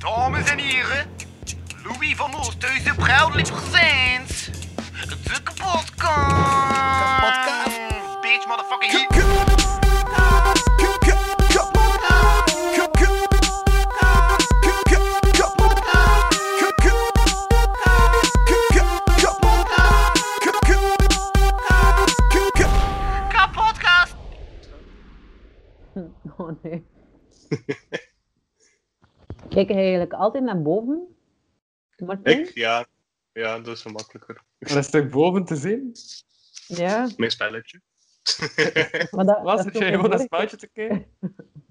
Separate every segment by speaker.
Speaker 1: Dames en heren, Louis van Oosthuizen, proudly presents de kapotkast.
Speaker 2: Kapotkast.
Speaker 1: Bitch, motherfucking
Speaker 2: K-
Speaker 1: hit.
Speaker 2: k- k- k- kapot. K- k- k- k- kapot. K- k- k- k- kapot. K- k- k- k-
Speaker 1: Kapotkast.
Speaker 3: Oh nee. Kijk je eigenlijk altijd naar boven? Martin?
Speaker 4: Ik? Ja. Ja, dat is wel makkelijker.
Speaker 5: Maar dat is toch boven te zien?
Speaker 3: Ja,
Speaker 4: Mijn spelletje.
Speaker 3: maar dat,
Speaker 5: Was
Speaker 3: dat
Speaker 5: het
Speaker 3: is ook
Speaker 5: jij gewoon naar
Speaker 3: moeilijk.
Speaker 5: het spuitje te kijken?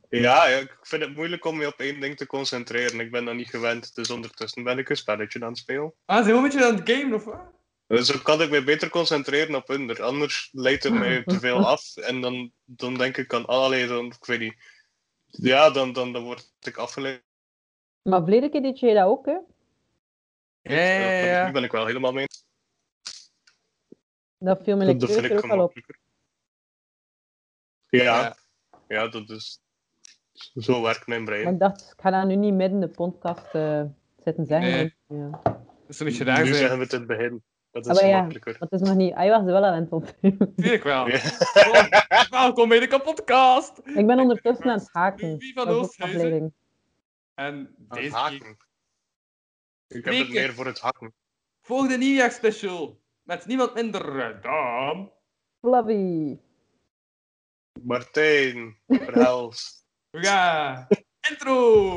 Speaker 4: ja, ja, ik vind het moeilijk om je op één ding te concentreren. Ik ben dat niet gewend, dus ondertussen ben ik een spelletje aan het spelen.
Speaker 5: Ah, zijn we met je aan het gamen of wat?
Speaker 4: Dus dan kan ik me beter concentreren op onder. Anders leidt het mij te veel af en dan, dan denk ik aan, allee, dan, ik weet niet. Ja, dan, dan, dan word ik afgeleid.
Speaker 3: Maar verleden keer deed je dat ook, hè?
Speaker 5: Ja, ja, ja.
Speaker 4: Dus, Nu ben ik wel helemaal mee.
Speaker 3: Dat viel me
Speaker 4: Dat,
Speaker 3: lekker
Speaker 4: dat vind ik
Speaker 3: ook al op.
Speaker 4: gemakkelijker. Ja,
Speaker 5: Ja.
Speaker 4: ja, dat is... Zo werkt mijn
Speaker 3: Maar
Speaker 4: brein.
Speaker 3: ik dacht, ik ga dat nu niet midden in de podcast eh, zitten zeggen.
Speaker 5: Nee.
Speaker 3: want, ja.
Speaker 5: Dat is een beetje raar.
Speaker 4: Nu
Speaker 5: zijn.
Speaker 4: zeggen we het in het begin. Dat
Speaker 3: Ah,
Speaker 4: is
Speaker 3: maar ja.
Speaker 4: makkelijker.
Speaker 3: Want het is nog niet... Hij was wel aan het opnemen.
Speaker 5: Tuurlijk wel.
Speaker 4: Ja.
Speaker 5: Oh, welkom bij de kapotkast.
Speaker 3: Ik ben ondertussen aan het haken.
Speaker 5: Wie van
Speaker 3: Dat is ook
Speaker 5: Oosthuizen?
Speaker 3: afleiding.
Speaker 5: En
Speaker 4: Aan het
Speaker 5: deze keer
Speaker 4: haken. Ik heb het
Speaker 5: Spreken.
Speaker 4: meer voor het hakken.
Speaker 5: volgende nieuwjaarspecial. Met niemand minder eh, dan...
Speaker 3: Flavie.
Speaker 4: Martijn, verhels.
Speaker 5: We gaan... Intro!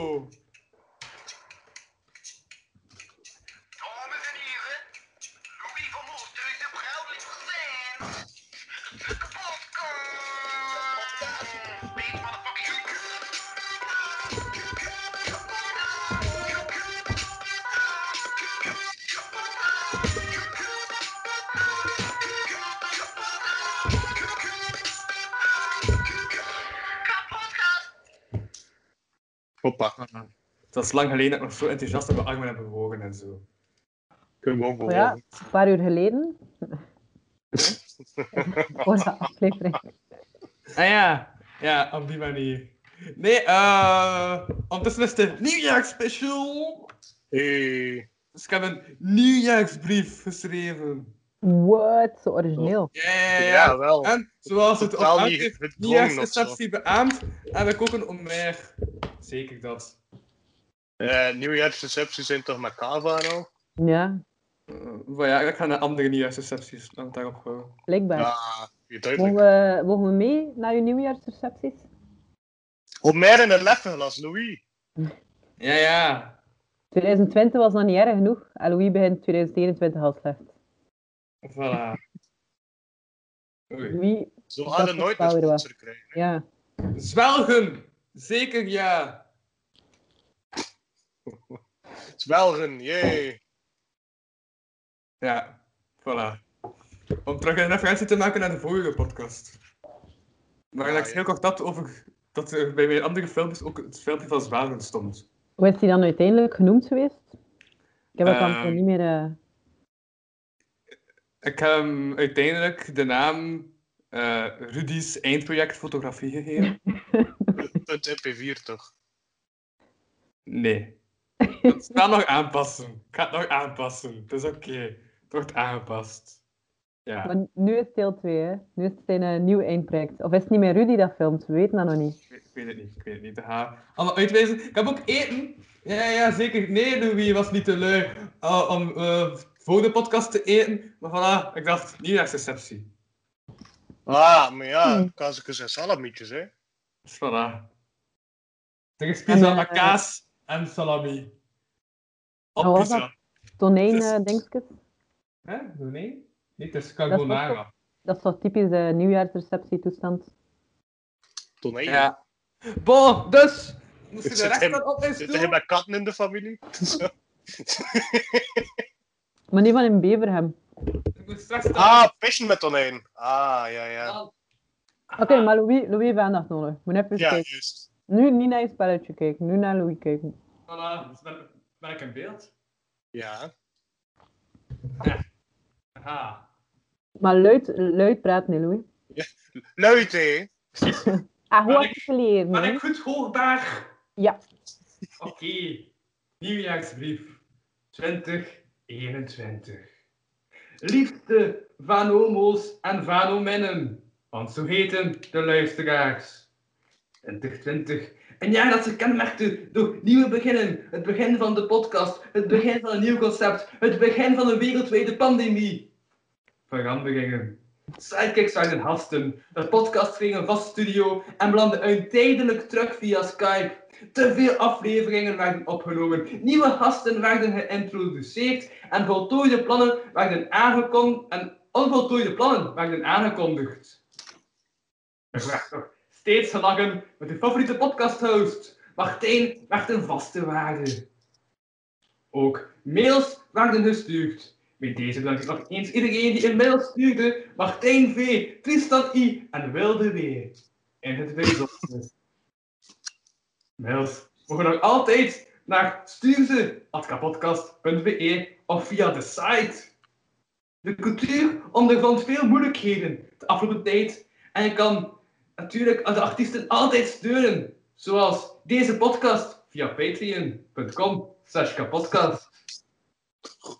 Speaker 1: Dames en heren, Louis van Oosthuizen, proudly presents de kapotkast. Bitch, motherfucking hit.
Speaker 4: Hoppa.
Speaker 5: Dat is lang geleden dat ik nog zo enthousiast op mijn armen heb bewogen en zo.
Speaker 4: Kunnen we ook
Speaker 3: Oh ja,
Speaker 4: bewogen.
Speaker 3: een paar uur geleden. Voor de aflevering.
Speaker 5: Ah ja, ja, op die manier. Nee, eh... ondertussen is het een nieuwjaarspecial.
Speaker 4: Hey.
Speaker 5: Dus ik heb een nieuwjaarsbrief geschreven.
Speaker 3: What? Zo origineel.
Speaker 5: Ja, ja, ja.
Speaker 4: Ja, wel.
Speaker 5: En zoals het op
Speaker 4: Totaal niet
Speaker 5: elke
Speaker 4: gedwongen of
Speaker 5: nieuwjaarsreceptie beaamt, heb ik ook een ommer. Zeker dat.
Speaker 4: Eh, nieuwjaarsrecepties zijn toch met kava en al?
Speaker 3: Ja,
Speaker 5: Eh, maar ja, ik ga naar andere nieuwjaarsrecepties. Laat het daarop houden.
Speaker 3: blijkbaar.
Speaker 4: Ja, je
Speaker 3: Mogen
Speaker 4: duidelijk.
Speaker 3: we, mogen we mee naar je nieuwjaarsrecepties?
Speaker 4: Op meer in het leffenglas, Louis.
Speaker 5: Ja, ja.
Speaker 3: 2020 was nog niet erg genoeg. En Louis begint 2021 al slecht.
Speaker 5: Voilà. Oei.
Speaker 3: Louis,
Speaker 4: Zo
Speaker 3: Dat
Speaker 4: hadden we nooit een
Speaker 3: vertrouwen we.
Speaker 4: sponsor krijgen.
Speaker 3: ja.
Speaker 5: Zwelgen! Zeker ja.
Speaker 4: Zwelgen, jee.
Speaker 5: Ja, voilà. Om terug een referentie te maken naar de vorige podcast. Waar
Speaker 4: Ah,
Speaker 5: ik
Speaker 4: ja.
Speaker 5: heel kort had over dat er bij mijn andere filmpjes ook het filmpje van Zwelgen stond.
Speaker 3: Hoe is die dan uiteindelijk genoemd geweest? Ik heb het dan
Speaker 5: Ehm.
Speaker 3: zo niet meer... eh,
Speaker 5: Ik heb hem uiteindelijk de naam eh Rudy's eindproject fotografie gegeven.
Speaker 4: Punt MP4 toch?
Speaker 5: Nee. Dat kan nog aanpassen. Ik ga het nog aanpassen. Het is oké. Het wordt aangepast. Ja,
Speaker 3: Maar nu is het deel 2, hè? Nu is het een eh, nieuw eindproject. Of is het niet meer Rudy dat filmt? We weten dat nog niet.
Speaker 5: ik weet, ik weet het niet. Ik weet het niet. Dat gaan we allemaal uitwijzen. Ik heb ook eten. Ja, ja, ja, zeker. Nee, Louis was niet te lui eh, om eh, voor de podcast te eten. Maar voilà, ik dacht, nieuwjaarsreceptie.
Speaker 4: Ah, maar ja,
Speaker 3: Hm.
Speaker 4: kaasjes en salamietjes, hè.
Speaker 5: Dus voilà. Er
Speaker 3: En,
Speaker 5: is pizza
Speaker 3: eh,
Speaker 5: met kaas en salami.
Speaker 3: en
Speaker 5: Op
Speaker 3: wat
Speaker 5: pizza.
Speaker 3: was Tonijn,
Speaker 5: Dus-
Speaker 3: eh dingetjes.
Speaker 5: Hè? Nee? Niet de
Speaker 3: Dat is Dat is toch typisch eh nieuwjaarsreceptietoestand.
Speaker 4: Tonijn.
Speaker 5: Ja. Bon, dus. Moest je de
Speaker 4: Zit
Speaker 5: rechter
Speaker 4: hij-
Speaker 5: op mijn
Speaker 4: Zitten er
Speaker 5: stoel?
Speaker 4: bij katten in de familie?
Speaker 3: Maar die van in Beverhem.
Speaker 5: Ik moet straks...
Speaker 4: ah, pissen met tonijn. Ah, ja, ja.
Speaker 3: Oké, maar Louis, Louis heeft aandacht nodig. Moet even
Speaker 4: Ja,
Speaker 3: kijken.
Speaker 4: juist.
Speaker 3: Nu niet naar je spelletje kijken, nu naar Louis kijken.
Speaker 5: Voilà, dus ben, ben ik in beeld?
Speaker 4: Ja.
Speaker 5: Aha.
Speaker 3: Maar luid, luid praat niet, Louis.
Speaker 4: Luid, hè.
Speaker 3: Ah, hoe
Speaker 5: Ben ik-
Speaker 3: articuleer je?
Speaker 5: Ben ik
Speaker 3: hè?
Speaker 5: goed hoorbaar?
Speaker 3: Ja.
Speaker 5: Oké. Nieuwjaarsbrief 2021. Liefste van homo's en van hominnen, want zo heten de luisteraars. 2020. Een jaar dat ze kenmerkte door nieuwe beginnen. Het begin van de podcast, het begin van een nieuw concept, het begin van een wereldwijde pandemie. Veranderingen. Sidekicks uit een hasten. De podcast kreeg een vast studio en belandde uiteindelijk terug via Skype. Te veel afleveringen werden opgenomen, nieuwe gasten werden geïntroduceerd en voltooide plannen werden aangekondigd en onvoltooide plannen werden aangekondigd. Ik werd nog steeds gelachen met uw favoriete podcasthost. Martijn werd een vaste waarde. Ook mails werden gestuurd. Met deze bedank ik nog eens iedereen die een mail stuurde. Martijn V, Tristan I en Wilde W. In het bijzonder. Mails mogen nog altijd naar stuurze.kapodcast.be of via de site. De cultuur ondervond veel moeilijkheden de afgelopen tijd en je kan natuurlijk de artiesten altijd steunen, zoals deze podcast via patreon.com slash kapodcast.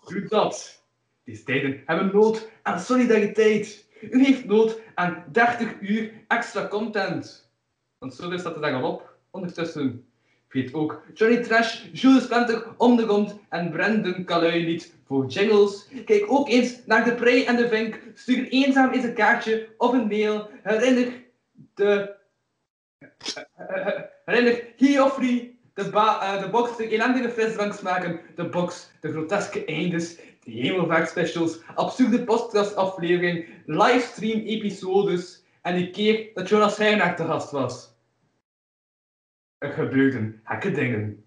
Speaker 5: Doe dat. Deze tijden hebben nood aan solidariteit. U heeft nood aan 30 uur extra content. Want zo staat er daar al op, ondertussen. Weet ook Johnny Trash, Jules Penter, Ondergrond en Brendan Calui niet voor jingles. Kijk ook eens naar De Prey en De Vink. Stuur eenzaam eens een kaartje of een mail. Herinner de... Herinner Geoffrey, de, ba- eh, de box, de elendige frisdranks maken, de box, de groteske eindes, de hemelvaart specials, absurde podcastaflevering, livestream episodes en de keer dat Jonas Heijnaar te gast was. Er gebeurden gekke dingen.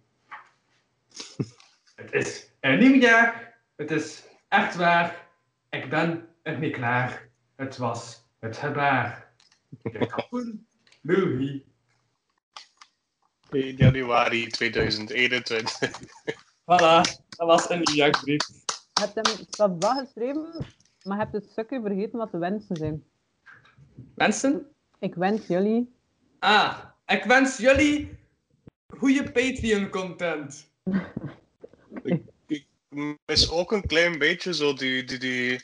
Speaker 5: het is een nieuw jaar. Het is echt waar. Ik ben ermee klaar. Het was het gebaar. De kapoen, Louis.
Speaker 4: 1 januari 2021.
Speaker 5: Voilà, dat was een nieuwjaarsbrief.
Speaker 3: Je hebt hem dat wel geschreven, maar je hebt het stukje vergeten wat de wensen zijn.
Speaker 5: Mensen,
Speaker 3: Ik wens jullie...
Speaker 5: ah, ik wens jullie goede Patreon-content.
Speaker 4: Is ook een klein beetje zo die, die, die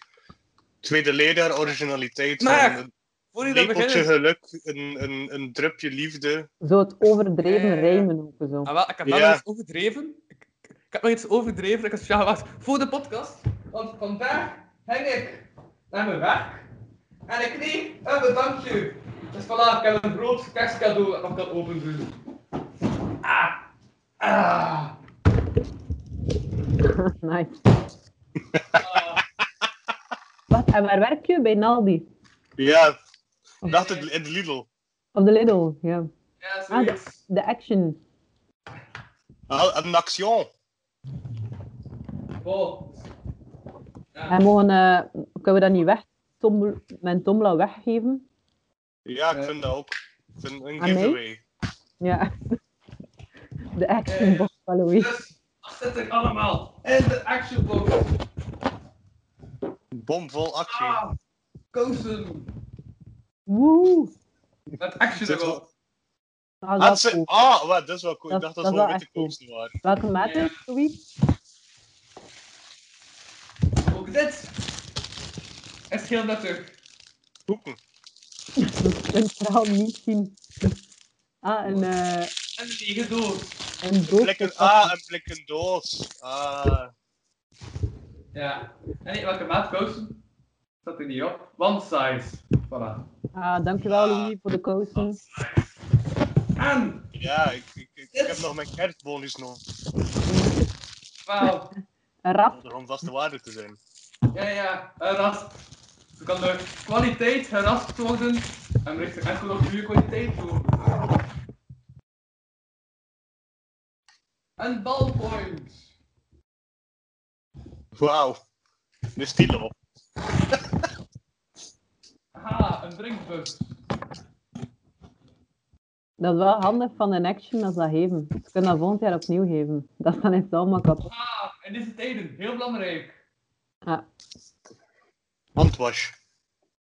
Speaker 4: tweede leraar originaliteit.
Speaker 5: Maar-
Speaker 4: van
Speaker 5: Voor
Speaker 4: een
Speaker 5: je dat
Speaker 4: lepeltje
Speaker 5: begint.
Speaker 4: geluk, een, een, een drupje liefde.
Speaker 3: Zo het overdreven
Speaker 5: Eh.
Speaker 3: rijmen ook zo.
Speaker 5: Ah, wel, ik heb wel
Speaker 4: Ja.
Speaker 5: nog iets overdreven. Ik, ik- ik heb nog iets overdreven. Ik heb speciaal gewacht voor de podcast. Want vandaag ging ik naar mijn werk. En ik kreeg een bedankje. Dus voilà, ik heb een groot kerstcadeau dat ik nog kan opendoen. Ah. Ah.
Speaker 3: nice.
Speaker 5: Ah.
Speaker 3: Wat, en waar werk je? Bij Naldi?
Speaker 4: Ja, dacht het in Lidl.
Speaker 3: Of de Lidl, ja.
Speaker 5: Ja,
Speaker 3: Ah,
Speaker 5: zoiets.
Speaker 3: de, de Action.
Speaker 4: Ah, Een action.
Speaker 5: Wow.
Speaker 3: En mogen, eh, kunnen we dat niet weg... Tom, mijn Tomla weggeven?
Speaker 4: Ja, ik
Speaker 5: Ja.
Speaker 4: vind dat ook. Ik vind een
Speaker 3: Aan mij?
Speaker 4: giveaway.
Speaker 3: Ja. De
Speaker 5: Eh.
Speaker 3: Action Box Halloween.
Speaker 5: Dus, dat zit er allemaal in de actionbox.
Speaker 4: Bomvol actie.
Speaker 5: Ah. Kousen.
Speaker 3: Woe!
Speaker 5: Met action
Speaker 4: Zit
Speaker 5: erop.
Speaker 3: Ah,
Speaker 4: Ah, het
Speaker 3: dat
Speaker 4: zijn-
Speaker 3: ook.
Speaker 4: ah, wat, dat is wel cool. Ik
Speaker 3: Dat-
Speaker 4: dacht
Speaker 3: dat
Speaker 4: dat ze
Speaker 3: is
Speaker 4: wel
Speaker 3: wel
Speaker 4: witte
Speaker 3: echt cool.
Speaker 4: koopsten waren.
Speaker 3: Welke maat is het, Louis?
Speaker 5: Ook dit. Het is heel nuttig.
Speaker 4: Hoeken.
Speaker 3: Dat kan ik vooral niet zien. Ah, een, eh
Speaker 5: En de lege doos.
Speaker 3: een
Speaker 4: Blikken,
Speaker 3: doos.
Speaker 4: ah, en blikken doos. Ah,
Speaker 5: Ja. En in welke maat kousen? Staat er niet op. One size. Voilà.
Speaker 3: Ah, dankjewel Louis voor de kousen.
Speaker 5: En
Speaker 4: ja, ik, ik, ik, ik heb nog mijn kerstbonus nog.
Speaker 5: 12.
Speaker 3: Een rat.
Speaker 4: Om er om vaste waarde te zijn.
Speaker 5: Ja, ja. Gerast. Ze kan door kwaliteit gerast worden. En richting enkel nog goede kwaliteit toe. Een ballpoint.
Speaker 4: Wauw. De stilo.
Speaker 5: Aha, een drinkbus.
Speaker 3: Dat is wel handig van een action als dat geven. Ze kunnen dat volgend jaar opnieuw geven. Dat is dan echt allemaal kapot.
Speaker 5: Ah, in deze tijden. Heel belangrijk.
Speaker 3: Ah,
Speaker 4: Handwas.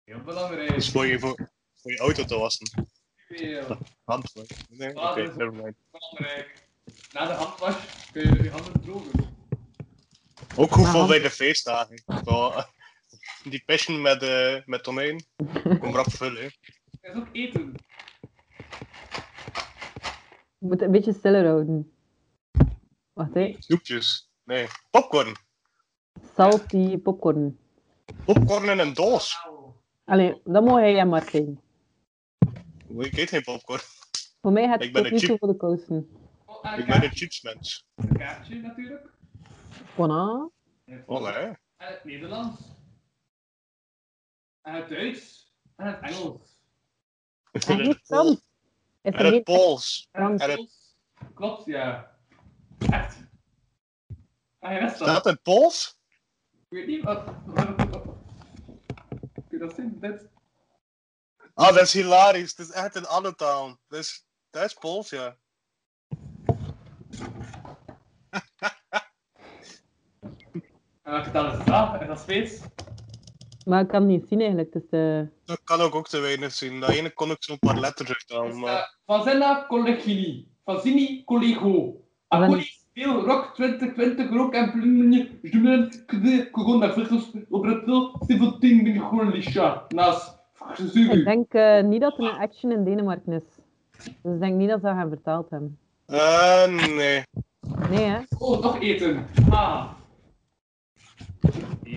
Speaker 5: Heel belangrijk.
Speaker 4: Dat is voor je, voor, voor je auto te wassen.
Speaker 5: Heel
Speaker 4: Handwas. Nee, oké,
Speaker 5: Ah, dat is-
Speaker 4: nevermind.
Speaker 5: belangrijk. Na de handwas kun je je handen drogen.
Speaker 4: Ook hoeveel
Speaker 3: Ah, hand-
Speaker 4: bij de feestdagen. Zo, eh, Die passion met, eh met tonijn. Kom rap vullen. hè.
Speaker 5: Er is ook eten.
Speaker 3: Je moet het een beetje stiller houden. Wacht, hè.
Speaker 4: Snoepjes. Nee, popcorn.
Speaker 3: Salty popcorn.
Speaker 4: Popcorn in een doos.
Speaker 3: Allee, dat mogen jij en Martijn.
Speaker 4: Ik eet geen popcorn.
Speaker 3: Voor mij gaat
Speaker 4: Ik
Speaker 3: het
Speaker 4: ben
Speaker 3: tot
Speaker 4: een
Speaker 3: nu toe
Speaker 4: chip.
Speaker 3: voor de kousen.
Speaker 5: Oh, en
Speaker 4: Ik
Speaker 5: een
Speaker 4: ben een
Speaker 5: kaartje,
Speaker 4: chipsmens.
Speaker 5: een kaartje natuurlijk.
Speaker 3: Voilà.
Speaker 5: En
Speaker 4: Voilà.
Speaker 3: Ah,
Speaker 4: hè.
Speaker 5: En het Nederlands. En het Duits. En het Engels.
Speaker 3: En
Speaker 4: En
Speaker 3: niet
Speaker 4: het Pools.
Speaker 3: Frans. Ah, Is
Speaker 4: En
Speaker 3: er
Speaker 4: het
Speaker 3: geen
Speaker 4: Pools.
Speaker 3: Frans?
Speaker 4: En het-
Speaker 5: Engels. Klopt, ja. Echt. En je wist
Speaker 4: Is
Speaker 5: dat.
Speaker 4: dat het Pools?
Speaker 5: Ik weet niet wat. Kun je dat zien? Dit.
Speaker 4: Ah, dat is hilarisch. Het is echt een alle taal. Dat is, dat is Pools, ja.
Speaker 5: En welke taal is dat? Is dat Zweeds?
Speaker 3: Maar ik kan het niet zien eigenlijk. Dus, eh
Speaker 4: Dat kan ook, ook te weinig zien. Dat ene kon ik zo'n paar letters uithalen.
Speaker 5: Is,
Speaker 4: Maar...
Speaker 5: eh, Fazenda Collegini. Fazini Collego.
Speaker 3: Ah,
Speaker 5: Acoli Speel Rock 2020 Rock en Plumne Jumen Kde Corona Virus Obratel 17 Miligolisha Nas
Speaker 3: ik
Speaker 5: Zugu.
Speaker 3: denk eh, niet dat er een action in Denemarken is. Dus ik denk niet dat ze dat gaan vertaald hebben.
Speaker 4: Eh, nee.
Speaker 3: Nee, hè?
Speaker 5: Oh, toch eten. Ah.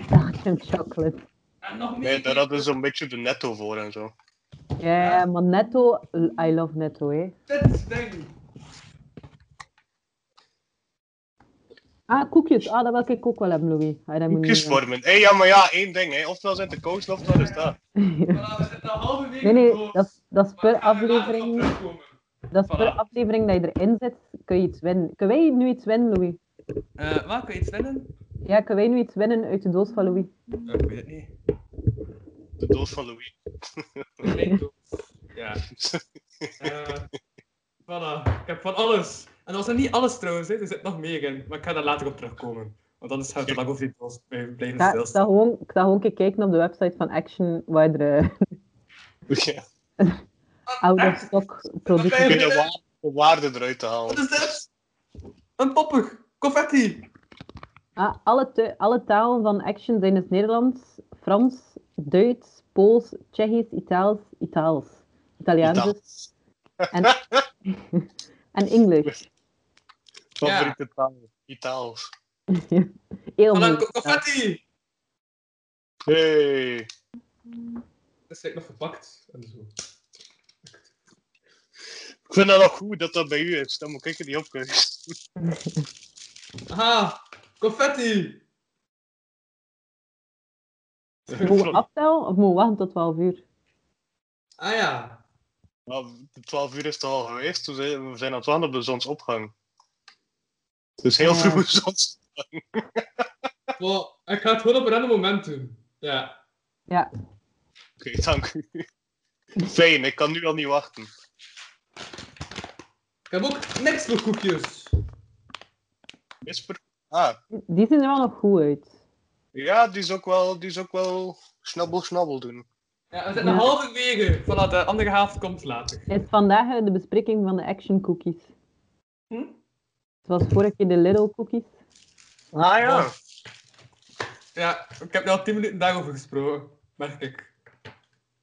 Speaker 3: Dark and chocolate.
Speaker 5: En nog meer.
Speaker 4: Nee, daar hadden ze een beetje de netto voor en zo.
Speaker 3: Ja, ja, maar netto, I love netto, hè.
Speaker 5: Dit ding.
Speaker 3: Ah, koekjes. Ah, dat wil ik ook wel hebben, Louis. Ah, dat moet niet
Speaker 4: Koekjes
Speaker 3: zijn.
Speaker 4: vormen. Hé, ja, maar ja, één ding. Hè. Ofwel zijn de koos, ofwel is dat.
Speaker 5: Voilà, we zitten al halverwege
Speaker 3: Nee, nee,
Speaker 5: door.
Speaker 3: dat is, dat is per
Speaker 5: Maar we gaan er later op
Speaker 3: aflevering.
Speaker 5: terugkomen.
Speaker 3: Dat is per
Speaker 5: Voilà.
Speaker 3: aflevering dat je erin zit, kun je iets winnen. Kunnen wij nu iets winnen, Louis?
Speaker 5: Eh, wat, kun je iets winnen?
Speaker 3: Ja, kunnen wij nu iets winnen uit de doos van Louis?
Speaker 5: Eh, ik weet het niet.
Speaker 4: De doos van Louis.
Speaker 5: Ja. Eh, voilà, ik heb van alles. En dat was nog niet alles trouwens, hè. er zit nog meer in. Maar ik ga daar later op terugkomen. Want anders gaan we te lang over die doos blijven blijven
Speaker 3: Ik ga, ik ga
Speaker 5: stilstaan.
Speaker 3: gewoon, ik ga gewoon een keer kijken op de website van Action, waar er eh,
Speaker 4: Ja.
Speaker 3: oude stok producten...
Speaker 4: Kun je de wa- de waarde eruit te
Speaker 5: Wat
Speaker 4: halen.
Speaker 5: is dit? Een popper! Confetti!
Speaker 3: Ah, alle, tu- alle talen van Action zijn dus Nederlands, Frans, Duits, Pools, Tsjechisch, Itaals, Itaals. Italiaans
Speaker 4: Itaal.
Speaker 3: dus. En, en Engels.
Speaker 4: Favoriete taal. Itaals.
Speaker 3: Heel
Speaker 5: Voilà,
Speaker 3: moeilijk.
Speaker 5: co- confetti!
Speaker 4: Hey.
Speaker 5: Dat is gelijk nog verpakt. En zo.
Speaker 4: Ik vind dat nog goed dat dat bij u is. Dan moet ik het niet opkijken.
Speaker 5: Aha! Confetti!
Speaker 3: Moet aftellen of moet we wachten tot 12 uur?
Speaker 5: Ah ja.
Speaker 4: Nou, de 12 uur is het al geweest. dus, hè, we zijn aan het wachten op de zonsopgang. Het is heel
Speaker 3: Ja.
Speaker 4: vroeg zons.
Speaker 5: Wow, ik ga het gewoon op een random moment doen. Ja.
Speaker 3: Ja,
Speaker 4: Oké, dank u. Fijn, ik kan nu al niet wachten.
Speaker 5: Ik heb ook niks voor koekjes.
Speaker 4: Whisper. Ah,
Speaker 3: die zien er wel nog goed uit.
Speaker 4: ja, die is ook wel, die is ook wel snabbel snabbel doen.
Speaker 5: Ja, we zitten nog
Speaker 3: Ja.
Speaker 5: halverwege. Voilà, de andere helft komt later.
Speaker 3: Is vandaag eh, de bespreking van de Action cookies.
Speaker 5: Hm?
Speaker 3: Zoals vorige keer de Little cookies.
Speaker 4: Ah
Speaker 5: ja. Ja, ik heb nu al 10 minuten daarover gesproken, merk ik.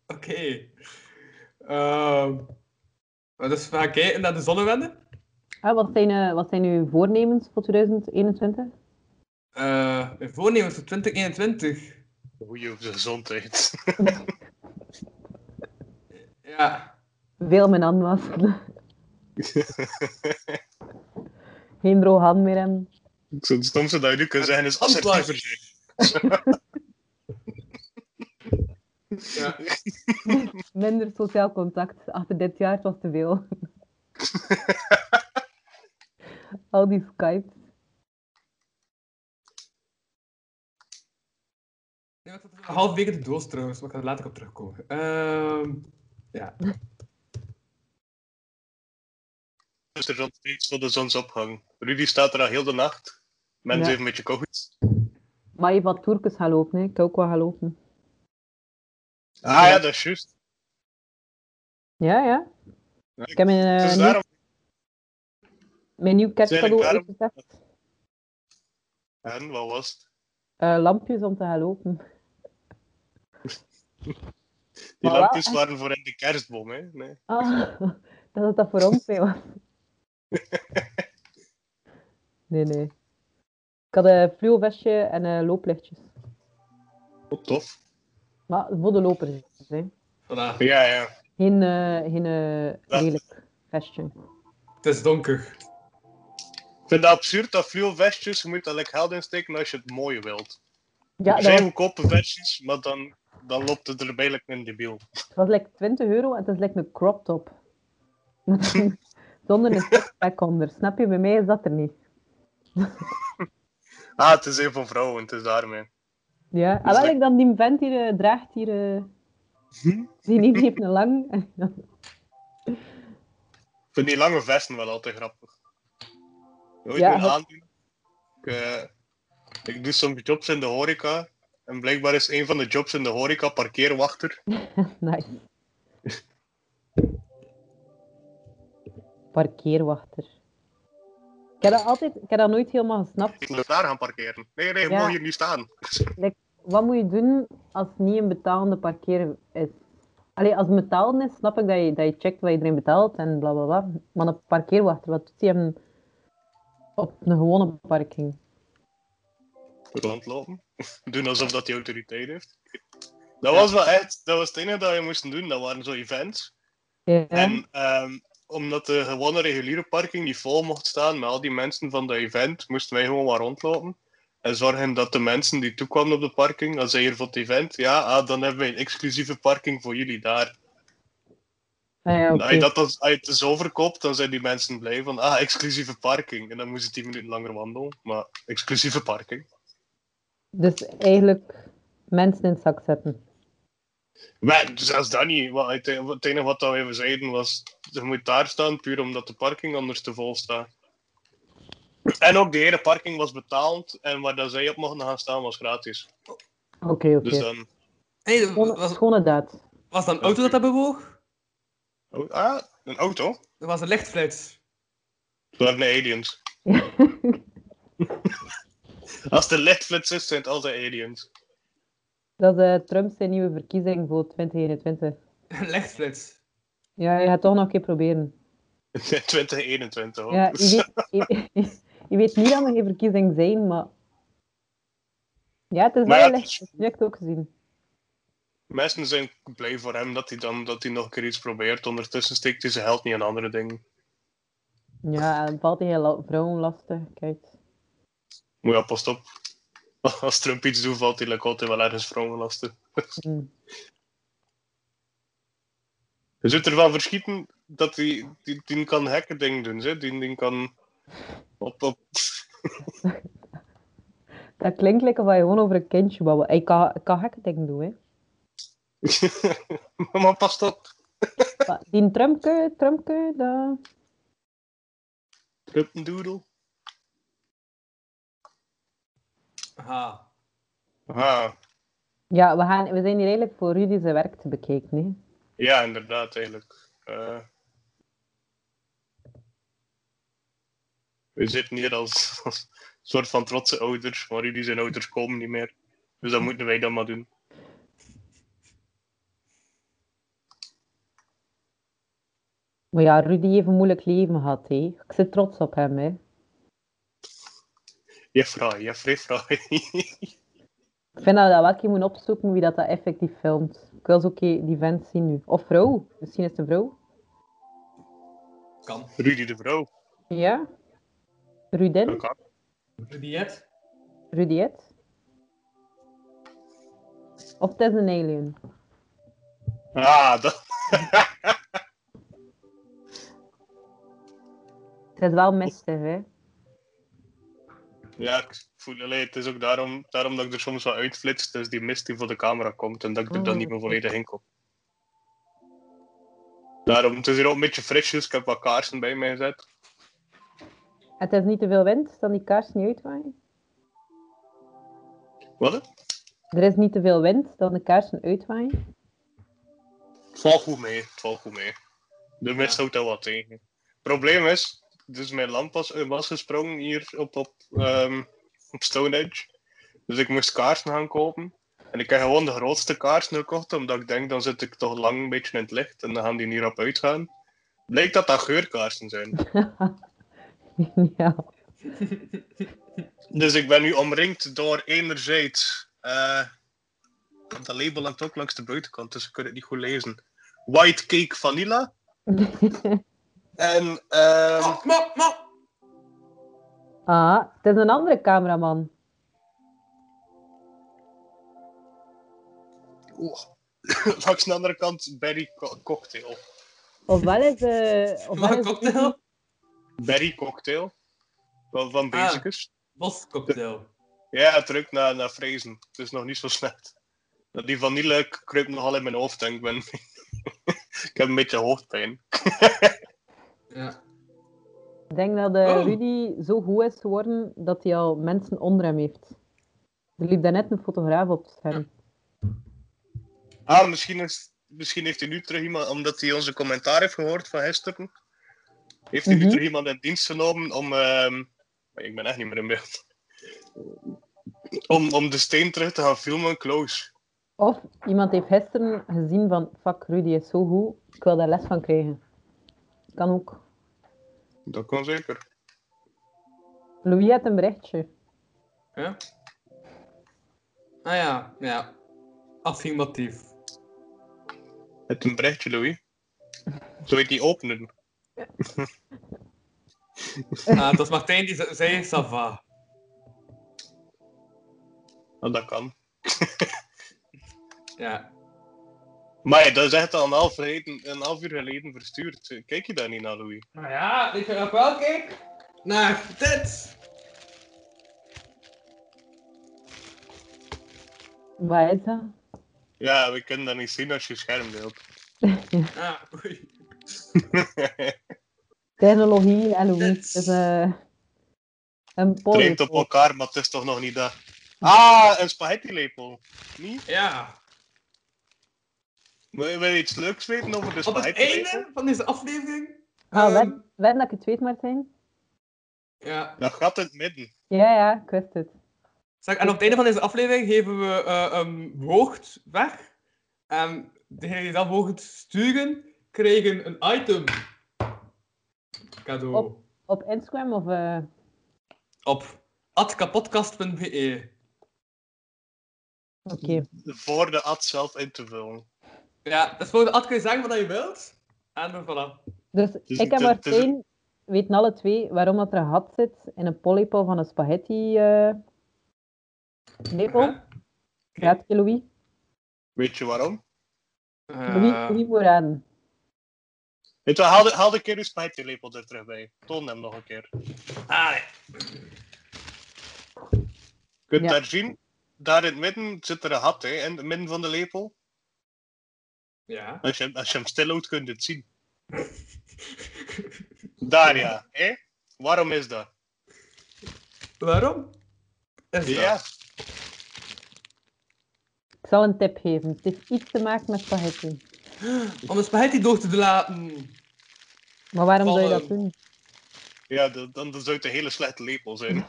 Speaker 5: Oké. Ehm, dus we gaan kijken naar de zonnewende.
Speaker 3: Ah, wat, zijn, eh, wat zijn uw voornemens voor 2021?
Speaker 5: Eh mijn voornemens voor 2021.
Speaker 4: Goeie op de gezondheid.
Speaker 5: Ja.
Speaker 3: Veel mijn hand was. Geen droge hand meer hebben.
Speaker 4: Het stomste dat je nu kunt zeggen is assertiever zijn.
Speaker 5: Ja.
Speaker 3: Minder sociaal contact. Achter dit jaar het was te veel. Al die Skype.
Speaker 5: Nee, maar dat is halverwege de doos trouwens, maar ik ga er later op terugkomen. Ehm, ja.
Speaker 4: Dus er is nog steeds voor de zonsopgang. Rudy staat er al heel de nacht. Mensen
Speaker 3: Ja.
Speaker 4: heeft een beetje koud.
Speaker 3: Maar je wat toerkes gaan lopen, hè. ik ga ook wel gaan lopen.
Speaker 4: Ah ja, dat is juist.
Speaker 3: Ja, ja. Ik heb een, eh,
Speaker 4: Het is
Speaker 3: nieuw,
Speaker 4: daarom
Speaker 3: Mijn nieuw kerstcadeau
Speaker 4: daarom-
Speaker 3: uitgezet.
Speaker 4: En wat was het?
Speaker 3: Eh, lampjes om te gaan lopen.
Speaker 4: Die
Speaker 3: Maar wel
Speaker 4: lampjes
Speaker 3: echt-
Speaker 4: waren voor in de kerstboom, hè? Nee.
Speaker 3: Ah, dat het dat voor ons mee was. Nee, nee. Ik had een fluovestje en eh, looplichtjes.
Speaker 4: Oh, tof.
Speaker 3: Maar voor de lopers, hè.
Speaker 6: Voilà.
Speaker 4: Ja, ja.
Speaker 3: Geen, eh geen eh,
Speaker 4: Ja.
Speaker 3: lelijk vestje.
Speaker 6: Het is donker.
Speaker 4: Ik vind het absurd dat veel vestjes, je moet er like geld in steken als je het mooie wilt.
Speaker 3: Ja,
Speaker 4: er
Speaker 3: dat
Speaker 4: zijn
Speaker 3: was,
Speaker 4: goedkope versies, maar dan, dan loopt het er bijna een debiel.
Speaker 3: het was like 20 euro en het is like een crop top. Met een- Zonder een sixpack onder. Snap je? Bij mij is dat er niet.
Speaker 4: Ah, het is een van vrouwen, het is daarmee.
Speaker 3: Ja, en wel, ik dan die vent hier eh, draagt hier... eh, die niet heeft een lang.
Speaker 4: Ik vind die lange vesten wel altijd grappig. Nooit
Speaker 3: Ja,
Speaker 4: meer
Speaker 3: het-
Speaker 4: aandoen. Ik, eh, ik doe soms jobs in de horeca. En blijkbaar is een van de jobs in de horeca parkeerwachter.
Speaker 3: nice. Parkeerwachter. Ik heb dat altijd... Ik heb dat nooit helemaal gesnapt.
Speaker 4: Ik moet daar gaan parkeren. Nee, nee, je
Speaker 3: Ja.
Speaker 4: mag hier niet staan.
Speaker 3: Wat moet je doen als het niet een betalende parkeer is? Allee, als het betalen is, snap ik dat je, dat je checkt wat iedereen betaalt en bla bla bla. Maar een parkeerwachter, wat doet hij hem op een gewone parking?
Speaker 4: rondlopen. Doen alsof dat die autoriteit heeft. Dat was wel echt, dat was het enige dat we moesten doen. Dat waren zo events.
Speaker 3: Ja.
Speaker 4: En ehm, omdat de gewone reguliere parking niet vol mocht staan met al die mensen van dat event, moesten wij gewoon maar rondlopen. En zorgen dat de mensen die toekwamen op de parking, als zij hier voor het event, ja, ah, dan hebben wij een exclusieve parking voor jullie daar.
Speaker 3: Ah ja, oké.
Speaker 4: En als nou, je dat als, als je het zo verkoopt, dan zijn die mensen blij van, ah, exclusieve parking. En dan moest je 10 minuten langer wandelen, maar exclusieve parking.
Speaker 3: Dus eigenlijk mensen in het zak zetten.
Speaker 4: Maar zelfs dat niet. Want het en- het enige wat dat we even zeiden was, je moet daar staan puur omdat de parking anders te vol staat. En ook die hele parking was betaald en waar dat zij op mochten gaan staan was gratis.
Speaker 3: Oké, oké.
Speaker 4: Dus dan...
Speaker 6: Hey,
Speaker 3: Schone,
Speaker 6: was,
Speaker 3: schone daad.
Speaker 6: was dat een auto dat dat bewoog?
Speaker 4: Oh, ah, een auto?
Speaker 6: Er was een lichtfluit.
Speaker 4: Het waren de aliens. Als de lichtflits is, zijn het altijd aliens.
Speaker 3: dat is eh, Trump zijn nieuwe verkiezing voor 2021.
Speaker 6: Een lichtfluit.
Speaker 3: Ja, je gaat toch nog een keer proberen.
Speaker 4: 2021 ook.
Speaker 3: Ja, je weet, je, je weet niet dat er geen verkiezingen zijn, maar... Ja, het is
Speaker 4: Maar
Speaker 3: wel
Speaker 4: ja, het
Speaker 3: licht.
Speaker 4: is-
Speaker 3: Nu heb ik het ook gezien.
Speaker 4: Mensen zijn blij voor hem dat hij, dan, dat hij nog een keer iets probeert. Ondertussen steekt hij zijn geld niet in andere dingen.
Speaker 3: Ja, en valt tegen la- vrouwen lastig. Kijk.
Speaker 4: Maar ja, pas op. Als Trump iets doet, valt hij like, altijd wel ergens vrouwen lastig.
Speaker 3: Hm.
Speaker 4: Je zult ervan verschieten dat hij die, die kan hacken dingen doen. Hè? Die, die kan op, op...
Speaker 3: Dat klinkt lekker van je gewoon over een kindje babbelt. Ik kan, ik kan gekke dingen doen, hè.
Speaker 4: maar pas op.
Speaker 3: Maar die Trumpke, Trumpke, dat...
Speaker 4: Truppendoodle.
Speaker 6: Aha.
Speaker 4: Ah,
Speaker 3: Ja, we, gaan, we zijn hier eigenlijk voor Rudy zijn werk te bekijken, hè.
Speaker 4: ja, inderdaad, eigenlijk. Eh, we zitten hier als, als soort van trotse ouders, maar jullie zijn ouders komen niet meer. Dus dat moeten wij dan maar doen.
Speaker 3: Maar ja, Rudy heeft een moeilijk leven gehad, hè. Ik zit trots op hem, hè.
Speaker 4: Jeffrey, Jeffrey, Jeffrey.
Speaker 3: Ik vind dat we dat wel een keer moeten opzoeken wie dat, dat effectief filmt. Ik wil zo ook die vent zien nu. Of vrouw. Misschien is het een vrouw.
Speaker 6: Kan.
Speaker 4: Rudy de Vrouw.
Speaker 3: Ja. Rudin?
Speaker 4: Dat kan.
Speaker 6: Rudiet.
Speaker 3: Rudiet? Of het is een alien.
Speaker 4: Ah, dat...
Speaker 3: Het is wel mistig, hè.
Speaker 4: Ja, ik voel, allee, het is ook daarom, daarom dat ik er soms wel uitflits. Dus die mist die voor de camera komt en dat ik er dan niet meer volledig in kom. Daarom, het is hier ook een beetje frisjes. Ik heb wat kaarsen bij mij gezet.
Speaker 3: Het is niet te veel wind, dan die kaars niet uitwaaien.
Speaker 4: Wat?
Speaker 3: Er is niet te veel wind, dan de kaarsen uitwaaien.
Speaker 4: Het valt goed mee, het valt goed mee. De mist houdt dat wat tegen. probleem is, dus mijn lamp was, eh, was gesprongen hier op, op, ehm op Stonehenge. Dus ik moest kaarsen gaan kopen. En ik heb gewoon de grootste kaarsen gekocht, omdat ik denk, dan zit ik toch lang een beetje in het licht en dan gaan die niet op uitgaan. Blijkt dat dat geurkaarsen zijn.
Speaker 3: ja.
Speaker 4: Dus ik ben nu omringd door enerzijds. eh dat label hangt ook langs de buitenkant, dus ik kan het niet goed lezen. White cake vanilla. en ehm
Speaker 6: Mop, mop, mop.
Speaker 3: Ah, het is een andere cameraman.
Speaker 4: oeh, oh, langs de andere kant berry co- cocktail.
Speaker 3: Ofwel is... eh ofwel
Speaker 5: Maar
Speaker 3: is
Speaker 5: cocktail?
Speaker 4: Berry cocktail. Van, van
Speaker 5: Ah.
Speaker 4: Basicus.
Speaker 5: Boscocktail.
Speaker 4: Ja, terug naar, naar Frezen. Het is nog niet zo slecht. Dat Die vanille kruipt nogal in mijn hoofd en ik ben... ik heb een beetje hoofdpijn.
Speaker 6: Ja.
Speaker 3: Ik denk dat eh,
Speaker 6: Oh.
Speaker 3: Rudy zo goed is geworden dat hij al mensen onder hem heeft. Er liep daarnet een fotograaf op het scherm.
Speaker 4: Ah, misschien, is, misschien heeft hij nu terug iemand, omdat hij onze commentaar heeft gehoord van gisteren, heeft hij
Speaker 3: Mhm.
Speaker 4: nu terug iemand in dienst genomen om. ehm, maar ik ben echt niet meer in beeld. Om, om de steen terug te gaan filmen, close.
Speaker 3: Of iemand heeft gisteren gezien van, fuck, Rudy is zo goed, ik wil daar les van krijgen. Kan ook.
Speaker 4: Dat kan zeker.
Speaker 3: Louis had een berichtje.
Speaker 5: Ja? Ah ja, ja. Affirmatief.
Speaker 4: Het een berichtje, Louis. Zou je die openen?
Speaker 5: Ah, het was Martijn die ze- zei Sava.
Speaker 4: Nou, dat kan.
Speaker 5: Ja.
Speaker 4: Maar ja, dat is echt al een half, geleden- een half uur geleden verstuurd. Kijk je daar niet naar, Louis?
Speaker 6: Nou ja, weet je nog wel, kijk. Naar dit.
Speaker 3: Wat is dat?
Speaker 4: Ja, we kunnen dat niet zien als je scherm deelt.
Speaker 5: Ah, oei.
Speaker 3: Technologie en Louis.
Speaker 5: Dit.
Speaker 3: Het is eh, een
Speaker 4: Het
Speaker 3: podium.
Speaker 4: lijkt op elkaar, maar het is toch nog niet dat. Ah, een spaghettilepel. Niet?
Speaker 5: Ja.
Speaker 4: Wil wil je iets leuks weten over de
Speaker 5: Op het
Speaker 4: spaghettilepel?
Speaker 5: einde van deze aflevering.
Speaker 3: Ah,
Speaker 5: ehm,
Speaker 3: wen, wen dat ik het weet, Martijn?
Speaker 5: Ja.
Speaker 4: Dat gaat in het midden.
Speaker 3: Ja, ja, ik wist het.
Speaker 5: Zeg, en op het einde van deze aflevering geven we eh een woord weg. En degenen die dat woord sturen, krijgen een item. Cadeau.
Speaker 3: Op. Op Instagram of... eh,
Speaker 5: Op atkapodcast.be.
Speaker 3: Oké.
Speaker 4: Voor de ad zelf in te vullen.
Speaker 5: Ja, dus voor de ad kun je zeggen wat je wilt. En dan Ah, voilà.
Speaker 3: Dus
Speaker 4: is
Speaker 3: ik
Speaker 4: een-
Speaker 3: en
Speaker 4: het is een-
Speaker 3: Martijn weten alle twee waarom dat er een gat zit in een pollepel van een spaghetti... eh lepel.
Speaker 5: Ja.
Speaker 3: Raad je, Louis?
Speaker 4: Weet je waarom?
Speaker 3: Louis,
Speaker 5: Eh,
Speaker 3: Louis moet raden.
Speaker 4: Weet je, wel, haal, de, haal de keer uw spaghettilepel er terug bij. Toon hem nog een keer.
Speaker 5: ah, nee.
Speaker 4: Je kunt
Speaker 3: Ja.
Speaker 4: daar zien, daar in het midden zit er een gat, hè, in het midden van de lepel.
Speaker 5: Ja.
Speaker 4: Als je, als je hem stil houdt, kun je het zien. Daar ja, hè? Waarom is dat?
Speaker 5: Waarom? Is dat?
Speaker 4: Ja,
Speaker 3: Ik zal een tip geven. Het heeft iets te maken met spaghetti.
Speaker 5: Om een spaghetti door te laten.
Speaker 3: Maar waarom zou je
Speaker 5: Vallen.
Speaker 3: dat doen?
Speaker 4: ja dat- dan zou het een hele slechte lepel zijn.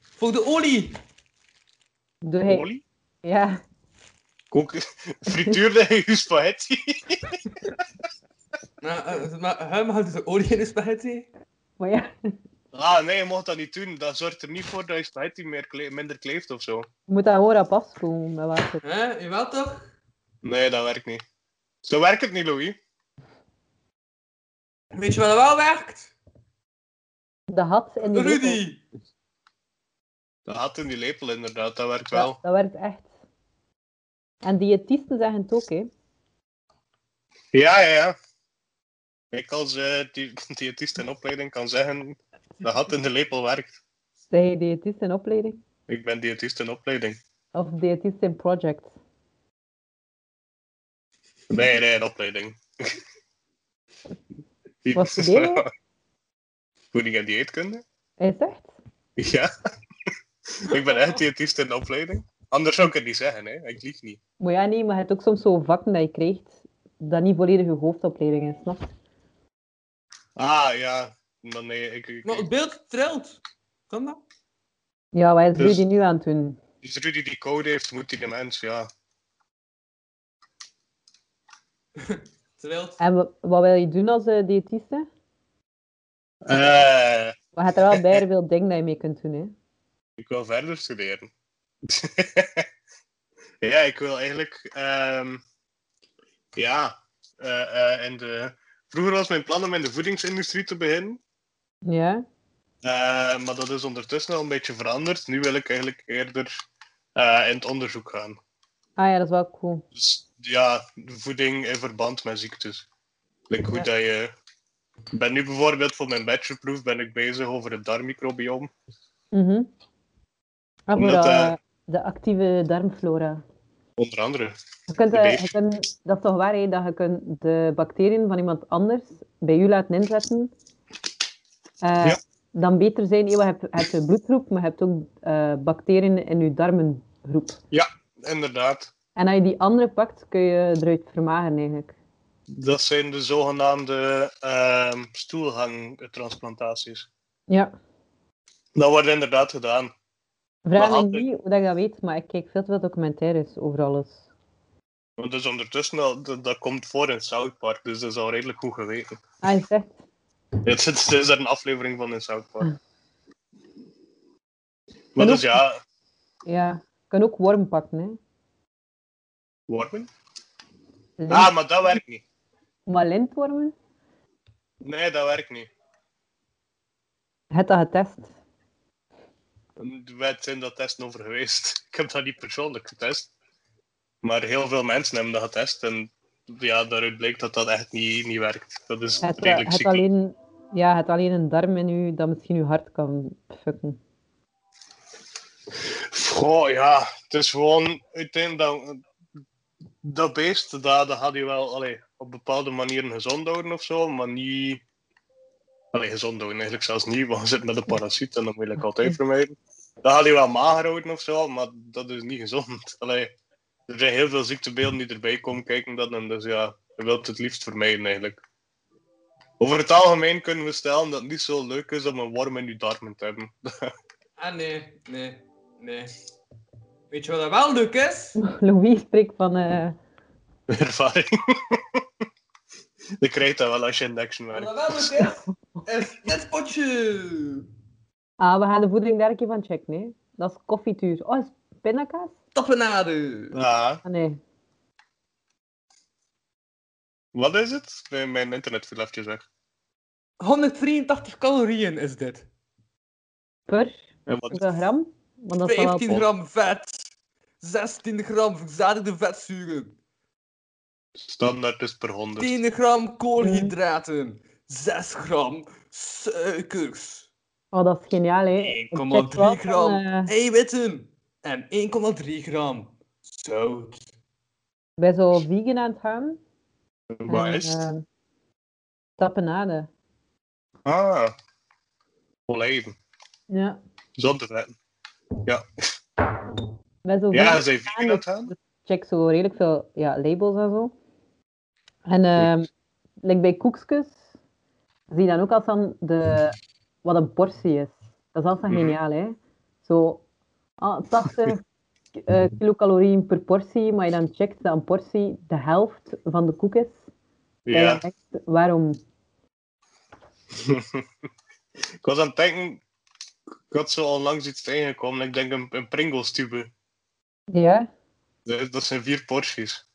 Speaker 5: Voor de olie.
Speaker 3: Doe hij...
Speaker 4: eh, Olie?
Speaker 3: Ja.
Speaker 4: Kook, frituurde je uw spaghetti?
Speaker 5: Nou, eh, maar Huim houdt dus de olie in de spaghetti.
Speaker 3: Maar ja,
Speaker 4: Ah, nee, je mocht dat niet doen. Dat zorgt er niet voor dat je spaghetti meer kle- minder kleeft of zo.
Speaker 3: je moet dat gewoon op afspoelen met water.
Speaker 5: Hè? Jawel toch?
Speaker 4: Nee, dat werkt niet. Zo werkt het niet, Louis.
Speaker 5: Weet je wat wel werkt?
Speaker 3: De hat in die lepel.
Speaker 5: Rudy!
Speaker 4: Dat had in die lepel inderdaad, dat werkt
Speaker 3: Ja,
Speaker 4: wel.
Speaker 3: dat werkt echt. En diëtisten zeggen het ook, hè.
Speaker 4: Ja, ja, ja. Ik als eh, di- diëtist in opleiding kan zeggen, dat had in de lepel werkt.
Speaker 3: Zijn je diëtist in opleiding?
Speaker 4: Ik ben diëtist in opleiding.
Speaker 3: Of diëtist in project?
Speaker 4: Nee, nee, in opleiding.
Speaker 3: Wat studeer je?
Speaker 4: Voeding en dieetkunde?
Speaker 3: Hij zegt?
Speaker 4: Ja. ik ben echt diëtist in opleiding. Anders zou ik het niet zeggen, hè. Ik lieg niet.
Speaker 3: Maar ja, nee, maar je hebt ook soms zo'n vakken dat je krijgt dat niet volledig je hoofdopleiding is, snap je?
Speaker 4: Ah, ja. Maar nee, ik, ik-
Speaker 5: Maar het beeld trilt. Kan dat?
Speaker 3: Ja, wat is
Speaker 4: Dus-
Speaker 3: Rudy nu aan het doen?
Speaker 4: als Rudy die code heeft, moet hij de mens, ja.
Speaker 5: Trilt.
Speaker 3: En wa- wat wil je doen als eh, diëtiste?
Speaker 4: Eh,
Speaker 3: We gaat er wel bij veel dingen dat je mee kunt doen, hè?
Speaker 4: ik wil verder studeren. ja, ik wil eigenlijk... ehm, ja. eh, eh, in de... Vroeger was mijn plan om in de voedingsindustrie te beginnen.
Speaker 3: Ja.
Speaker 4: Eh, maar dat is ondertussen al een beetje veranderd. Nu wil ik eigenlijk eerder eh, in het onderzoek gaan.
Speaker 3: Ah ja, dat is wel cool.
Speaker 4: Dus ja, voeding in verband met ziektes. Like hoe
Speaker 5: Ja.
Speaker 4: dat je... Ik ben nu bijvoorbeeld voor mijn bachelorproef ben ik bezig over het darmmicrobiom.
Speaker 3: Mhm. Ah, voor
Speaker 4: Omdat,
Speaker 3: eh,
Speaker 4: eh,
Speaker 3: de actieve darmflora.
Speaker 4: Onder andere.
Speaker 3: Je kunt,
Speaker 4: de
Speaker 3: eh,
Speaker 4: beest-
Speaker 3: je kunt- dat is toch waar, hè, dat je kunt de bacteriën van iemand anders bij u laten inzetten. Eh,
Speaker 4: Ja.
Speaker 3: Dan beter zijn, hè, want je hebt, je hebt een bloedgroep, maar je hebt ook eh, bacteriën in je darmengroep.
Speaker 4: Inderdaad.
Speaker 3: En als je die andere pakt, kun je eruit vermagen eigenlijk.
Speaker 4: Dat zijn de zogenaamde ehm, stoelhangtransplantaties.
Speaker 3: Ja.
Speaker 4: Dat wordt inderdaad gedaan.
Speaker 3: Vraag
Speaker 4: Maar
Speaker 3: me
Speaker 4: altijd-
Speaker 3: niet hoe dat ik dat weet, maar ik kijk veel te veel documentaires over alles.
Speaker 4: Want dat is ondertussen al, dat, dat komt voor in South Park, dus dat is al redelijk goed geweten.
Speaker 3: Ah, je zegt,
Speaker 4: Het is, het is er een aflevering van in South Park.
Speaker 3: En
Speaker 4: Maar dus
Speaker 3: ook-
Speaker 4: ja,
Speaker 3: ja, je kan ook worm pakken, hè.
Speaker 4: wormen?
Speaker 3: Lint-
Speaker 4: Ah, maar dat werkt niet.
Speaker 3: Maar lintwormen,
Speaker 4: Nee, dat werkt niet.
Speaker 3: je hebt dat getest.
Speaker 4: Wij zijn dat testen over geweest. Ik heb dat niet persoonlijk getest. Maar heel veel mensen hebben dat getest. En ja, daaruit bleek dat dat echt niet, niet werkt. Dat is
Speaker 3: Je hebt, eh,
Speaker 4: redelijk
Speaker 3: je hebt
Speaker 4: ziek.
Speaker 3: alleen, ja, je hebt alleen een darm in je dat misschien je hart kan fucken.
Speaker 4: Goh, ja. Het is gewoon... Uiteindelijk, dat, dat beest, dat, dat had je wel allee, op bepaalde manieren gezond houden of zo. Maar niet... Allee, gezond houden eigenlijk zelfs niet. Want je zit met een parasiet en dat moet ik altijd vermijden. Dat had je wel mager houden of zo. Maar dat is niet gezond. Allee, er zijn heel veel ziektebeelden die erbij komen kijken. Dat, en dus ja, je wilt het liefst vermijden eigenlijk. Over het algemeen kunnen we stellen dat het niet zo leuk is om een worm in je darmen te hebben.
Speaker 5: Ah, nee. Nee. Nee. Weet je wat dat wel leuk is?
Speaker 3: Louis spreekt van, eh,
Speaker 4: ervaring. Je krijgt dat wel als je in de action
Speaker 5: Wat
Speaker 4: werkt.
Speaker 5: dat wel leuk is, is dit potje.
Speaker 3: ah, we gaan de voeding daar een keer van checken, hè. Dat is koffietuur. Oh, is het pindakaas?
Speaker 5: Tapenade.
Speaker 4: Ja,
Speaker 3: Ah, nee.
Speaker 4: wat is het? Mijn, mijn internet viel even weg.
Speaker 5: 183 calorieën is dit.
Speaker 3: Per
Speaker 4: En wat,
Speaker 3: hoeveel gram? Want dat is wel
Speaker 5: 15 gram vet. 16 gram verzadigde vetzuren.
Speaker 4: standaard is per 100.
Speaker 5: 10 gram koolhydraten. 6 gram suikers.
Speaker 3: Oh, dat is geniaal, hè. Ik check
Speaker 5: 1,3
Speaker 3: wel van,
Speaker 5: gram
Speaker 3: eh,
Speaker 5: eiwitten. En 1,3 gram zout.
Speaker 3: bij zo'n vegan aan het gaan.
Speaker 4: Waar
Speaker 3: En,
Speaker 4: is het?
Speaker 3: eh, tapenade.
Speaker 4: Ah, olijven.
Speaker 3: Ja.
Speaker 4: Zonder vet.
Speaker 3: Met zo
Speaker 4: Ja,
Speaker 3: vegan
Speaker 4: zijn
Speaker 3: gaan,
Speaker 4: vegan aan het
Speaker 3: dus
Speaker 4: gaan?
Speaker 3: check zo redelijk veel ja, labels en zo. En ehm like bij koekjes zie je dan ook als dan de, wat een portie is. Dat is altijd
Speaker 4: Mhm.
Speaker 3: geniaal, hè? Zo ah, 80 eh, kilocalorieën per portie, maar je dan checkt dat een portie de helft van de koek is. En je
Speaker 4: Ja.
Speaker 3: denkt, waarom?
Speaker 4: Ik was aan het denken, ik had zo onlangs iets tegengekomen. Ik denk een, een Pringles tube.
Speaker 3: Ja,
Speaker 4: Dat dat zijn vier porties.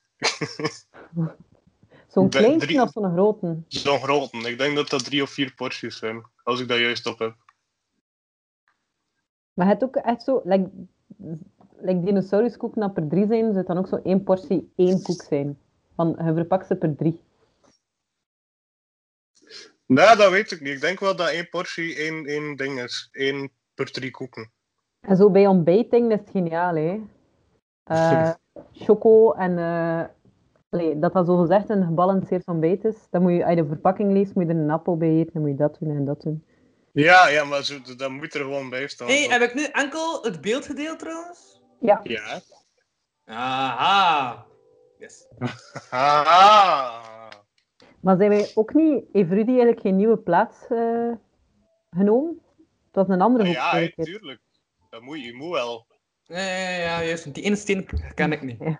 Speaker 3: zo'n
Speaker 4: Bij
Speaker 3: kleintje
Speaker 4: drie-
Speaker 3: of zo'n grote.
Speaker 4: Zo'n grote. Ik denk dat dat drie of vier porties zijn. Als ik dat juist op heb.
Speaker 3: Maar het ook echt zo, like, like dinosauruskoek dat per drie zijn, zou het dan ook zo één portie één koek zijn. Van, je verpakt ze per drie.
Speaker 4: Nou, dat weet ik niet. Ik denk wel dat één portie één, één ding is. Eén per drie koeken.
Speaker 3: En zo bij ontbijting is het geniaal, hè. Eh, choco en... eh, allee, dat dat zo gezegd een gebalanceerd ontbijt is. Dan moet je, als je de verpakking leest, moet je er een appel bij eten. Dan moet je dat doen en dat doen.
Speaker 4: Ja, ja, maar zo, dat moet er gewoon bij staan.
Speaker 5: Hé, hey, heb ik nu enkel het beeld gedeeld trouwens?
Speaker 3: Ja,
Speaker 4: Ja.
Speaker 5: Aha. Yes.
Speaker 4: Ah. Haha.
Speaker 3: Maar zijn wij ook niet... Heeft Rudy eigenlijk geen nieuwe plaats eh, genomen? Het was een andere hoek.
Speaker 4: ja, hè,
Speaker 3: vorige keer.
Speaker 4: tuurlijk. Dat moet, je moet wel.
Speaker 5: Ja, ja, ja, ja, juist. Die ene steen ken ik niet. Ah,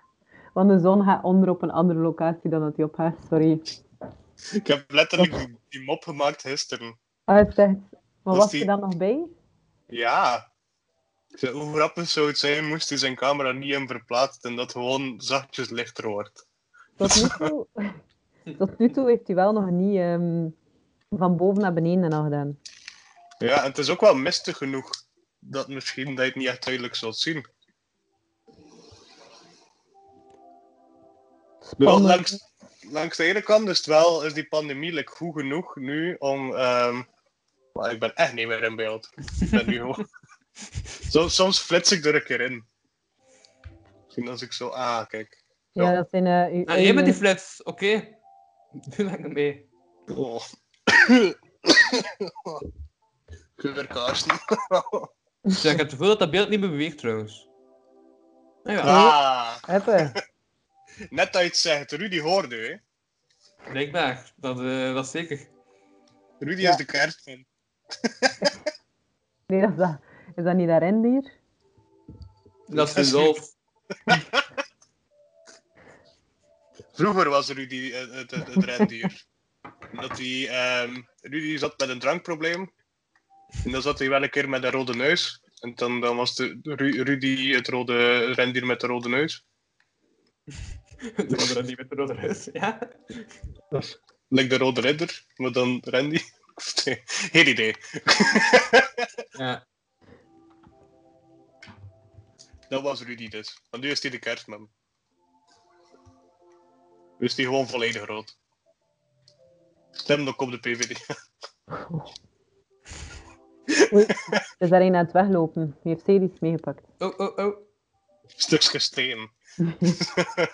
Speaker 3: Want de zon gaat onder op een andere locatie dan dat hij op haar. Sorry.
Speaker 4: Ik heb letterlijk die- die mop gemaakt gisteren.
Speaker 3: Ah, het is echt... Maar
Speaker 4: Dus
Speaker 3: was
Speaker 4: die-
Speaker 3: je dan nog bij?
Speaker 4: Ja. Ik zei, Hoe grappig zou het zijn moest hij zijn camera niet in verplaatst en dat gewoon zachtjes lichter wordt.
Speaker 3: Tot nu toe, tot nu toe heeft hij wel nog niet ehm, van boven naar beneden al gedaan.
Speaker 4: Ja, en het is ook wel mistig genoeg dat misschien dat je het niet echt duidelijk zult zien. Wel,
Speaker 3: Spannend.
Speaker 4: Oh, langs, langs de ene kant is het wel, is die pandemie like, goed genoeg nu om... ehm, maar ik ben echt niet meer in beeld. Ik ben nu gewoon... Zo- soms flits ik er een keer in. Misschien als ik zo... Ah, kijk.
Speaker 3: Ja, dat zijn... eh, uw
Speaker 5: Nou, jij bent
Speaker 3: eigen-
Speaker 5: die flits, oké. Doe dat niet mee.
Speaker 4: Oh. Geurkaarsen.
Speaker 5: Dus ik heb het gevoel dat dat beeld niet meer beweegt trouwens. Nou ja,
Speaker 4: ah,
Speaker 3: Heppe.
Speaker 4: net dat je het zegt. Rudy hoorde, hè.
Speaker 5: blijkbaar. Dat, eh, dat zeker.
Speaker 4: Rudy
Speaker 3: Ja.
Speaker 4: is de kerst van.
Speaker 3: Nee, dat is, dat, is dat niet dat rendier?
Speaker 5: Dat
Speaker 4: Dat
Speaker 5: is de
Speaker 4: is
Speaker 5: dolf.
Speaker 4: Vroeger was Rudy het, het, het, het rendier. Omdat hij... ehm, Rudy zat met een drankprobleem. En dan zat hij wel een keer met een rode neus. En dan, dan was de, Ru- Rudy het rode rendier met de rode neus.
Speaker 5: De rode niet met de rode neus, ja.
Speaker 4: Lijkt de rode ridder, maar dan Randy. Geen idee.
Speaker 5: ja.
Speaker 4: Dat was Rudy dus. Want nu is hij de kerstman. Nu is hij gewoon volledig rood. Stem ook op de PVD.
Speaker 3: Oei, er is daar een aan het weglopen. Die heeft series meegepakt.
Speaker 5: Oh, oh, oh.
Speaker 4: Stukjes steen.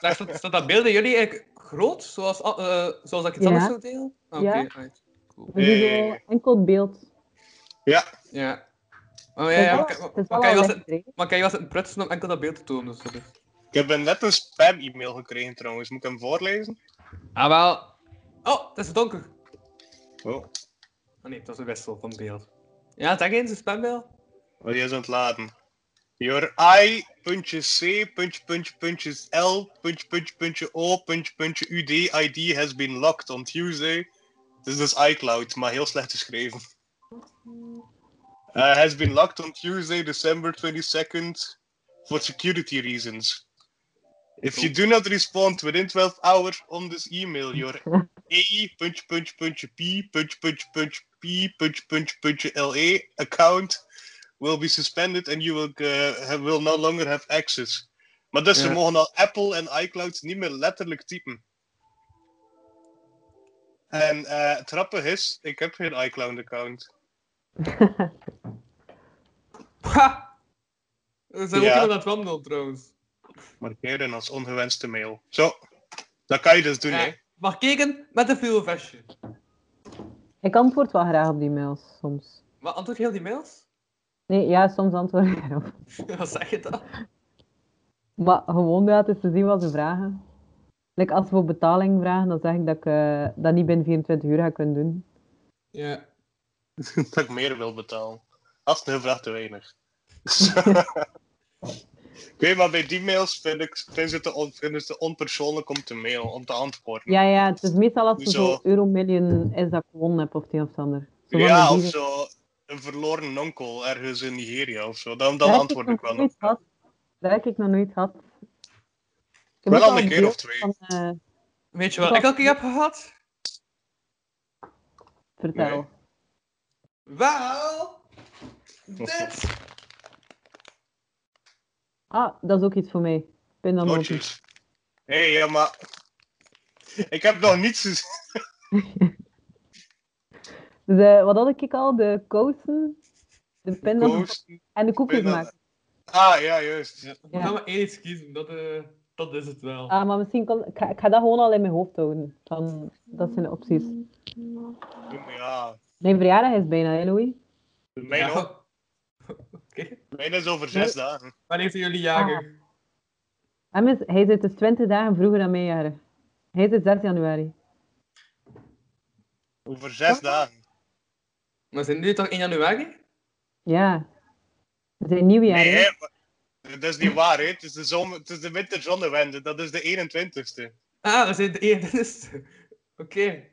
Speaker 5: Daar staat, staat dat beeld in jullie eigenlijk groot? Zoals, al- eh, zoals ik het
Speaker 3: Ja.
Speaker 5: anders zou delen? Ah, Oké,
Speaker 3: Ja.
Speaker 5: right. Cool.
Speaker 3: Dus die
Speaker 4: Ja,
Speaker 3: zo
Speaker 4: ja, ja.
Speaker 3: enkel het beeld.
Speaker 4: Ja,
Speaker 5: Ja. Oh ja,
Speaker 3: Het is
Speaker 5: ja.
Speaker 3: wel-
Speaker 5: Maar,
Speaker 3: het is
Speaker 5: maar,
Speaker 3: wel
Speaker 5: maar,
Speaker 3: al
Speaker 5: was
Speaker 3: lichter,
Speaker 5: het,
Speaker 3: hè.
Speaker 5: maar Kai was het prutsen om enkel dat beeld te tonen. Dus dat is-
Speaker 4: ik heb net een spam-e-mail gekregen trouwens. Moet ik hem voorlezen?
Speaker 5: Ah, wel. Oh, het is donker.
Speaker 4: Oh,
Speaker 5: Oh nee, dat was een wissel van beeld. Ja, zeg eens, een spambeeld.
Speaker 4: wat is aan het laden? Your I, puntje C, puntje, puntje, puntje L, puntje, puntje, puntje O, puntje, puntje UD, ID has been locked on Tuesday. Dit is dus iCloud, maar heel slecht geschreven. Uh, has been locked on Tuesday, December 22nd, for security reasons. If you do not respond within 12 hours on this email, your A punch punch punch P punch punch punch P punch punch punch LA account will be suspended and you will, eh, have, will no longer have access. Maar dus, ze
Speaker 5: Ja.
Speaker 4: mogen al Apple en iCloud niet meer letterlijk typen. En eh het grappige is, ik heb geen iCloud-account.
Speaker 5: Ha! Er zijn
Speaker 4: Ja.
Speaker 5: ook iemand aan het wandelen trouwens.
Speaker 4: markeren als ongewenste mail. Zo, dat kan je dus doen, hè?
Speaker 5: Ja. Mag kijken met een veel vestje.
Speaker 3: Ik antwoord wel graag op die mails, soms.
Speaker 5: Maar antwoord heel die mails?
Speaker 3: Nee, ja, soms antwoord ik erop.
Speaker 5: Wat zeg je dan?
Speaker 3: Maar gewoon, ja, het is te zien wat ze vragen. Like, als ze voor betaling vragen, dan zeg ik dat ik eh, dat niet binnen 24 uur ga kunnen doen.
Speaker 5: Ja.
Speaker 4: Dat ik meer wil betalen. Als het heel vraag te weinig. ik weet maar, bij die mails vind ik, vinden ze te, on, vinden ze te onpersoonlijk om te mailen, om te antwoorden.
Speaker 3: Ja, ja, het is meestal als ze
Speaker 4: Hoezo?
Speaker 3: zo Euromillion is dat ik gewonnen heb of het een of het ander. Zo van
Speaker 4: Ja,
Speaker 3: die-
Speaker 4: of zo, een verloren onkel ergens in Nigeria of zo. Dan, dan
Speaker 3: Dat heb
Speaker 4: antwoord ik wel
Speaker 3: nog
Speaker 4: nog.
Speaker 3: nooit gehad. Dat heb ik nog nooit gehad. Ik heb
Speaker 4: Wel
Speaker 3: ook
Speaker 4: al een
Speaker 3: een
Speaker 4: keer of
Speaker 3: beeld
Speaker 4: twee.
Speaker 3: Van, eh,
Speaker 5: Weet je wat ik al een keer heb gehad?
Speaker 3: vertel.
Speaker 4: Nee.
Speaker 5: Wel... Dit!
Speaker 3: Ah, dat is ook iets voor mij. Ik ben dan
Speaker 4: Oh,
Speaker 3: open.
Speaker 4: jeez. Hé, hey, ja, maar... Ik heb nog niets gezien.
Speaker 3: Dus, eh, wat had ik al? De kousen, de pindas
Speaker 4: Koos.
Speaker 3: en de koekjes
Speaker 4: pindas.
Speaker 3: maken.
Speaker 4: Ah, ja, juist.
Speaker 5: Ik ga maar één iets kiezen, dat, eh, dat is het wel.
Speaker 3: Ah, maar misschien kan... Ik ga, ik ga dat gewoon al in mijn hoofd houden. Dan, dat zijn de opties.
Speaker 4: Ja,
Speaker 3: Mijn verjaardag is bijna, hè, Louis?
Speaker 4: mijn,
Speaker 5: Ja.
Speaker 4: ook.
Speaker 5: Oké.
Speaker 4: mijn is over zes dagen.
Speaker 5: Wanneer zijn jullie jager?
Speaker 3: Hem is, hij zit dus 20 dagen vroeger dan mijn jaren. Hij zit 6 januari.
Speaker 4: Over zes dagen.
Speaker 5: Maar zijn nu toch 1 januari?
Speaker 3: Ja. Het is een nieuwjaar, hè?
Speaker 4: Nee, maar- dat is niet waar, hè. Het is de, zomer, het is de winterzonnewende. Dat is de 21ste.
Speaker 5: Ah, we zijn de 21ste. Oké. Ik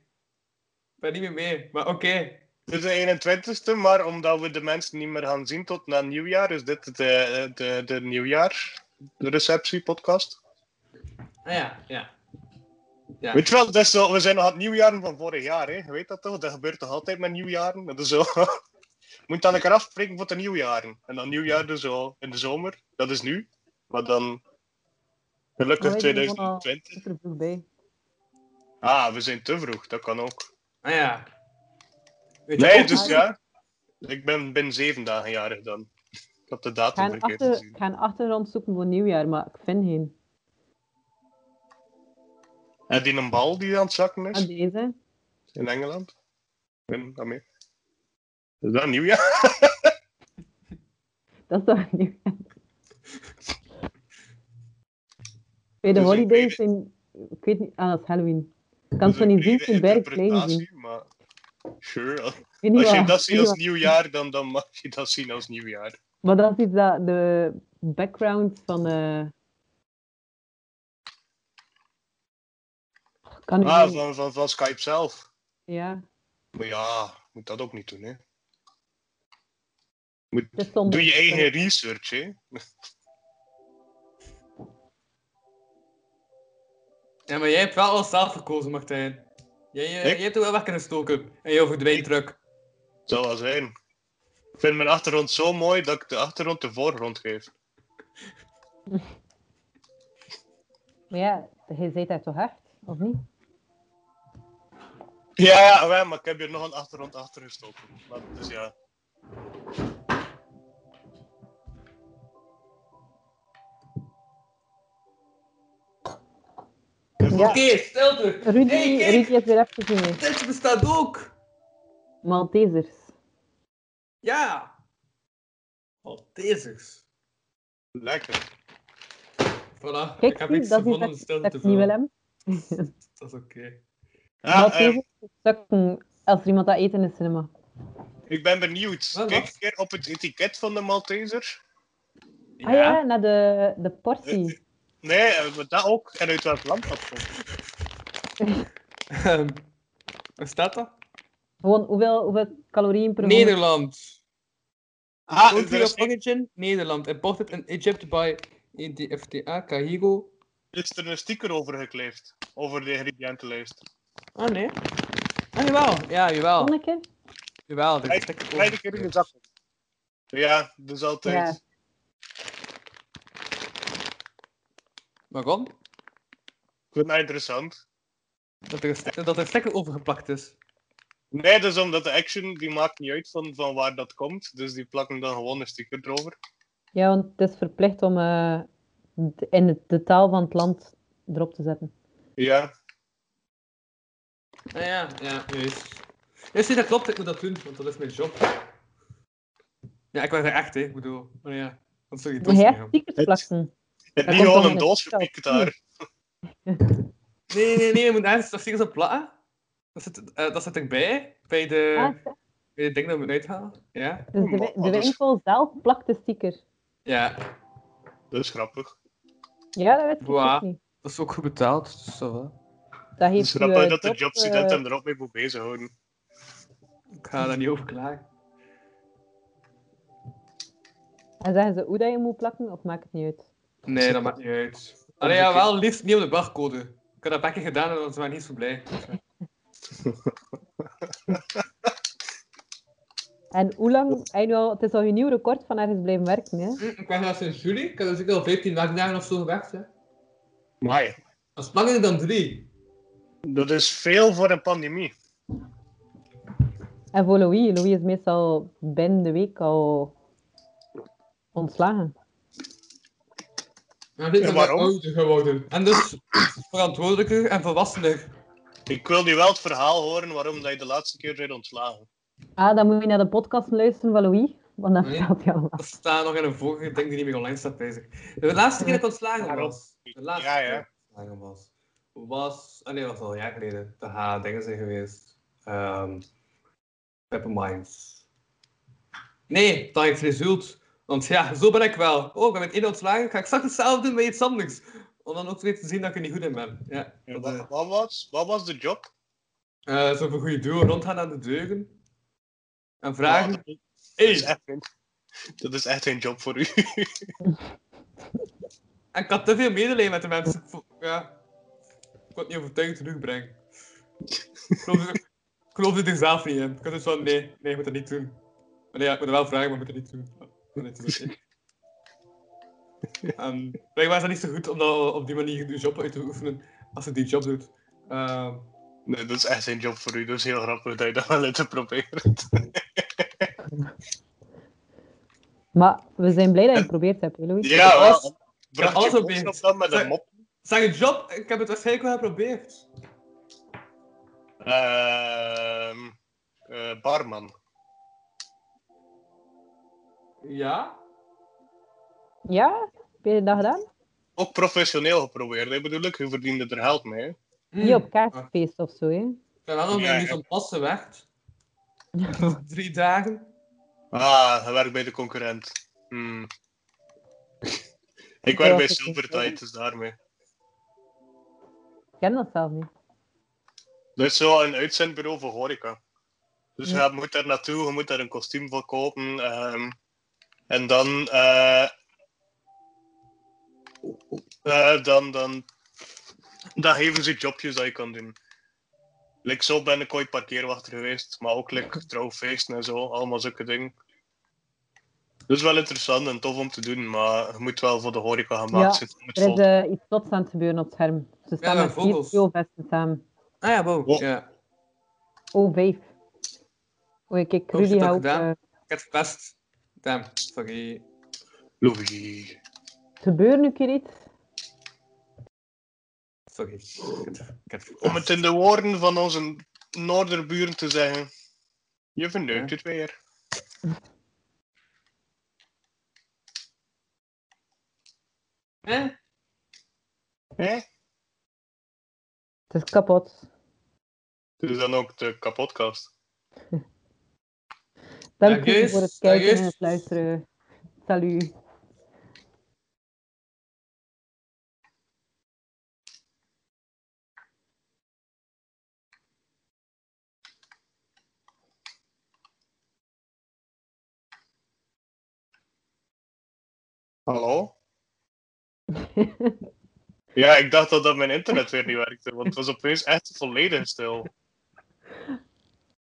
Speaker 5: ben niet meer mee, maar oké.
Speaker 4: Het is de 21ste, maar omdat we de mensen niet meer gaan zien tot na nieuwjaar, is dit de, de, de nieuwjaarsreceptiepodcast.
Speaker 5: Ah ja, ja. Ja.
Speaker 4: Weet je wel, dat is zo, we zijn nog aan het nieuwjaren van vorig jaar, hè. Je weet dat toch? Dat gebeurt toch altijd met nieuwjaren? Dat is zo. Je moet dan elkaar afspreken voor de nieuwjaren. En dan nieuwjaar dus zo in de zomer. Dat is nu. Maar dan... Gelukkig
Speaker 3: Maar wij doen gewoon al-
Speaker 4: 2020.
Speaker 3: Zit er vroeg bij.
Speaker 4: Ah, we zijn te vroeg. Dat kan ook.
Speaker 5: Ah ja. Weet je
Speaker 4: Nee,
Speaker 5: ook-
Speaker 4: dus
Speaker 3: Ah,
Speaker 4: ja. Ik ben binnen zeven dagen jarig dan. Ik heb de
Speaker 3: Ik ga
Speaker 4: datum
Speaker 3: een
Speaker 4: verkeerd
Speaker 3: achter,
Speaker 4: gezien.
Speaker 3: ik ga een achtergrond zoeken voor nieuwjaar, maar ik vind geen.
Speaker 4: En die een bal die aan het zakken is
Speaker 3: En Ah, deze?
Speaker 4: in Engeland. In Amerika. Is dat nieuwjaar?
Speaker 3: Dat is toch nieuwjaar? Bij de
Speaker 4: Dus ik
Speaker 3: holidays
Speaker 4: weet-
Speaker 3: zijn... Ik weet niet... Ah, dat is Halloween. Ik kan
Speaker 4: Dat
Speaker 3: het zo niet zien, het is berg klein zien. Ik
Speaker 4: Maar... Sure. Als
Speaker 3: weet niet
Speaker 4: als je
Speaker 3: wat-
Speaker 4: dat
Speaker 3: ik weet
Speaker 4: ziet
Speaker 3: niet
Speaker 4: als
Speaker 3: wat-
Speaker 4: nieuwjaar, dan, dan mag je dat zien als nieuwjaar.
Speaker 3: Maar dat is iets dat de background van... eh Kan u
Speaker 4: Ah,
Speaker 3: niet-
Speaker 4: van, van, van Skype zelf.
Speaker 3: Ja,
Speaker 4: Maar ja, moet dat ook niet doen, hè. Moet,
Speaker 3: het is zondag.
Speaker 4: doe je eigen research, hè.
Speaker 5: Ja, maar jij hebt wel alles zelf verkozen, Martijn. Jij, eh,
Speaker 4: Ik?
Speaker 5: jij hebt er wel weg kunnen stoken. En jouw verdwijntruk.
Speaker 4: Zou wel zijn. Ik vind mijn achtergrond zo mooi dat ik de achtergrond de voorgrond geef.
Speaker 3: Maar ja, hij zei dat toch hard, of niet?
Speaker 4: Ja, ja, Ah, wel, maar ik heb hier nog een achtergrond achter gestoken. Maar, dus ja.
Speaker 3: Ja.
Speaker 5: Oké, stilte.
Speaker 3: Rudy,
Speaker 5: Hey, kijk,
Speaker 3: Rudy is weer even gezien.
Speaker 5: Dit bestaat ook.
Speaker 3: Maltesers.
Speaker 5: Ja. Maltesers.
Speaker 4: Lekker.
Speaker 5: Voilà.
Speaker 3: Kijk,
Speaker 5: ik heb
Speaker 3: zie,
Speaker 5: niks
Speaker 3: dat is
Speaker 5: gevonden om
Speaker 3: iets
Speaker 5: stilte
Speaker 3: dat
Speaker 5: te
Speaker 3: ik niet wil
Speaker 5: vullen.
Speaker 3: hebben.
Speaker 5: Dat is oké.
Speaker 4: Ja, eh,
Speaker 3: Maltesers sukken als er iemand dat eet in de cinema. Ah
Speaker 4: ik ben benieuwd.
Speaker 5: Wel,
Speaker 4: Kijk
Speaker 5: wat?
Speaker 4: een keer op het etiket van de Malteser.
Speaker 3: Ah ja, naar de, de
Speaker 4: Eh,
Speaker 3: portie.
Speaker 4: Nee, eh, maar dat ook. En uit welk land dat komt.
Speaker 5: Ehm, Waar staat dat?
Speaker 3: Gewoon hoeveel, hoeveel calorieën per honderd-
Speaker 5: Nederland.
Speaker 4: Ah,
Speaker 5: Country
Speaker 4: er is,
Speaker 5: of origin, Nederland. Imported in Egypt by E EDFTA, Cahigo.
Speaker 4: is er een sticker over gekleefd. Over de ingrediëntenlijst.
Speaker 5: Ah, nee. Ah, jawel. Ja, jawel.
Speaker 3: Zonneke?
Speaker 5: Jawel, er
Speaker 4: Kleine-
Speaker 5: is sticker
Speaker 4: Kleine
Speaker 5: over.
Speaker 4: keer in de zak. Ja, dus altijd.
Speaker 3: Ja.
Speaker 5: Waarom?
Speaker 4: Ik vind dat interessant.
Speaker 5: Dat er, een sti- dat er een sticker over geplakt is.
Speaker 4: Nee, dat is omdat de action, die maakt niet uit van, van waar dat komt. Dus die plakken dan gewoon een sticker erover.
Speaker 3: Ja, want het is verplicht om eh, d- in het- de taal van het land erop te zetten.
Speaker 4: Ja.
Speaker 5: Ah, ja, ja, juist. Ja, zie, dat klopt. Ik moet dat doen, want dat is mijn job. Ja, ik was er echt, hè. Ik bedoel, maar ja. Dat zou je
Speaker 3: Maar
Speaker 5: doos
Speaker 3: jij
Speaker 5: niet
Speaker 3: hebt
Speaker 5: hebben.
Speaker 3: stickers plakken.
Speaker 4: En
Speaker 3: Dat
Speaker 4: niet
Speaker 3: komt dan
Speaker 4: gewoon
Speaker 3: in
Speaker 4: een
Speaker 3: het
Speaker 4: doos
Speaker 3: spel.
Speaker 4: gepikt daar.
Speaker 5: Nee, nee, nee. Je moet ergens dat stickers op plakken. Dat zit, eh, dat zit erbij. Bij de,
Speaker 3: Ah,
Speaker 5: bij de ding dat we moeten uithalen. Ja.
Speaker 3: dus de, wi- de winkel zelf plakt de sticker.
Speaker 5: Ja,
Speaker 4: Dat is grappig.
Speaker 3: Ja, dat weet ik
Speaker 5: Wa.
Speaker 3: ook niet.
Speaker 5: dat is ook goed betaald. Dus dat wel.
Speaker 3: Dat
Speaker 4: Het
Speaker 3: heeft
Speaker 4: is
Speaker 3: u,
Speaker 4: grappig
Speaker 3: eh,
Speaker 4: dat de
Speaker 3: job,
Speaker 4: jobstudent
Speaker 3: eh,
Speaker 4: hem er ook mee moet bezighouden.
Speaker 5: Ik ga daar niet over klagen.
Speaker 3: En zeggen ze hoe dat je moet plakken, of maakt het niet uit?
Speaker 5: Nee, dat maakt niet uit. Allee, ja, wel liefst niet op de barcode. Ik had dat pakje gedaan en dan waren we niet zo blij.
Speaker 3: En hoe lang, hij nu al- het is al je nieuw record van ergens blijven werken, hè?
Speaker 5: Mm, Ik was daar sinds juli. Ik had dus ik al 15 werkdagen of zo gewerkt. Hè.
Speaker 4: Maar ja,
Speaker 5: Dat is langer dan drie.
Speaker 4: dat is veel voor een pandemie.
Speaker 3: En voor Louis, Louis is meestal binnen de week al ontslagen.
Speaker 5: Ja, Nou, dit
Speaker 4: En
Speaker 5: ben ik
Speaker 4: waarom?
Speaker 5: ouder geworden. En dus verantwoordelijker en volwassener.
Speaker 4: Ik wil nu wel het verhaal horen waarom dat je de laatste keer bent ontslagen.
Speaker 3: Ah, dan moet je naar de podcast luisteren van Louis, want dan
Speaker 5: Nee.
Speaker 3: vertelt hij allemaal.
Speaker 5: Dat staat nog in een vorige ding die niet meer online staat bezig. De laatste keer dat ik ontslagen was. De laatste
Speaker 4: Ja, ja.
Speaker 5: keer dat ik ontslagen was. Was. Ah nee, dat was al een jaar geleden. De H-dingen zijn geweest. ehm Pepperminds. Nee, dat heeft result. Want ja, zo ben ik wel. Oh, ik ben met één ontslagen. Ga ik straks hetzelfde doen met iets anders. Om dan ook weer te zien dat ik er niet goed in ben. Ja,
Speaker 4: Ja,
Speaker 5: dat,
Speaker 4: wa-
Speaker 5: eh,
Speaker 4: wat, was, wat was de job?
Speaker 5: eh, zo voor goede doel. Rondgaan naar de deugen. En
Speaker 4: Ja,
Speaker 5: vragen.
Speaker 4: dat, is- dat is
Speaker 5: Hey,
Speaker 4: echt geen, dat is echt geen job voor u.
Speaker 5: en ik had te veel medelijden met de mensen. Ik vo- Ja. Ik kon het niet overtuigend terugbrengen. Ik geloofde, ik geloofde er zelf niet in. Ik had dus van, nee, nee, je moet dat niet doen. Maar nee, ja, ik moet het wel vragen, maar je moet dat niet doen. Maar nee, het is oké. Ehm, blijkbaar is dat niet zo goed om dat op die manier je job uit te oefenen als je die job doet. Ehm,
Speaker 4: Nee, dat is echt geen job voor u. Dat is heel grappig dat je dat wel te proberen.
Speaker 3: Maar we zijn blij dat je het geprobeerd hebt, hè, Louis.
Speaker 4: Ja,
Speaker 5: alles-
Speaker 4: wel.
Speaker 5: ik heb
Speaker 4: Bracht
Speaker 5: alles
Speaker 4: je
Speaker 5: opnieuw.
Speaker 4: boodschap dan met een
Speaker 5: Zeg-
Speaker 4: mop?
Speaker 5: Zeg je job? Ik heb het waarschijnlijk wel geprobeerd.
Speaker 4: Ehm, eh, barman.
Speaker 5: Ja?
Speaker 3: Ja? Heb je dat gedaan?
Speaker 4: Ook professioneel geprobeerd, hè, bedoel ik. Je verdiende er geld mee. hè.
Speaker 3: Niet op
Speaker 5: Ah.
Speaker 3: kaartfeest of zo, hè?
Speaker 5: Ik ben wel nog
Speaker 4: Ja,
Speaker 5: niet
Speaker 4: ja.
Speaker 5: zo'n passen weg. Drie dagen.
Speaker 4: Ah, hij werkt bij de concurrent. Hmm.
Speaker 3: Ja,
Speaker 4: ik werk bij
Speaker 3: dat is
Speaker 4: Silvertide, dus daarmee.
Speaker 3: Ik ken dat zelf niet.
Speaker 4: Dat is zo een uitzendbureau voor horeca. Dus
Speaker 3: Ja.
Speaker 4: je moet daar naartoe, je moet daar een kostuum voor kopen. ehm, en dan, eh, eh, dan, dan, dan geven ze jobjes dat je kan doen. Like zo ben ik ooit parkeerwachter geweest, maar ook like trouwfeesten en zo, allemaal zulke dingen. Dus wel interessant en tof om te doen, maar je moet wel voor de horeca
Speaker 3: Ja,
Speaker 4: gemaakt zitten. Je moet
Speaker 3: Er is
Speaker 4: vol-
Speaker 3: eh, iets plots aan het gebeuren op het scherm. Ze staan
Speaker 5: maar
Speaker 3: met vier
Speaker 5: vogels.
Speaker 3: speelvesten samen.
Speaker 5: Ah ja, wow.
Speaker 4: Wow.
Speaker 5: Ja.
Speaker 3: Oh, vijf. Oei, kijk,
Speaker 5: Hoe heb
Speaker 3: Rudy
Speaker 5: je dat
Speaker 3: gaat ook
Speaker 5: gedaan?
Speaker 3: eh,
Speaker 5: Ik heb het verpest. Damn, sorry.
Speaker 4: Louis.
Speaker 3: het gebeurt nu een keer iets.
Speaker 5: Sorry. Ik heb het- ik heb het verpest.
Speaker 4: Om het in de woorden van onze noorderburen te zeggen. Je verneukt het weer.
Speaker 5: Eh?
Speaker 4: Hè?
Speaker 3: Het is kapot.
Speaker 4: Het is dan ook de kapotkast.
Speaker 3: Dank
Speaker 5: Dag,
Speaker 3: u
Speaker 5: Jus.
Speaker 3: voor het
Speaker 5: Dag,
Speaker 3: kijken en
Speaker 5: Jus.
Speaker 3: het luisteren. Salut.
Speaker 4: Hallo? ja, ik dacht dat, dat mijn internet weer niet werkte, want het was opeens echt volledig stil.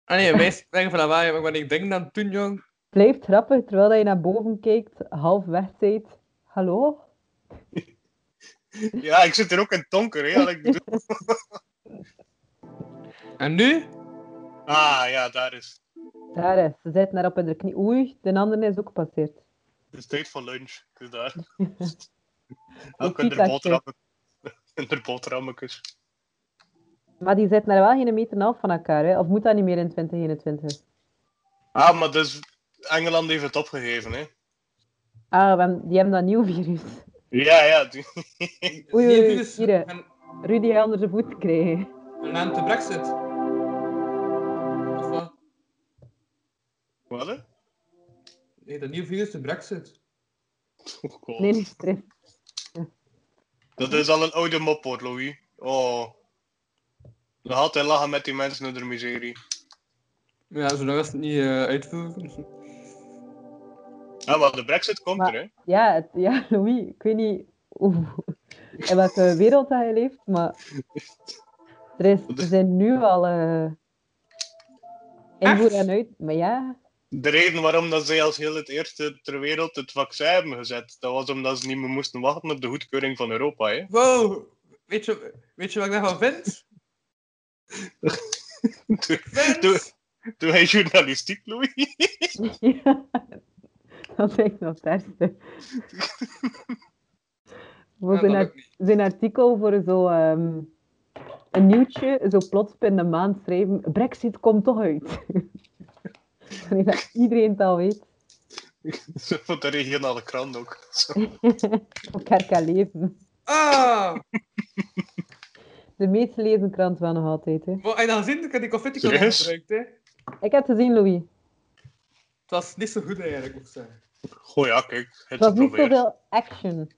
Speaker 5: Ah nee, wij spreken van lawaai, maar ik ben niet denk aan toen, jong.
Speaker 3: Blijft grappig terwijl je naar boven kijkt, half weg zijt. Hallo?
Speaker 4: Ja, ik zit hier ook in tonker, hè? wat ik bedoel.
Speaker 5: En nu?
Speaker 4: Ah, ja, daar is.
Speaker 3: Daar is. Ze zit naar op in de knie. Oei, de andere is ook gepasseerd.
Speaker 4: Het is tijd voor lunch. Het is daar.
Speaker 3: Een
Speaker 4: ook in de
Speaker 3: feedbackje.
Speaker 4: boterhammen. In de boterhammetjes.
Speaker 3: Maar die zitten daar wel geen meter en een half van elkaar, hè? Of moet dat niet meer in 2021?
Speaker 4: Ah, maar dus Engeland heeft het opgegeven, hè?
Speaker 3: Ah, we hebben- die hebben dat nieuw virus.
Speaker 4: Ja, ja. die-
Speaker 3: Oei,
Speaker 5: Hier,
Speaker 3: oei,
Speaker 5: hier is-
Speaker 3: hier, hè.
Speaker 5: En
Speaker 3: Rudy gaat onder zijn voet krijgen.
Speaker 5: en dan de brexit. Of wat?
Speaker 4: Wat? hè?
Speaker 5: Nee, dat nieuwe virus, de brexit.
Speaker 4: Oh, God.
Speaker 3: Nee, niet stress.
Speaker 4: Dat is al een oude mop hoor, Louis. Oh. Dan had hij lachen met die mensen in de miserie.
Speaker 5: Ja, zolang als het niet eh, uitvoeren.
Speaker 4: Ja, maar Ah, de brexit komt
Speaker 3: Maar-
Speaker 4: er, hè.
Speaker 3: Ja, het- ja, Louis, ik weet niet hoe, in welke wereld dat je leeft, maar er, is, er zijn nu al eh invoer en uit. Maar ja,
Speaker 4: De reden waarom dat zij als heel het eerste ter wereld het vaccin hebben gezet, dat was omdat ze niet meer moesten wachten op de goedkeuring van Europa, hè.
Speaker 5: Wow! Weet je, weet je wat ik daarvan vind?
Speaker 4: Toen,
Speaker 5: Vind?
Speaker 4: Doe- toen hij journalistiek, Louis.
Speaker 3: dat lijkt me op het ergste. Voor
Speaker 5: Ja, dat
Speaker 3: zijn, ar-
Speaker 5: lukt niet.
Speaker 3: zijn artikel voor zo ehm, een nieuwtje, zo plots in de maand schrijven, Brexit komt toch uit. Ik denk dat iedereen het al weet.
Speaker 4: Van de regionale krant ook. Zo.
Speaker 3: Op elkaar kan lezen.
Speaker 5: Ah!
Speaker 3: de meest gelezen krant wel nog altijd. Hè.
Speaker 5: Maar heb je dat gezien? Ik heb die confetti kan
Speaker 4: Serieus?
Speaker 5: gebruikt, hè.
Speaker 3: Ik heb het gezien, Louis.
Speaker 5: Het was niet zo goed eigenlijk, moet ik zeggen.
Speaker 4: Goh, ja, kijk.
Speaker 3: Het
Speaker 4: Het
Speaker 3: was niet
Speaker 4: geprobeerd.
Speaker 3: zoveel action.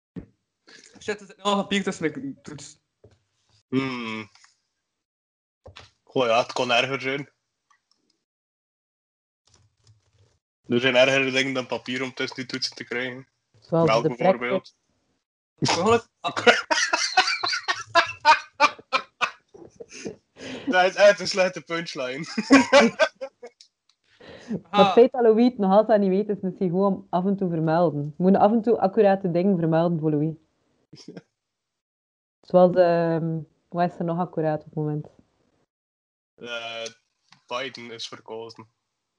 Speaker 5: Shit, er zit nu al papier tussen mijn toets.
Speaker 4: Hmm. Goh, ja, het kon erger zijn. Er zijn Dus ergere dingen dan papier om tussen die toetsen te krijgen.
Speaker 3: Zoals
Speaker 4: Melk
Speaker 3: de Brexit.
Speaker 4: bijvoorbeeld.
Speaker 5: Ongeluk.
Speaker 4: Dat is echt een slechte punchline.
Speaker 3: Maar het
Speaker 5: Ah,
Speaker 3: feit dat Louis het nog altijd niet weet, is misschien gewoon om af en toe vermelden. Je moet af en toe accurate dingen vermelden voor Louis. Zoals, ehm wat is er nog accuraat op het moment?
Speaker 4: Eh, Biden is verkozen.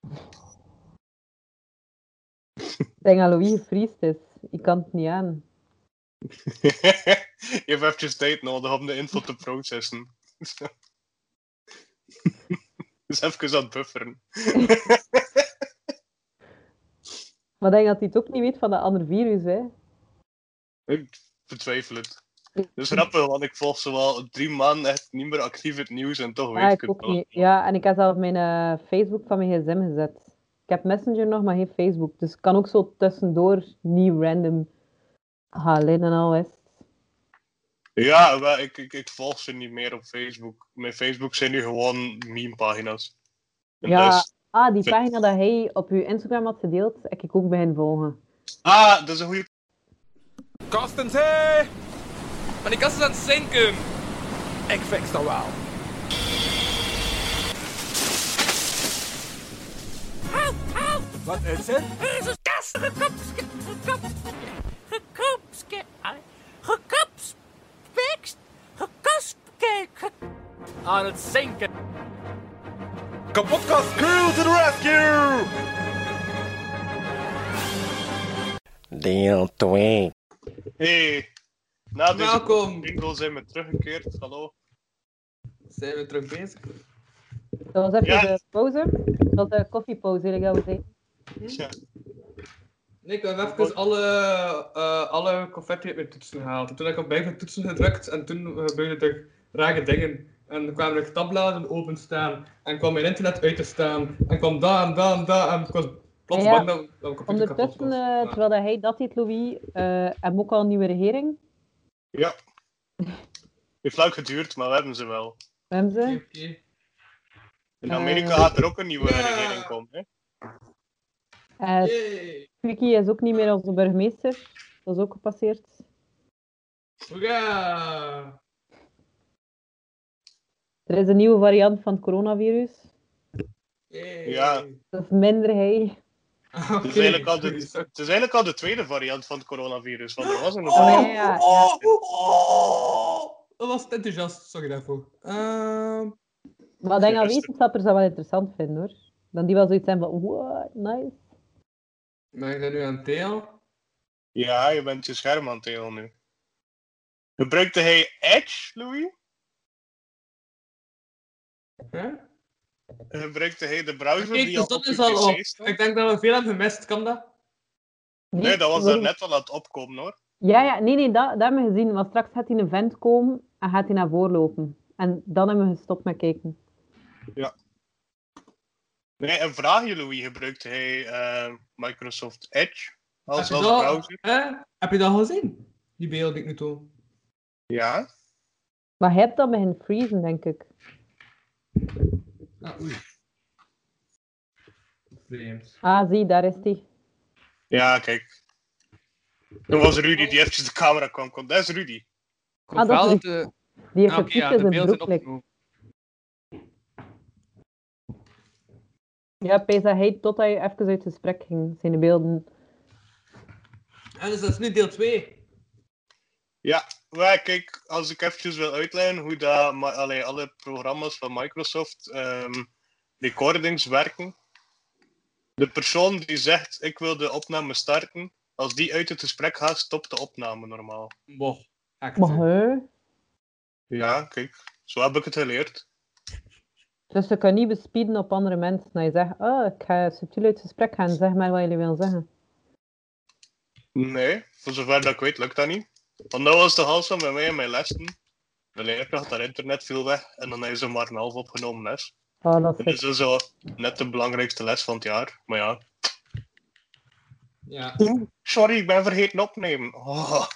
Speaker 3: Ik denk dat Louis gevriesd is. Ik kan het niet aan.
Speaker 4: Je hebt eventjes tijd nodig om de info te processen. dus even aan het bufferen.
Speaker 3: Maar ik denk dat hij het ook niet weet van dat andere virus, hè?
Speaker 4: Ik betwijfel het. Dat is grappig, want ik volg zowel drie maanden echt niet meer actief het nieuws en toch
Speaker 3: ah,
Speaker 4: weet ik
Speaker 3: ik
Speaker 4: het
Speaker 3: ook
Speaker 4: wel.
Speaker 3: niet. Ja, en ik heb zelf mijn eh, Facebook van mijn gsm gezet. Ik heb Messenger nog, maar geen Facebook. Dus ik kan ook zo tussendoor niet random gaan en al is.
Speaker 4: Ja, wel, ik, ik, ik volg ze niet meer op Facebook. Mijn Facebook zijn nu gewoon meme-pagina's. En
Speaker 3: Ja.
Speaker 4: dus-
Speaker 3: Ah, die
Speaker 4: Vet.
Speaker 3: pagina dat hij op uw Instagram had gedeeld, heb ik ook begin volgen.
Speaker 4: Ah, dat is een goede.
Speaker 7: Carsten, hey!
Speaker 5: maar die kast is aan het zinken.
Speaker 7: Ik fix dat wel. Wat is er?
Speaker 8: Jezus, kast, gekopske, gekopske, gekopske, gekops, fikst, gekospke,
Speaker 7: Aan het zinken.
Speaker 2: Kapotkast crew to the rescue!
Speaker 9: Deel 2.
Speaker 4: Hey, na deze
Speaker 5: Welkom.
Speaker 4: jingle zijn we teruggekeerd. Hallo.
Speaker 5: Zijn we terug bezig?
Speaker 3: Dat was even
Speaker 4: Ja.
Speaker 3: de pauze. Dat was de koffiepauze, wil ik dat wel zeggen.
Speaker 5: Hm?
Speaker 4: Ja.
Speaker 5: Nee, ik heb even alle, eh, alle confetti uit mijn toetsen gehaald. En toen heb ik op mijn toetsen gedrukt en toen gebeurden er rare dingen. En dan kwamen er tabbladen openstaan en kwam mijn internet uit te staan en kwam daar en daar en daar en ik was plots
Speaker 3: Ja,
Speaker 5: bang dat, dat mijn computer kapot
Speaker 3: Ondertussen,
Speaker 5: was.
Speaker 3: eh,
Speaker 5: Ja.
Speaker 3: terwijl dat hij dat deed, Louis, eh hebben we ook al een nieuwe regering.
Speaker 4: ja. Heeft lang geduurd, maar we hebben ze wel.
Speaker 3: We hebben ze.
Speaker 5: Ah, Oké, oké.
Speaker 4: In
Speaker 3: Eh.
Speaker 4: Amerika gaat er ook een nieuwe
Speaker 5: Ja.
Speaker 4: regering komen. Hè?
Speaker 3: Eh,
Speaker 5: Yay!
Speaker 3: Twiki is ook niet meer onze burgemeester. Dat is ook gepasseerd.
Speaker 5: Hoera!
Speaker 3: Er is een nieuwe variant van het coronavirus.
Speaker 5: Yay!
Speaker 4: Ja.
Speaker 3: Dat is minder hij.
Speaker 5: Ah, oké.
Speaker 4: Het, is eigenlijk al Dus de,
Speaker 5: Sorry, sorry.
Speaker 4: het is eigenlijk al de tweede variant van het coronavirus. Want er was een.
Speaker 3: Oh, maar ja, ja.
Speaker 5: oh, Dat was te enthousiast, sorry daarvoor. Ehm,
Speaker 3: Maar ik denk dat
Speaker 4: Juist.
Speaker 3: wetenschappers dat wel interessant vinden hoor. Dan die wel zoiets zijn van, what, nice.
Speaker 5: maar nou, ik ben nu aan het deel.
Speaker 4: Ja, je bent je scherm aan het delen nu. Gebruikte hij Edge, Louis?
Speaker 5: Hè?
Speaker 4: Gebruikte hij de browser die
Speaker 5: Kijk, dus
Speaker 4: al
Speaker 5: dat
Speaker 4: op
Speaker 5: is
Speaker 4: je
Speaker 5: al op.
Speaker 4: pc staat?
Speaker 5: Ik denk dat we veel hebben gemist, kan dat?
Speaker 4: Nee, dat was daar
Speaker 3: waarom-
Speaker 4: net al aan het opkomen hoor.
Speaker 3: Ja, ja, nee, nee, dat, dat hebben we gezien. Want straks gaat hij een vent komen en gaat hij naar voren lopen. En dan hebben we gestopt met kijken.
Speaker 4: Nee, en vraag je Louis, gebruikte hij eh, Microsoft Edge als,
Speaker 5: heb,
Speaker 4: als
Speaker 5: je dat,
Speaker 4: browser?
Speaker 5: hè? heb je dat gezien? Die beelden die ik nu toon.
Speaker 4: Ja.
Speaker 3: Maar hij hebt dan begin freezen, denk ik.
Speaker 5: Ah, oei. Vreemd.
Speaker 3: Ah, zie, daar is hij.
Speaker 4: Ja, kijk. Dat was Rudy die eventjes de camera kwam. kon- Dat is Rudy.
Speaker 5: Ik
Speaker 3: Ah,
Speaker 5: hoop
Speaker 3: dat
Speaker 5: wel
Speaker 3: is-
Speaker 5: dat de-
Speaker 3: Die heeft
Speaker 5: Ah,
Speaker 3: een
Speaker 5: oké, ja,
Speaker 3: fiets
Speaker 5: de
Speaker 3: in
Speaker 5: beelden
Speaker 3: zijn broeklik.
Speaker 5: zijn opgenomen.
Speaker 3: Ja, Pijs dat hij tot hij even uit het gesprek ging, zijn de beelden.
Speaker 5: En dus dat is nu deel 2.
Speaker 4: Ja, maar kijk, als ik eventjes wil uitleggen hoe dat, maar, allee, alle programma's van Microsoft ehm, recordings werken. De persoon die zegt, ik wil de opname starten, als die uit het gesprek gaat, stopt de opname normaal.
Speaker 5: Boh. Act.
Speaker 3: Maar hè?
Speaker 4: Ja, kijk, zo heb ik het geleerd.
Speaker 3: Dus je kan niet bespieden op andere mensen. Dat je zegt, oh, ik ga subtiel uit het gesprek gaan, zeg maar wat jullie willen zeggen.
Speaker 4: Nee, voor zover dat ik weet lukt dat niet. Want dat was de hals van bij mij en mijn lessen. De leerkracht, haar internet viel weg en dan heeft ze maar een half opgenomen les.
Speaker 3: Oh, dat is
Speaker 4: Dat is dus zo net de belangrijkste les van het jaar. Maar ja.
Speaker 5: Ja.
Speaker 4: Oeh, sorry, ik ben vergeten opnemen. Oh.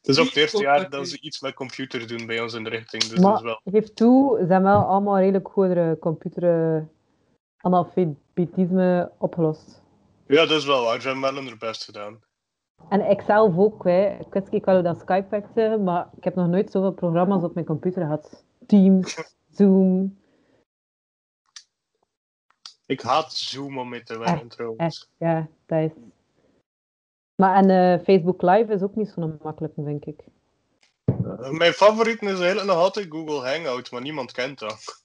Speaker 4: Het is ook het eerste jaar dat ze iets met computer doen bij ons in de richting. Dus dat is
Speaker 3: Maar
Speaker 4: wel.
Speaker 3: geef toe, ze hebben wel allemaal redelijk goede computer-analfabetisme opgelost.
Speaker 4: Ja, dat is wel waar. Ze hebben wel hun best gedaan.
Speaker 3: En ik zelf ook, hè. ik weet niet hoe dat Skype werkte, maar ik heb nog nooit zoveel programma's op mijn computer gehad. Teams, Zoom,
Speaker 4: Ik haat Zoom om mee te werken trouwens.
Speaker 3: echt, eh, ja, dat is... Maar en eh, Facebook Live is ook niet zo'n makkelijke, denk ik.
Speaker 4: Mijn favoriet is eigenlijk nog altijd Google Hangout, maar niemand kent dat.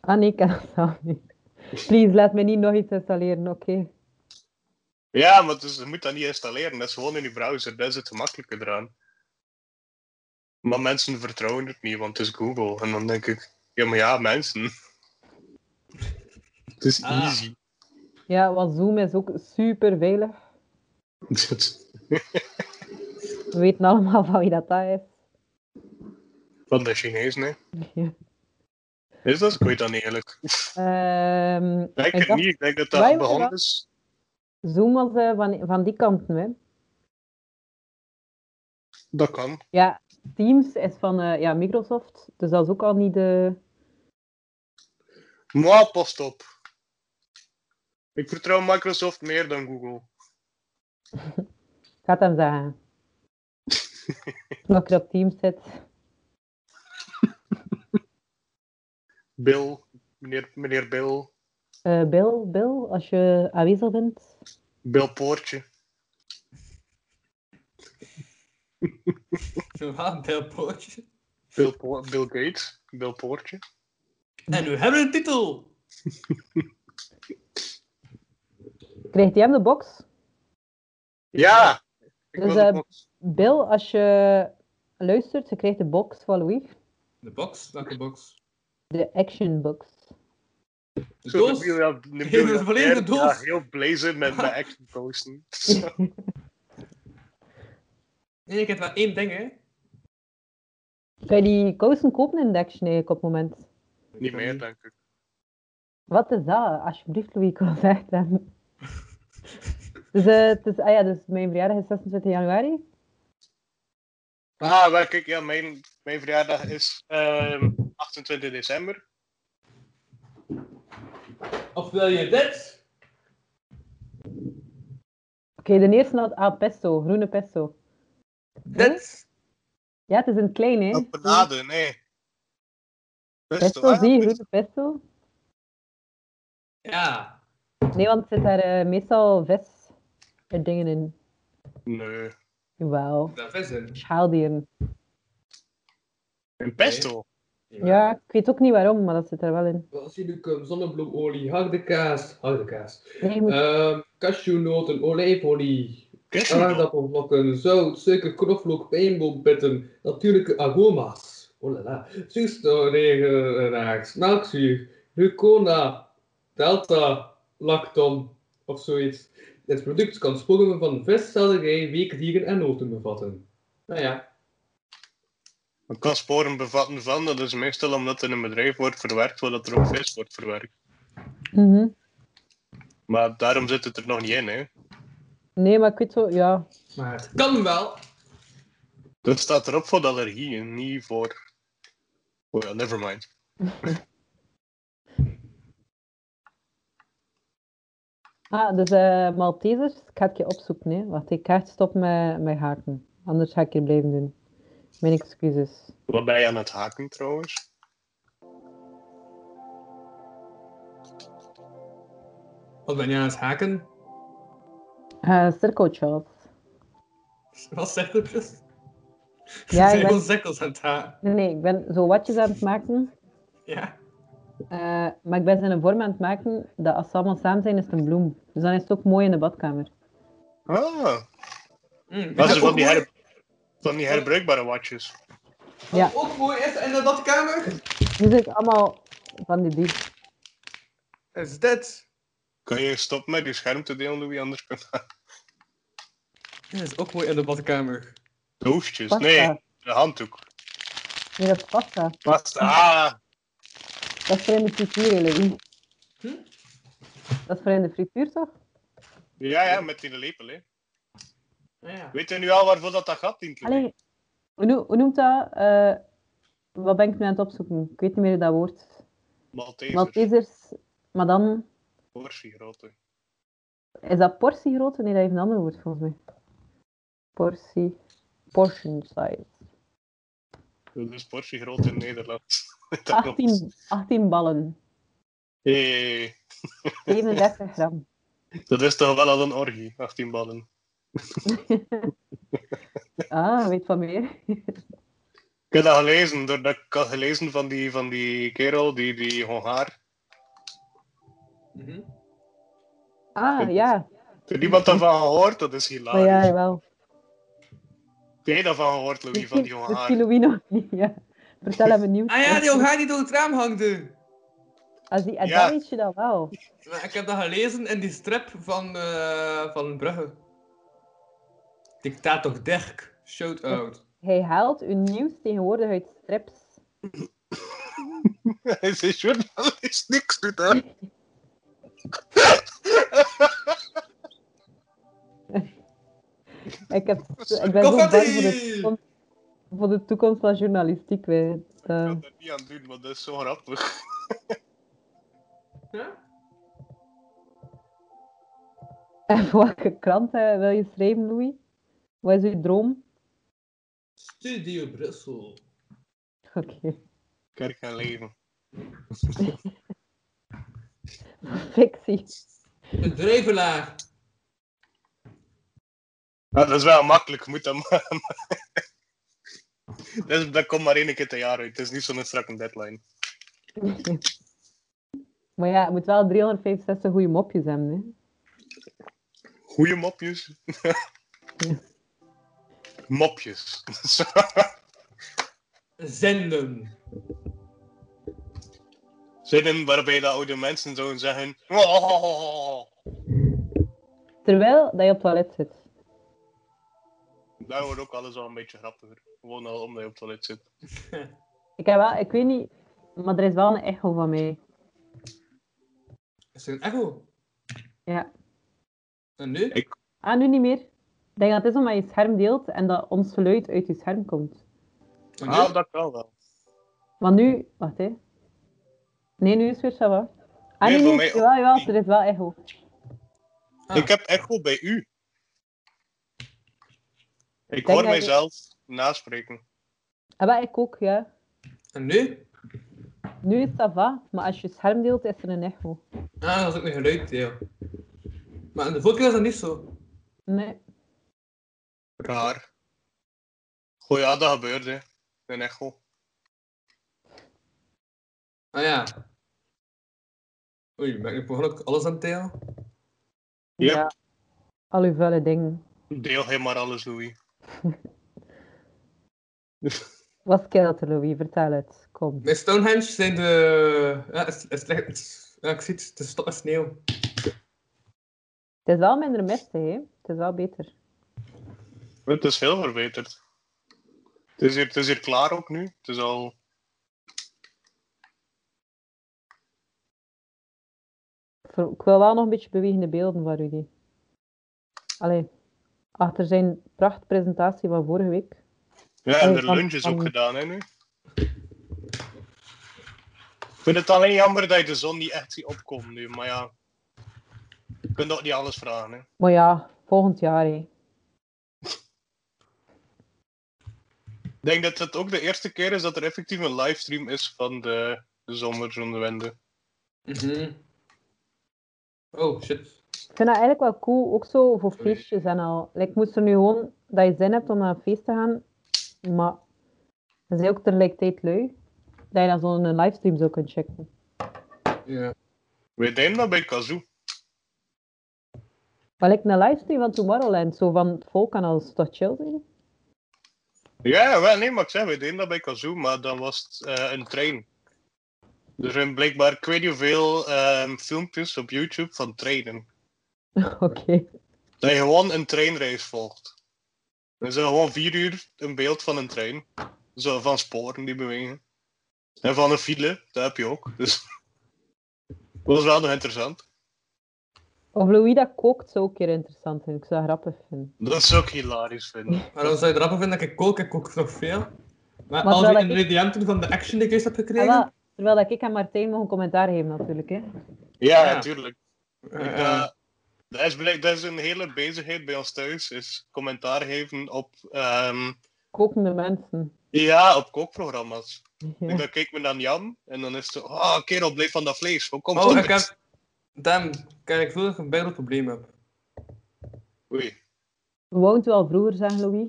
Speaker 3: Ah nee, ik kan dat zelf niet. Please, laat me niet nog iets installeren, oké.
Speaker 4: Ja, maar dus, je moet dat niet installeren. Dat is gewoon in je browser. Dat is het gemakkelijke eraan. Maar mensen vertrouwen het niet, want het is Google. En dan denk ik, ja, maar ja, mensen. Het is
Speaker 5: Ah.
Speaker 4: easy.
Speaker 3: Ja, want Zoom is ook super veilig. We weten allemaal van wie dat, dat is.
Speaker 4: Van de Chinees, nee.
Speaker 3: Ja.
Speaker 4: Is dat? Ik weet dat niet eigenlijk.
Speaker 3: Ehm,
Speaker 4: Ik
Speaker 3: ik
Speaker 4: denk het
Speaker 3: dacht-
Speaker 4: niet. Ik denk dat
Speaker 3: Wij
Speaker 4: dat
Speaker 3: moeten
Speaker 4: behandeld
Speaker 3: dat-
Speaker 4: is.
Speaker 3: Zoom was eh, van, van die kanten, hè.
Speaker 4: Dat kan.
Speaker 3: Ja, Teams is van eh, ja, Microsoft, dus dat is ook al niet de...
Speaker 4: Maar post op. Ik vertrouw Microsoft meer dan Google.
Speaker 3: Ik ga het hem zeggen. Nog op Teams zit.
Speaker 4: Bill, meneer, meneer Bill,
Speaker 3: Eh, Bill, Bill, als je aanwezig bent.
Speaker 4: Bill Poortje.
Speaker 5: Zo een bijlpootje.
Speaker 4: Bill, Po- Bill Gates, Bill Poortje.
Speaker 5: En we hebben een titel!
Speaker 3: Krijgt hij hem de box?
Speaker 4: Ja! Ik
Speaker 3: Dus,
Speaker 4: wil de
Speaker 3: eh,
Speaker 4: box.
Speaker 3: Bill, als je luistert, je krijgt de box van Louis.
Speaker 5: De box? Welke box?
Speaker 3: De action box.
Speaker 5: De
Speaker 4: Zo, de
Speaker 5: doos?
Speaker 4: miljoen- de
Speaker 5: Heel
Speaker 4: miljoen-
Speaker 5: verleden doos.
Speaker 4: Ja, heel blazen met mijn action posten.
Speaker 5: Nee, ik heb maar één ding, hè.
Speaker 3: Kan je die kousen kopen in de action eigenlijk op het moment?
Speaker 4: Niet meer, denk ik.
Speaker 3: Wat is dat? Alsjeblieft, Louis, ik wil het echt hebben. Dus, eh, het is, ah ja, dus mijn verjaardag is 26 januari.
Speaker 4: Ah, wel, kijk, ja, mijn, mijn verjaardag is ehm, 28 december.
Speaker 5: Of wil je dit?
Speaker 3: Oké, de eerste had ah, pesto, groene pesto.
Speaker 5: Dit?
Speaker 3: Ja, het is een klein, hè?
Speaker 4: Panade, nee.
Speaker 3: Pesto,
Speaker 4: ah,
Speaker 3: zie je,
Speaker 4: pesto.
Speaker 3: groene pesto?
Speaker 5: Ja.
Speaker 3: Nee, want het zit daar eh, meestal vis en dingen in.
Speaker 4: Nee.
Speaker 3: Wauw,
Speaker 5: Dat is het.
Speaker 3: schaaldieren.
Speaker 4: Een pesto?
Speaker 3: Ja, ik weet ook niet waarom, maar dat zit er wel in.
Speaker 5: Wat zie ik? eh, Zonnebloemolie, harde kaas, harde kaas.
Speaker 3: Nee, je moet-
Speaker 5: Ehm cashewnoten, olijfolie,
Speaker 4: Cashew.
Speaker 5: aardappelvlokken, zout, suiker, knoflook, pijnboombitten, natuurlijke aroma's. Oh la la. Zuurstofregenaars, melkzuur, glucona, delta, lacton of zoiets. Dit product kan sporen van vis, selderij, weekdieren en noten bevatten. Nou ja.
Speaker 4: Het kan sporen bevatten van, dat is meestal omdat het in een bedrijf wordt verwerkt, waar dat er ook vis wordt verwerkt.
Speaker 3: mhm.
Speaker 4: Maar daarom zit het er nog niet in, hè.
Speaker 3: Nee, maar ik weet zo, ja.
Speaker 5: Maar het kan wel.
Speaker 4: Dat staat erop voor de allergieën, niet voor... Oh ja, never mind.
Speaker 3: Ah, dus eh Maltesers, ik ga het je opzoeken. Hè. Wacht, ik ga echt stoppen met, met haken. Anders ga ik hier blijven doen. Mijn excuses.
Speaker 4: Wat ben je aan het haken, trouwens?
Speaker 5: Wat ben je aan het haken?
Speaker 3: Eh cirkeltjes.
Speaker 5: Wat zegt het dus?
Speaker 3: Ja,
Speaker 5: zijn
Speaker 3: ik
Speaker 5: gewoon
Speaker 3: ben,
Speaker 5: zekkels aan het haken.
Speaker 3: nee, nee, ik ben zo watjes aan het maken.
Speaker 5: Ja.
Speaker 3: eh, maar ik ben ze in een vorm aan het maken dat als ze allemaal samen zijn, is het een bloem. Dus dan is het ook mooi in de badkamer.
Speaker 4: Ah,
Speaker 5: Mm,
Speaker 4: dat
Speaker 5: ja,
Speaker 4: is van
Speaker 5: ook
Speaker 4: die,
Speaker 5: mooi-
Speaker 4: her... van die herbruikbare watjes.
Speaker 3: Ja,
Speaker 5: Ook mooi is in de badkamer.
Speaker 3: nu zit allemaal van die die.
Speaker 5: Is dit?
Speaker 4: Kan je stoppen met je scherm te delen, Louis, anders kan
Speaker 5: Dit is ook mooi in de badkamer.
Speaker 4: De hoefjes,
Speaker 3: Pasta.
Speaker 4: nee. De handdoek.
Speaker 3: Nee, dat is pasta.
Speaker 4: Pasta. Ah,
Speaker 3: Dat is voor in de frituur, Elodie. Dat is voor in de frituur, toch?
Speaker 4: ja, ja, met die lepel, hè.
Speaker 5: Ja.
Speaker 4: Weet je nu al waarvoor dat, dat gat dient?
Speaker 3: Allee, hoe, noe- hoe noemt dat? eh, wat ben ik nu aan het opzoeken? Ik weet niet meer dat woord.
Speaker 4: Malteser. Malteser.
Speaker 3: Maltesers, maar dan...
Speaker 4: grote.
Speaker 3: Is dat portiegrootte? Nee, dat heeft een ander woord volgens mij. Portie. Portion size.
Speaker 4: Dat is portie groot in Nederland. Dat klopt.
Speaker 3: 18, 18 ballen.
Speaker 4: Hey,
Speaker 3: 37 gram.
Speaker 4: dat is toch wel al een orgie, 18 ballen.
Speaker 3: Ah, weet van meer.
Speaker 4: Ik heb dat gelezen, doordat ik had gelezen van die, van die kerel, die, die Hongaar.
Speaker 5: Mhm.
Speaker 3: Ah, ja.
Speaker 4: Heeft er niemand daarvan gehoord? Dat is
Speaker 3: Maar ja,
Speaker 4: hilarisch.
Speaker 3: jawel.
Speaker 4: Heb jij daarvan gehoord, Louis, van die
Speaker 3: Misschien,
Speaker 4: Hongaar?
Speaker 3: misschien Louis nog niet, ja. Vertel hem een nieuw.
Speaker 5: Ah ja, die Hongaar die door het raam hangde.
Speaker 3: Als die, en
Speaker 4: Ja.
Speaker 3: dan weet je Ah, dat wel.
Speaker 5: Maar Ik heb dat gelezen in die strip van, eh, van Brugge. Dictator Dirk. Shout-out.
Speaker 3: Hij haalt uw nieuws tegenwoordig uit strips.
Speaker 4: Hij is journalist, niks doet hè.
Speaker 3: Ik, heb, ik ben zo bang voor de, toekomst, voor de toekomst van journalistiek. Weet.
Speaker 4: Ik
Speaker 3: Eh,
Speaker 4: kan dat niet aan doen, want dat is zo grappig.
Speaker 3: en voor welke krant eh, wil je schrijven, Louis? Wat is uw droom?
Speaker 5: Studio Brussel.
Speaker 3: Oké.
Speaker 4: Kerk en leven.
Speaker 3: Fictie.
Speaker 5: De Drevelaar.
Speaker 4: Ja, Nou, dat is wel makkelijk, je moet dat maar. dat, is- dat komt maar één keer per jaar uit. Het is niet zo'n strakke deadline.
Speaker 3: Maar ja, het moet wel 365 goede mopjes hebben. Hè.
Speaker 4: Goeie mopjes. mopjes.
Speaker 5: Zenden.
Speaker 4: Zinnen waarbij de oude mensen zouden zeggen. "Oh,
Speaker 3: Terwijl dat je op toilet zit.
Speaker 4: Daar wordt ook alles al een beetje grappiger. Gewoon al omdat je op het toilet zit.
Speaker 3: Ik, heb wel, ik weet niet, maar er is wel een echo van mij.
Speaker 5: Is er een echo?
Speaker 3: Ja.
Speaker 5: En nu?
Speaker 3: Ah, nu niet meer. Ik denk dat het is omdat je scherm deelt en dat ons geluid uit je scherm komt.
Speaker 5: En nu?
Speaker 4: Ah, dat kan wel.
Speaker 3: Want nu, wacht hè. Nee, nu is het weer Sava. Ah,
Speaker 4: Nee,
Speaker 3: nee,
Speaker 4: voor
Speaker 3: nee,
Speaker 4: mij ook
Speaker 3: jawel, jawel,
Speaker 4: niet.
Speaker 3: er is wel echo.
Speaker 5: Ah.
Speaker 4: Ik heb echo bij u.
Speaker 3: Denk
Speaker 4: Ik hoor
Speaker 3: dat je-
Speaker 4: mijzelf naspreken.
Speaker 3: Ah, wel, ik ook, ja.
Speaker 5: En nu?
Speaker 3: Nu is Sava, maar als je scherm deelt is er een echo.
Speaker 5: Ah, dat is ook mijn geluiddeel. Maar de vorige keer was dat niet zo.
Speaker 3: Nee.
Speaker 4: Raar. Goh ja, dat gebeurde. Een echo.
Speaker 5: Ah ja. Oei, ben ik behoorlijk alles aan het delen?
Speaker 4: Ja.
Speaker 3: Al uw vuile dingen.
Speaker 4: Deel hij maar alles, Louis.
Speaker 3: Wat scheelt er, Louis? Vertel het. Kom.
Speaker 5: Bij Stonehenge zijn de... Ja, het is, het is echt- het is- ja ik zie het. Het is stof en sneeuw.
Speaker 3: Het is wel minder mistig, hè. Het is wel beter.
Speaker 4: Het is veel verbeterd. Het is hier, het is hier klaar ook nu. Het is al.
Speaker 3: Voor- Ik wil wel nog een beetje bewegende beelden van Rudy. Allee, achter zijn prachtpresentatie van vorige week.
Speaker 4: Ja, en
Speaker 3: Oh,
Speaker 4: de
Speaker 3: van-
Speaker 4: lunch is ook
Speaker 3: van-
Speaker 4: gedaan, hè, nu. Ik vind het alleen jammer dat je de zon niet echt ziet opkomen nu, maar ja. Je kunt ook niet alles vragen, hè.
Speaker 3: Maar ja, volgend jaar, hè.
Speaker 4: Ik denk dat het ook de eerste keer is dat er effectief een livestream is van de, de zomerzonnewende.
Speaker 5: Mhm. Oh, shit.
Speaker 3: Ik vind dat eigenlijk wel cool, ook zo voor feestjes en al. Like, ik moest er nu gewoon dat je zin hebt om naar een feest te gaan, maar dat is ook tegelijkertijd lui, dat je dan zo'n livestream zou kunnen checken.
Speaker 5: Ja.
Speaker 4: We deden dat bij Kazoo.
Speaker 3: Maar like, een livestream van Tomorrowland, zo van het volk en al, is dat chill zijn?
Speaker 4: Ja, wel, nee, maar ik zeg, we deden dat bij Kazoo, maar dan was het eh, een trein. Er zijn blijkbaar, ik weet niet hoeveel ehm, filmpjes op YouTube van treinen.
Speaker 3: Oké.
Speaker 4: Dat je gewoon een treinreis volgt. We zijn gewoon vier uur een beeld van een trein. Zo van sporen die bewegen. En van een file, dat heb je ook. Dus dat is wel nog interessant.
Speaker 3: Of Louis dat kookt zou ook keer interessant zijn. Ik zou dat grappig vinden.
Speaker 4: Dat zou ik hilarisch vinden.
Speaker 5: Maar dan zou je het rapper vinden dat ik kook, ik kook nog veel. Maar,
Speaker 3: Maar
Speaker 5: al
Speaker 3: terwijl
Speaker 5: die
Speaker 3: ik-
Speaker 5: ingrediënten van de action die ik juist heb
Speaker 3: Ah,
Speaker 5: gekregen...
Speaker 3: wel, terwijl dat ik aan Martijn nog een commentaar geef natuurlijk. Hè.
Speaker 4: Ja,
Speaker 5: Ja.
Speaker 4: natuurlijk. Ik,
Speaker 5: eh, eh,
Speaker 4: eh, dat, is, blijk- dat is een hele bezigheid bij ons thuis, is commentaar geven op, ehm,
Speaker 3: Kokende mensen.
Speaker 4: ja, op kookprogramma's.
Speaker 3: Ja.
Speaker 4: Ik, dan kijk me dan Jan en dan is het zo, ah, kerel, blijf van dat vlees, hoe komt
Speaker 5: Oh,
Speaker 4: dat?
Speaker 5: ik heb... Damn, kijk, ik voel dat ik een bijna probleem heb.
Speaker 4: Oei.
Speaker 3: We wouden het wel vroeger zeggen, Louis.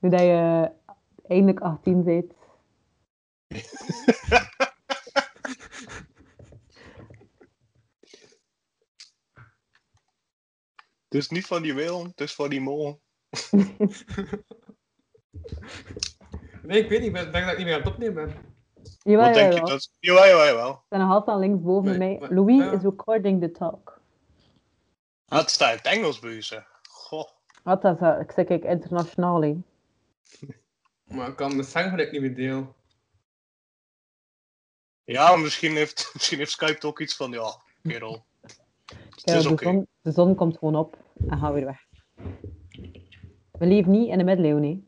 Speaker 3: Toen dat je eindelijk 18 bent.
Speaker 4: Het is niet van die wil, het is van die mol.
Speaker 5: Nee, ik weet niet, ik ben- denk dat ik niet meer aan het opnemen ben.
Speaker 3: Jawel,
Speaker 4: Wat denk je
Speaker 3: jawel.
Speaker 4: dat? Jawel, jawel, jawel.
Speaker 3: Ik ben nog altijd aan links boven
Speaker 5: Nee,
Speaker 3: mij.
Speaker 5: maar-
Speaker 3: Louis
Speaker 5: ja.
Speaker 3: is recording the talk.
Speaker 4: Ah, het staat in het Engels bij u, zeg. Goh.
Speaker 3: Wat dat? is, eh, Ik zeg kijk internationaal. hè.
Speaker 5: Maar ik kan mijn zanggeluid niet meer deel.
Speaker 4: Ja, maar misschien heeft, misschien heeft Skype ook iets van, ja, kerel. Het
Speaker 3: Kijk,
Speaker 4: is
Speaker 3: de,
Speaker 4: oké.
Speaker 3: zon, de zon komt gewoon op en gaat weer weg. We leven niet in de middeleeuwen, hè.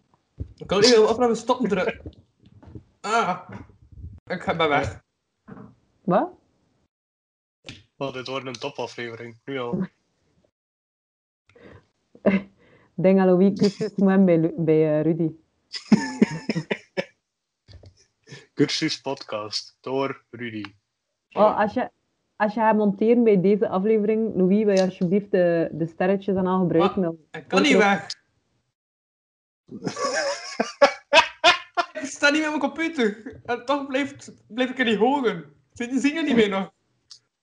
Speaker 5: Ik kan niet meer opnemen stoppen drukken. Ah, ik ga maar weg.
Speaker 3: Wat?
Speaker 4: Oh, dit wordt een topaflevering. Nu al.
Speaker 3: Ik denk aan Louis Cursus moet hebben bij, Lu- bij eh, Rudy.
Speaker 4: Cursus podcast door Rudy.
Speaker 3: Oh, als, je, als je gaat monteren bij deze aflevering, Louis, wil je alsjeblieft de, de sterretjes aan al gebruiken? Dan-
Speaker 5: Ik kan niet weg. ik sta niet met mijn computer. En toch blijft, blijf ik er niet horen. Zie zie je niet meer nog?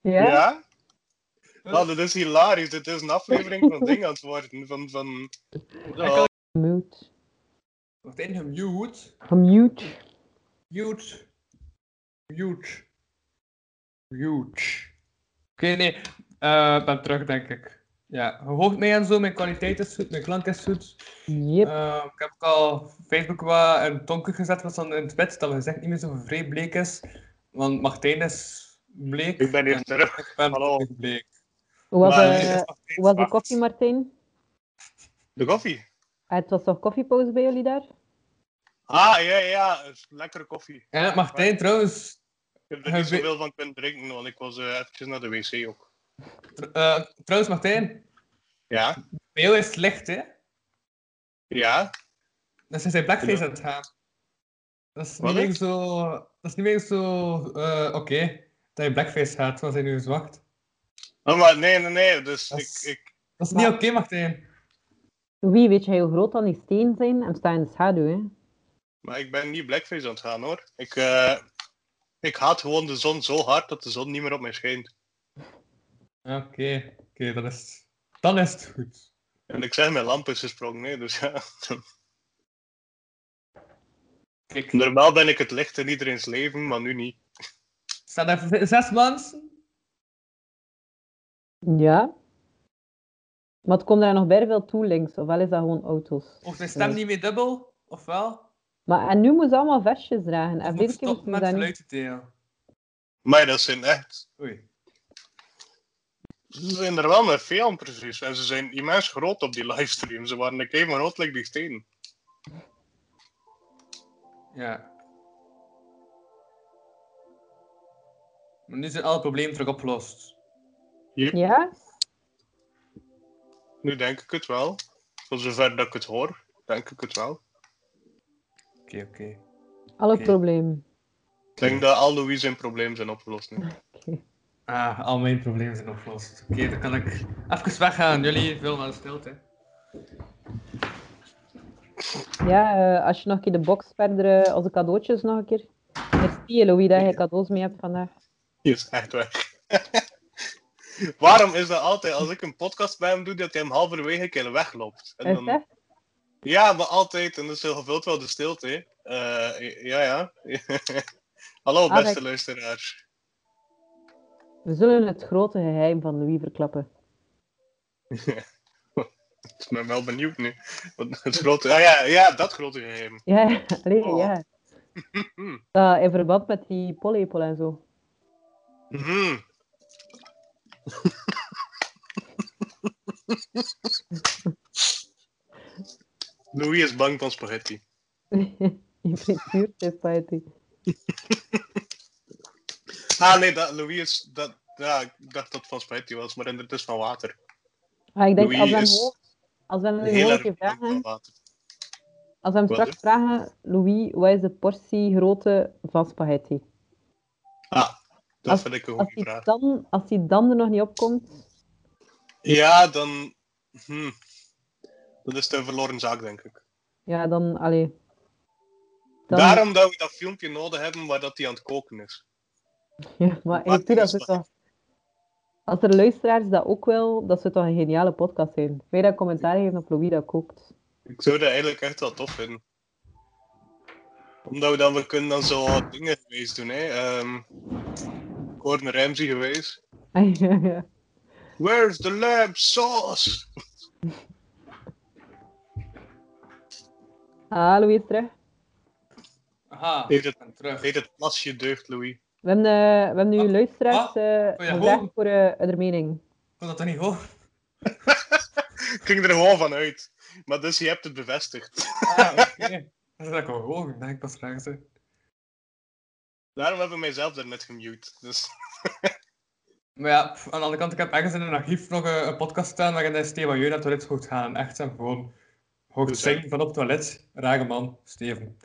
Speaker 3: Ja?
Speaker 4: Nou, dat is hilarisch. Dit is een aflevering van ding aan het worden. Van, van... Ja,
Speaker 5: kan-
Speaker 3: Mute.
Speaker 5: Wacht even, mute.
Speaker 3: Gemute.
Speaker 5: Mute. Mute. Mute. Oké, nee. Eh, Ik ben terug, denk ik. Ja, je hoort mij en zo. Mijn kwaliteit is goed, mijn klank is goed.
Speaker 3: Yep.
Speaker 5: Eh, ik heb ook al Facebook wat een tonker gezet was dan in het bed, dat gezegd niet meer zo vreemd bleek is. Want Martijn is bleek.
Speaker 4: Ik ben hier
Speaker 5: en
Speaker 4: terug.
Speaker 5: Ik ben
Speaker 4: Hallo.
Speaker 5: ook bleek.
Speaker 3: Hoe was,
Speaker 4: maar-
Speaker 3: eh, hoe was de koffie, Martijn?
Speaker 4: De koffie.
Speaker 3: Ah, het was toch koffiepauze bij jullie daar?
Speaker 4: Ah, ja, ja. Lekkere koffie. Ik
Speaker 5: En Martijn trouwens,
Speaker 4: heb er
Speaker 5: Hij
Speaker 4: niet
Speaker 5: weet-
Speaker 4: zoveel van kunnen drinken, want ik was eh, eventjes naar de wc ook.
Speaker 5: tr- eh, trouwens Martijn,
Speaker 4: Ja?
Speaker 5: bij jou is het licht hè?
Speaker 4: Ja?
Speaker 5: Dan zijn zijn blackface aan het gaan. Dat is
Speaker 4: Wat
Speaker 5: niet
Speaker 4: is?
Speaker 5: meer zo, dat is niet meer zo, eh, oké, dat je blackface gaat, want hij nu zwart.
Speaker 4: Oh, maar nee, nee, nee. Dus
Speaker 5: Dat
Speaker 4: ik,
Speaker 5: is-
Speaker 4: ik...
Speaker 5: Dat is niet oké Martijn.
Speaker 3: Louis, weet jij hoe groot dan die steen zijn? En sta in de schaduw, hè?
Speaker 4: Maar ik ben niet blackface aan het gaan, hoor. Ik, eh, ik haat gewoon de zon zo hard dat de zon niet meer op mij schijnt.
Speaker 5: Ja, Oké, oké, dat is, dan is het goed.
Speaker 4: En ik zeg, mijn lamp is gesprongen, nee, dus ja.
Speaker 5: Kijk.
Speaker 4: Normaal ben ik het licht in iedereen's leven, maar nu niet.
Speaker 5: Staan er zes mensen?
Speaker 3: Ja. Maar het komt daar nog bij veel toe links, ofwel is dat gewoon auto's.
Speaker 5: Of de stem niet meer dubbel? Of wel?
Speaker 3: Maar en nu moeten ze allemaal vestjes dragen. En
Speaker 5: Of
Speaker 3: weet
Speaker 5: moet
Speaker 3: ik niet
Speaker 5: stop
Speaker 3: hoe
Speaker 5: met
Speaker 3: dat
Speaker 5: geluid
Speaker 3: niet...
Speaker 5: te delen?
Speaker 4: Maar dat zijn echt...
Speaker 5: Oei.
Speaker 4: Ze zijn er wel met veel aan, precies. En ze zijn immens groot op die livestream. Ze waren een keer maar rood like die steen.
Speaker 5: Ja. Maar nu zijn alle problemen terug opgelost.
Speaker 3: Ja?
Speaker 4: Nu denk ik het wel. Voor zover dat ik het hoor, denk ik het wel.
Speaker 5: Oké, oké.
Speaker 3: Alle
Speaker 5: Oké.
Speaker 3: problemen.
Speaker 4: Ik denk dat al Louis zijn problemen zijn opgelost nu.
Speaker 5: Ah, al mijn problemen zijn opgelost. Oké, dan kan ik even weggaan. Jullie willen naar de stilte.
Speaker 3: Ja, eh, als je nog een keer de box verder, eh, onze cadeautjes nog een keer. Merci, Louis, dat je cadeaus mee hebt vandaag.
Speaker 4: Die is echt weg. Waarom is dat altijd als ik een podcast bij hem doe, dat hij hem halverwege een keer wegloopt? En
Speaker 3: Is
Speaker 4: dan,
Speaker 3: dat?
Speaker 4: ja, maar altijd. En dus hij gevult wel de stilte. hè. Eh, ja, ja. Hallo,
Speaker 3: Ah,
Speaker 4: beste
Speaker 3: dat-
Speaker 4: luisteraar.
Speaker 3: We zullen het grote geheim van Louis verklappen.
Speaker 4: Ik ben wel benieuwd nu. Wat Het grote... Ah ja, ja, dat grote geheim.
Speaker 3: Ja, allee,
Speaker 4: Oh.
Speaker 3: ja. Dat in verband met die pollepel en zo.
Speaker 4: Mhm. Louis is bang van spaghetti.
Speaker 3: In frituur is spaghetti.
Speaker 4: Ah nee, dat, Louis is... Dat, ja, ik dacht dat het van spaghetti was, maar het is van water.
Speaker 3: Ah, ik denk,
Speaker 4: Louis
Speaker 3: als we hem
Speaker 4: is
Speaker 3: gewoon- als we hem nu
Speaker 4: Heel
Speaker 3: gewoon een
Speaker 4: erg
Speaker 3: keer
Speaker 4: bang
Speaker 3: vragen,
Speaker 4: van water.
Speaker 3: als we hem
Speaker 4: Wat,
Speaker 3: straks vragen, Louis, wat is de portie grootte van spaghetti?
Speaker 4: Ah, dat
Speaker 3: Als-
Speaker 4: vind ik een
Speaker 3: Als
Speaker 4: goede
Speaker 3: hij
Speaker 4: vraag.
Speaker 3: dan, als die dan er nog niet opkomt,
Speaker 4: Ja, dan... Hm. Dat is de verloren zaak, denk ik.
Speaker 3: ja, dan, allee. Dan-
Speaker 4: Daarom dat we dat filmpje nodig hebben waar dat hij aan het koken is.
Speaker 3: Ja, maar
Speaker 4: Maak
Speaker 3: ik doe dat
Speaker 4: gerust
Speaker 3: ook wel. Als er luisteraars dat ook wil, dat zou toch een geniale podcast zijn. Wij dat commentaar geven op Louis dat kookt.
Speaker 4: Ik zou dat eigenlijk echt wel tof vinden. Omdat we dan, we kunnen dan zo wat dingen geweest doen, hè. Ehm ik hoorde een Ramsey geweest.
Speaker 3: Ah, ja, ja.
Speaker 4: Where's the lamb sauce?
Speaker 3: Ah, Louis is terug.
Speaker 5: Aha,
Speaker 4: Heeft het-
Speaker 5: ik ben terug.
Speaker 4: Heet het plasje deugd, Louis.
Speaker 3: We hebben, eh, we hebben nu
Speaker 4: Ah,
Speaker 5: Wat?
Speaker 3: luisteraars
Speaker 5: Wat?
Speaker 3: eh,
Speaker 5: ja,
Speaker 3: gevraagd
Speaker 5: gewoon.
Speaker 3: voor eh hun mening.
Speaker 5: Ik kon dat toch niet horen?
Speaker 4: Ik ging er gewoon van uit. Maar dus, je hebt het bevestigd.
Speaker 5: Ah, oké. Dat is dat ik al horen, denk ik pas vragen ze.
Speaker 4: Daarom hebben we mijzelf daarnet gemute. Dus...
Speaker 5: Maar ja, pff, aan de andere kant, ik heb ergens in een archief nog eh, een podcast staan waarin hij Steven Jeu naar het toilet hoort gaan. Echt, en gewoon hoort
Speaker 4: Dus ja.
Speaker 5: zingen van op het toilet. Rage man, Steven.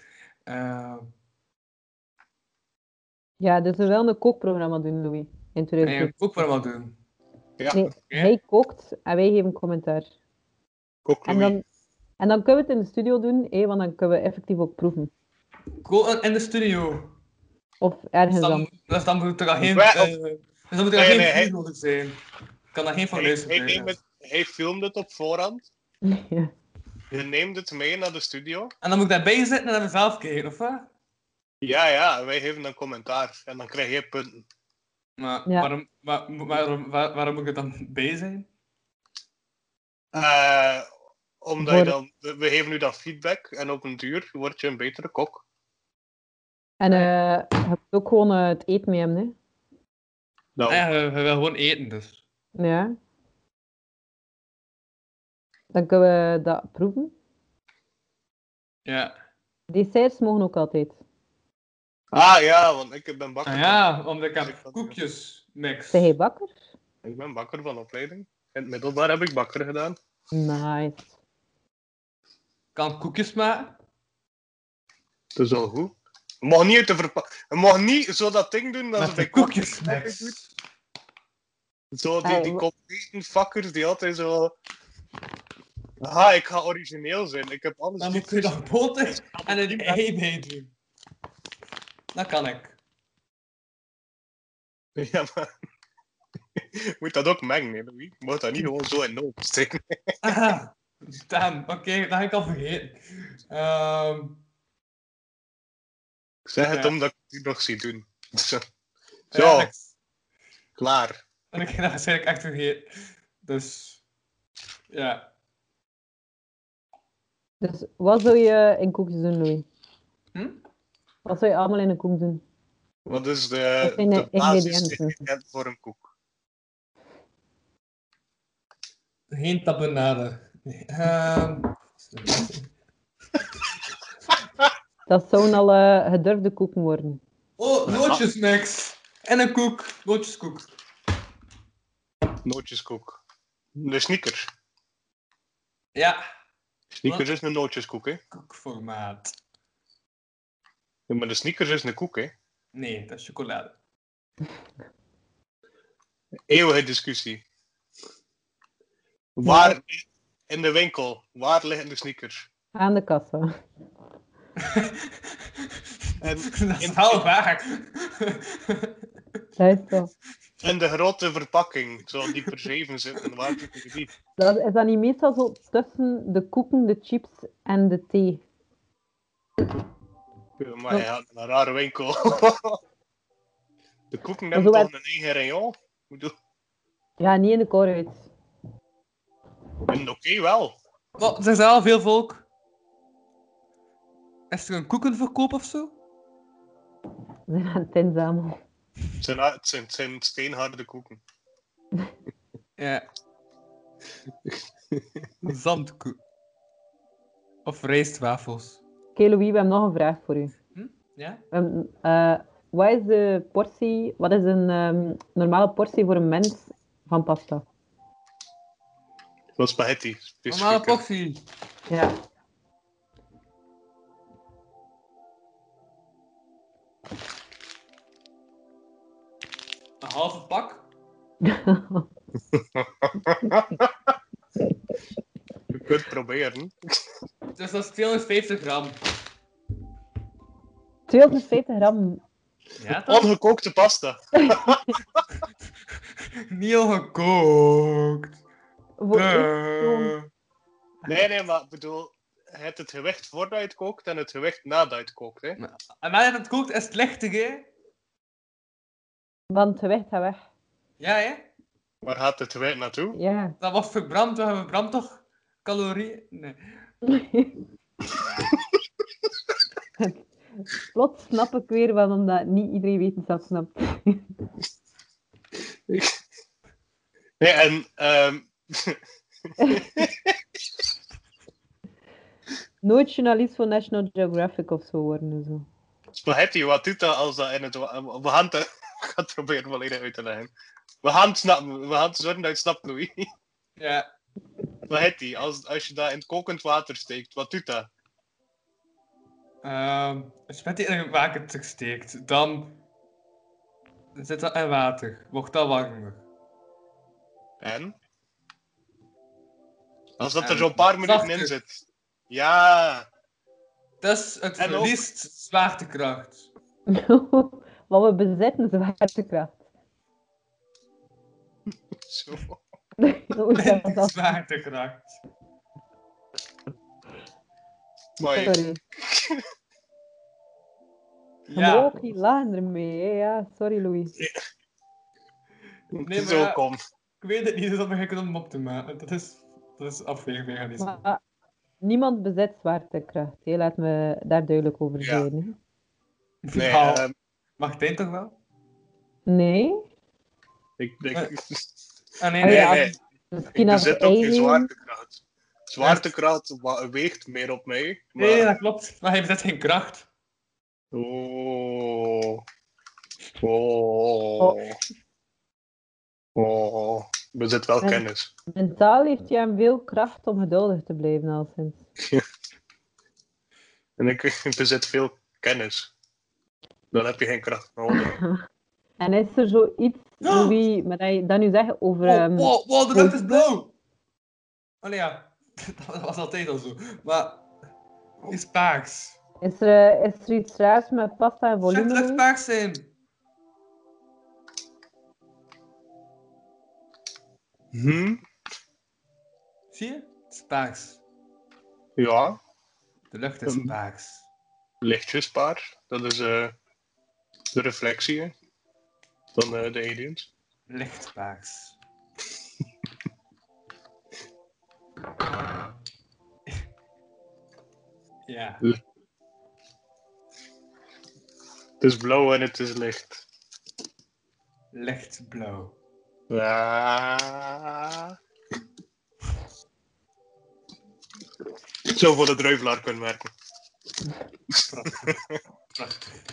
Speaker 5: Eh,
Speaker 3: Ja, dus we willen een kookprogramma doen, Louis. In
Speaker 5: en je
Speaker 3: 2020.
Speaker 5: ook wel wat doen.
Speaker 4: Ja,
Speaker 3: Nee, hij kookt en wij geven commentaar.
Speaker 4: kok
Speaker 3: En
Speaker 4: Louis.
Speaker 3: dan, en dan kunnen we het in de studio doen, eh, want dan kunnen we effectief ook proeven.
Speaker 5: Gewoon in de studio.
Speaker 3: Of
Speaker 5: Dus
Speaker 3: ergens
Speaker 5: dan,
Speaker 3: dan.
Speaker 5: dus dan moet er al geen...
Speaker 4: Wij-
Speaker 5: eh, dus dan moet er
Speaker 4: Nee,
Speaker 5: al geen
Speaker 4: nee, hij-
Speaker 5: vuur nodig zijn. Kan daar geen van
Speaker 4: Hij,
Speaker 5: luisteren.
Speaker 4: hij,
Speaker 5: zijn,
Speaker 4: neemt
Speaker 5: ja.
Speaker 4: het- hij filmde het op voorhand.
Speaker 3: Ja.
Speaker 4: Je neemt het mee naar de studio.
Speaker 5: En dan moet ik daarbij zitten en dan mezelf kijken, of wat?
Speaker 4: Ja, ja, en wij geven dan commentaar. En dan krijg je punten.
Speaker 5: Maar,
Speaker 3: Ja.
Speaker 5: waarom, waar- waarom, waar- waarom moet ik er dan bij zijn?
Speaker 4: Eh, omdat je
Speaker 3: Voor-
Speaker 4: dan, we we geven nu dan feedback en op een duur word je een betere kok.
Speaker 3: En eh, je hebt ook gewoon eh, het eten mee hem, hè?
Speaker 4: Nou,
Speaker 5: Ja, we, we willen gewoon eten, dus.
Speaker 3: Ja. Dan kunnen we dat proeven.
Speaker 5: Ja.
Speaker 3: Desserts mogen ook altijd.
Speaker 4: Ah ja, want ik ben bakker.
Speaker 5: Ah ja, omdat ik
Speaker 4: Dus ik
Speaker 5: heb
Speaker 4: kan-
Speaker 5: koekjes mix.
Speaker 3: Zeg je bakker?
Speaker 4: van- Ik ben bakker van opleiding. In het middelbaar heb ik bakker gedaan.
Speaker 3: Nice.
Speaker 5: kan koekjes maken.
Speaker 4: Dat is al goed. Je mag niet uit de verpakking. Je mag niet zo dat ding doen dat ze
Speaker 5: Met
Speaker 4: bij
Speaker 5: de
Speaker 4: kok-
Speaker 5: koekjes mix.
Speaker 4: Zo die,
Speaker 5: Oh,
Speaker 3: Hey,
Speaker 4: die
Speaker 3: wa-
Speaker 4: complete fuckers die altijd zo. Ah, ik ga origineel zijn. Ik heb alles
Speaker 5: Dan
Speaker 4: niet
Speaker 5: moet je nog boter en een ei bij doen. Dat kan ik.
Speaker 4: Ja, maar... Moet dat ook mengen, hè, Louis? Je Moet dat niet gewoon zo in de open steken?
Speaker 5: Aha, damn, oké, dat heb ik al vergeten. Ehm,
Speaker 4: Ik zeg het
Speaker 5: Ja.
Speaker 4: omdat ik het hier nog zie doen. Dus, eh. Zo,
Speaker 5: ja,
Speaker 4: Zo,
Speaker 5: dat-
Speaker 4: klaar.
Speaker 5: En ik heb dat waarschijnlijk echt vergeten. Dus, ja.
Speaker 3: Dus wat zou je in koekjes doen, Louis?
Speaker 5: Hm?
Speaker 3: Wat zou je allemaal in een koek doen?
Speaker 4: Wat is de,
Speaker 3: Wat zijn
Speaker 4: de
Speaker 3: de
Speaker 4: basis
Speaker 3: ingrediënten?
Speaker 4: voor een koek?
Speaker 5: Geen tapenade. Ehm,
Speaker 3: Dat zouden al eh, gedurfde koeken worden.
Speaker 5: oh, nootjesmix. En een koek. Nootjeskoek.
Speaker 4: Nootjeskoek. De sneaker.
Speaker 5: Ja,
Speaker 4: Sneakers is een nootjeskoek, hè?
Speaker 5: koekformaat.
Speaker 4: Ja, maar de sneakers is een koek, hè?
Speaker 5: Nee, dat is chocolade.
Speaker 4: Eeuwige discussie. Waar in de winkel, waar liggen de sneakers?
Speaker 3: Aan de kassa.
Speaker 4: En
Speaker 5: dat is wel waar.
Speaker 3: Dat is toch...
Speaker 4: in de grote verpakking, zo die verzeven zitten, waar zitten die?
Speaker 3: Dat is dat niet meestal zo tussen de koeken, de chips en de thee?
Speaker 4: Ja, Maar ja, een rare winkel. De koeken
Speaker 3: Maar
Speaker 4: hebben
Speaker 3: zo
Speaker 4: toch een eigen rayon? Ik bedoel,
Speaker 3: Ja, niet in de core uit.
Speaker 4: en oké wel.
Speaker 5: Wat, er is wel veel volk. Is er een koekenverkoop of zo?
Speaker 3: We zijn aan het inzamelen.
Speaker 4: Het zijn, het zijn, het zijn steenharde koeken.
Speaker 5: Ja. Zandkoek. Of rijstwafels.
Speaker 3: Oké, Louis, we hebben nog een vraag voor u.
Speaker 5: Ja?
Speaker 3: We hebben, eh, wat is de portie, wat is een ehm, normale portie voor een mens van pasta?
Speaker 4: Dat is spaghetti. specifiek.
Speaker 5: Normale portie.
Speaker 3: Ja.
Speaker 5: Een halve pak.
Speaker 4: Je kunt het proberen.
Speaker 5: Dus dat is 250 gram.
Speaker 3: 250 gram.
Speaker 5: Ja, toch?
Speaker 4: Ongekookte pasta.
Speaker 5: Niet al gekookt.
Speaker 3: Voor
Speaker 5: Duh.
Speaker 3: één persoon.
Speaker 4: Eh. Nee, nee, maar ik bedoel, je hebt het gewicht voordat je het kookt en het gewicht nadat je het kookt. Hè?
Speaker 5: En nadat het kookt is het lichter, hè?
Speaker 3: want het gewicht gaat weg.
Speaker 5: Ja, hè?
Speaker 4: Waar gaat het gewicht naartoe?
Speaker 3: Ja.
Speaker 5: Dat wordt verbrand, we hebben verbrand toch? Calorieën? Nee.
Speaker 3: Plots snap ik weer waarom dat niet iedereen wetenschap snapt.
Speaker 4: Nee, en ehm,
Speaker 3: Nooit journalist voor National Geographic of zo worden en zo.
Speaker 4: spaghetti, wat doet dat als dat in het... wa- eh, We gaan het, ik ga het proberen volledig uit te leggen. We gaan het snappen. We gaan het zorgen dat je het snapt, Louis.
Speaker 5: Ja.
Speaker 4: Spaghetti, als, als je dat in het kokend water steekt, wat doet dat?
Speaker 5: Ehm, als je met die in een water steekt, dan zit dat in water. Wordt dat warmer.
Speaker 4: En? Als dat er
Speaker 5: En
Speaker 4: zo'n paar minuten
Speaker 5: zachter.
Speaker 4: in zit. Ja,
Speaker 5: Dus het
Speaker 4: En ook-
Speaker 5: verliest zwaartekracht.
Speaker 3: Want we bezitten zwaartekracht.
Speaker 4: zo.
Speaker 3: Zo is dat
Speaker 5: Minder
Speaker 3: dan.
Speaker 5: zwaartekracht.
Speaker 4: Mooi.
Speaker 3: Sorry. Je mag
Speaker 5: Ja.
Speaker 3: ook niet lachen ermee. hè. Ja, sorry Louis.
Speaker 5: Nee, maar
Speaker 4: zo
Speaker 5: ja,
Speaker 4: kom.
Speaker 5: ik weet het niet, dus dat begin ik om hem op te maken. Dat is, dat is afweermechanisme.
Speaker 3: Maar niemand bezit zwaartekracht. hè. Laat me daar duidelijk over
Speaker 4: Ja.
Speaker 3: zijn. hè.
Speaker 4: Nee,
Speaker 5: Nou,
Speaker 4: ehm,
Speaker 5: Martijn toch wel?
Speaker 3: Nee?
Speaker 4: ik denk...
Speaker 5: eh, Ah,
Speaker 3: Ah,
Speaker 5: nee,
Speaker 4: Nee,
Speaker 3: ja.
Speaker 4: nee,
Speaker 3: Misschien
Speaker 4: ik
Speaker 3: als
Speaker 4: bezit ook geen
Speaker 3: alien.
Speaker 4: zwaartekracht. Zwaartekracht wa- weegt meer op mij. Maar...
Speaker 5: Nee, dat klopt. Maar hij bezit geen kracht.
Speaker 4: Oh. Oh. Oh. Bezit wel
Speaker 3: En-
Speaker 4: kennis.
Speaker 3: Mentaal heeft hij hem veel kracht om geduldig te blijven, al sinds.
Speaker 4: En ik bezit veel kennis. Dan heb je geen kracht nodig.
Speaker 3: En is er zoiets, Louis, maar dat je dat nu zegt over...
Speaker 4: Oh,
Speaker 3: ehm,
Speaker 5: Wow, Oh, wow, wow, de lucht is blauw! Oh nee, ja. Dat was altijd al zo. Maar... die is paars.
Speaker 3: is, er, eh, is er iets raars met pasta en
Speaker 5: Shit,
Speaker 3: volume?
Speaker 5: de lucht
Speaker 3: Louis?
Speaker 5: paars zijn!
Speaker 4: Hm?
Speaker 5: Zie je? Het is paars.
Speaker 4: Ja,
Speaker 5: De lucht is
Speaker 4: Ehm.
Speaker 5: paars.
Speaker 4: lichtjes paars. Dat is eh, de reflectie hè, van eh, de aliens.
Speaker 5: Lichtpaars. ja.
Speaker 4: Het is blauw en het is licht.
Speaker 5: Lichtblauw.
Speaker 4: Ja. Zo voor de druivelaar kunnen werken.
Speaker 5: Prachtig.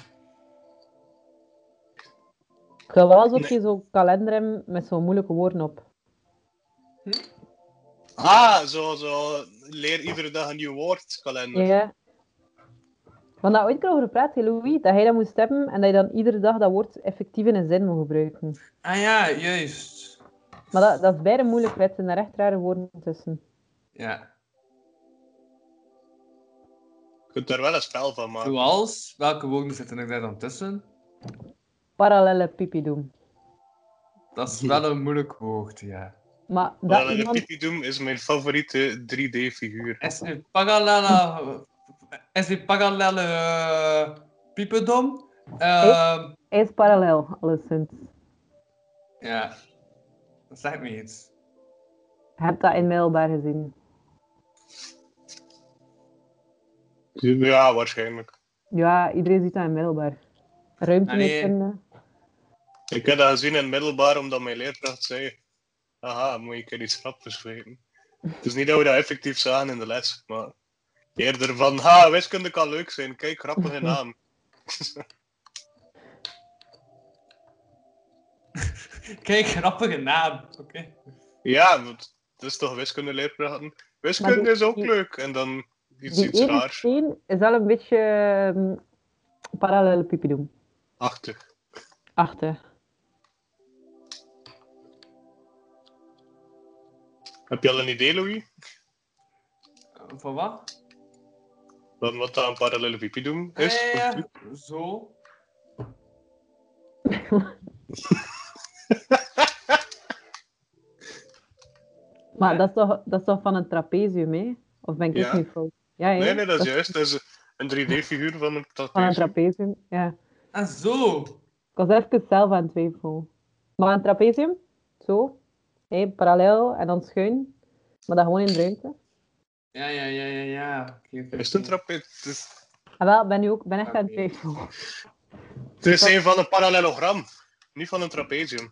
Speaker 3: Ik wil wel eens op
Speaker 4: Nee.
Speaker 3: je zo'n kalender hebben met zo'n moeilijke woorden op.
Speaker 4: Ah, zo, zo. Leer iedere dag een nieuw woord, kalender.
Speaker 3: Ja. Want daar ooit een keer over gepraat, hè, Louis, dat hij dat moest hebben en dat je dan iedere dag dat woord effectief in een zin moet gebruiken.
Speaker 5: Ah ja, juist.
Speaker 3: Maar dat, dat is beide moeilijk, hè. er zijn daar echt rare woorden tussen.
Speaker 5: Ja.
Speaker 4: Je kunt daar wel een spel van maken.
Speaker 5: Zoals, welke woorden zitten er daar dan tussen?
Speaker 3: Parallele pipi doen.
Speaker 5: Dat is wel een moeilijk woord, ja.
Speaker 3: Maar dat
Speaker 4: Wel,
Speaker 3: iemand...
Speaker 4: Pipidoem is mijn favoriete 3D-figuur.
Speaker 5: Is die
Speaker 4: Oh.
Speaker 5: parallele... Is die parallele... eh, piependom? Eh,
Speaker 3: Is parallel, alleszins.
Speaker 5: Ja. Dat zegt me iets.
Speaker 3: Heb dat in middelbaar gezien.
Speaker 4: Ja, waarschijnlijk.
Speaker 3: Ja, iedereen ziet dat in middelbaar. Ruimte
Speaker 5: Ah,
Speaker 3: niet
Speaker 5: nee.
Speaker 3: vinden.
Speaker 4: Ik heb dat gezien in het middelbaar, omdat mijn leerkracht zei... Haha, moet je een keer iets grappigs weten. Het is niet dat we dat effectief zagen in de les, maar... Eerder van, ha, wiskunde kan leuk zijn. Kijk, grappige naam.
Speaker 5: Kijk, grappige naam. Oké.
Speaker 4: ja, want het is toch wiskunde leerkrachten? Wiskunde
Speaker 3: Maar die-
Speaker 4: is ook
Speaker 3: die-
Speaker 4: leuk. En dan iets,
Speaker 3: Die
Speaker 4: iets
Speaker 3: ene
Speaker 4: raars.
Speaker 3: scene is wel een beetje ehm, parallele pipidoem.
Speaker 4: Achter.
Speaker 3: Achter.
Speaker 4: Heb je al een idee, Louis?
Speaker 5: Van wat?
Speaker 4: Van wat dat een parallele pipidoem is?
Speaker 5: Ja, Eh, ja, ja. Zo.
Speaker 3: Maar dat, is toch, dat is toch van een trapezium, hè? Of ben ik
Speaker 4: Ja.
Speaker 3: ook niet fout? Ja, hè?
Speaker 4: Nee, nee, dat is juist. Dat is een 3D-figuur van een
Speaker 3: Van een
Speaker 4: trapeze.
Speaker 3: trapezium, ja.
Speaker 5: En Ah, zo.
Speaker 3: Ik was even zelf aan het twijfelen. Maar een trapezium, zo, hè, parallel en dan schuin, maar dan gewoon in de ruimte.
Speaker 5: Ja, ja, ja, ja, ja. Oké, oké,
Speaker 4: Is het een
Speaker 5: oké.
Speaker 4: trapeze? Het is-
Speaker 3: En Ah, wel, ik ben nu ook ben
Speaker 4: Ah,
Speaker 3: echt aan het
Speaker 5: Oké.
Speaker 3: twijfelen.
Speaker 4: Het is een van een parallelogram, niet van een trapezium.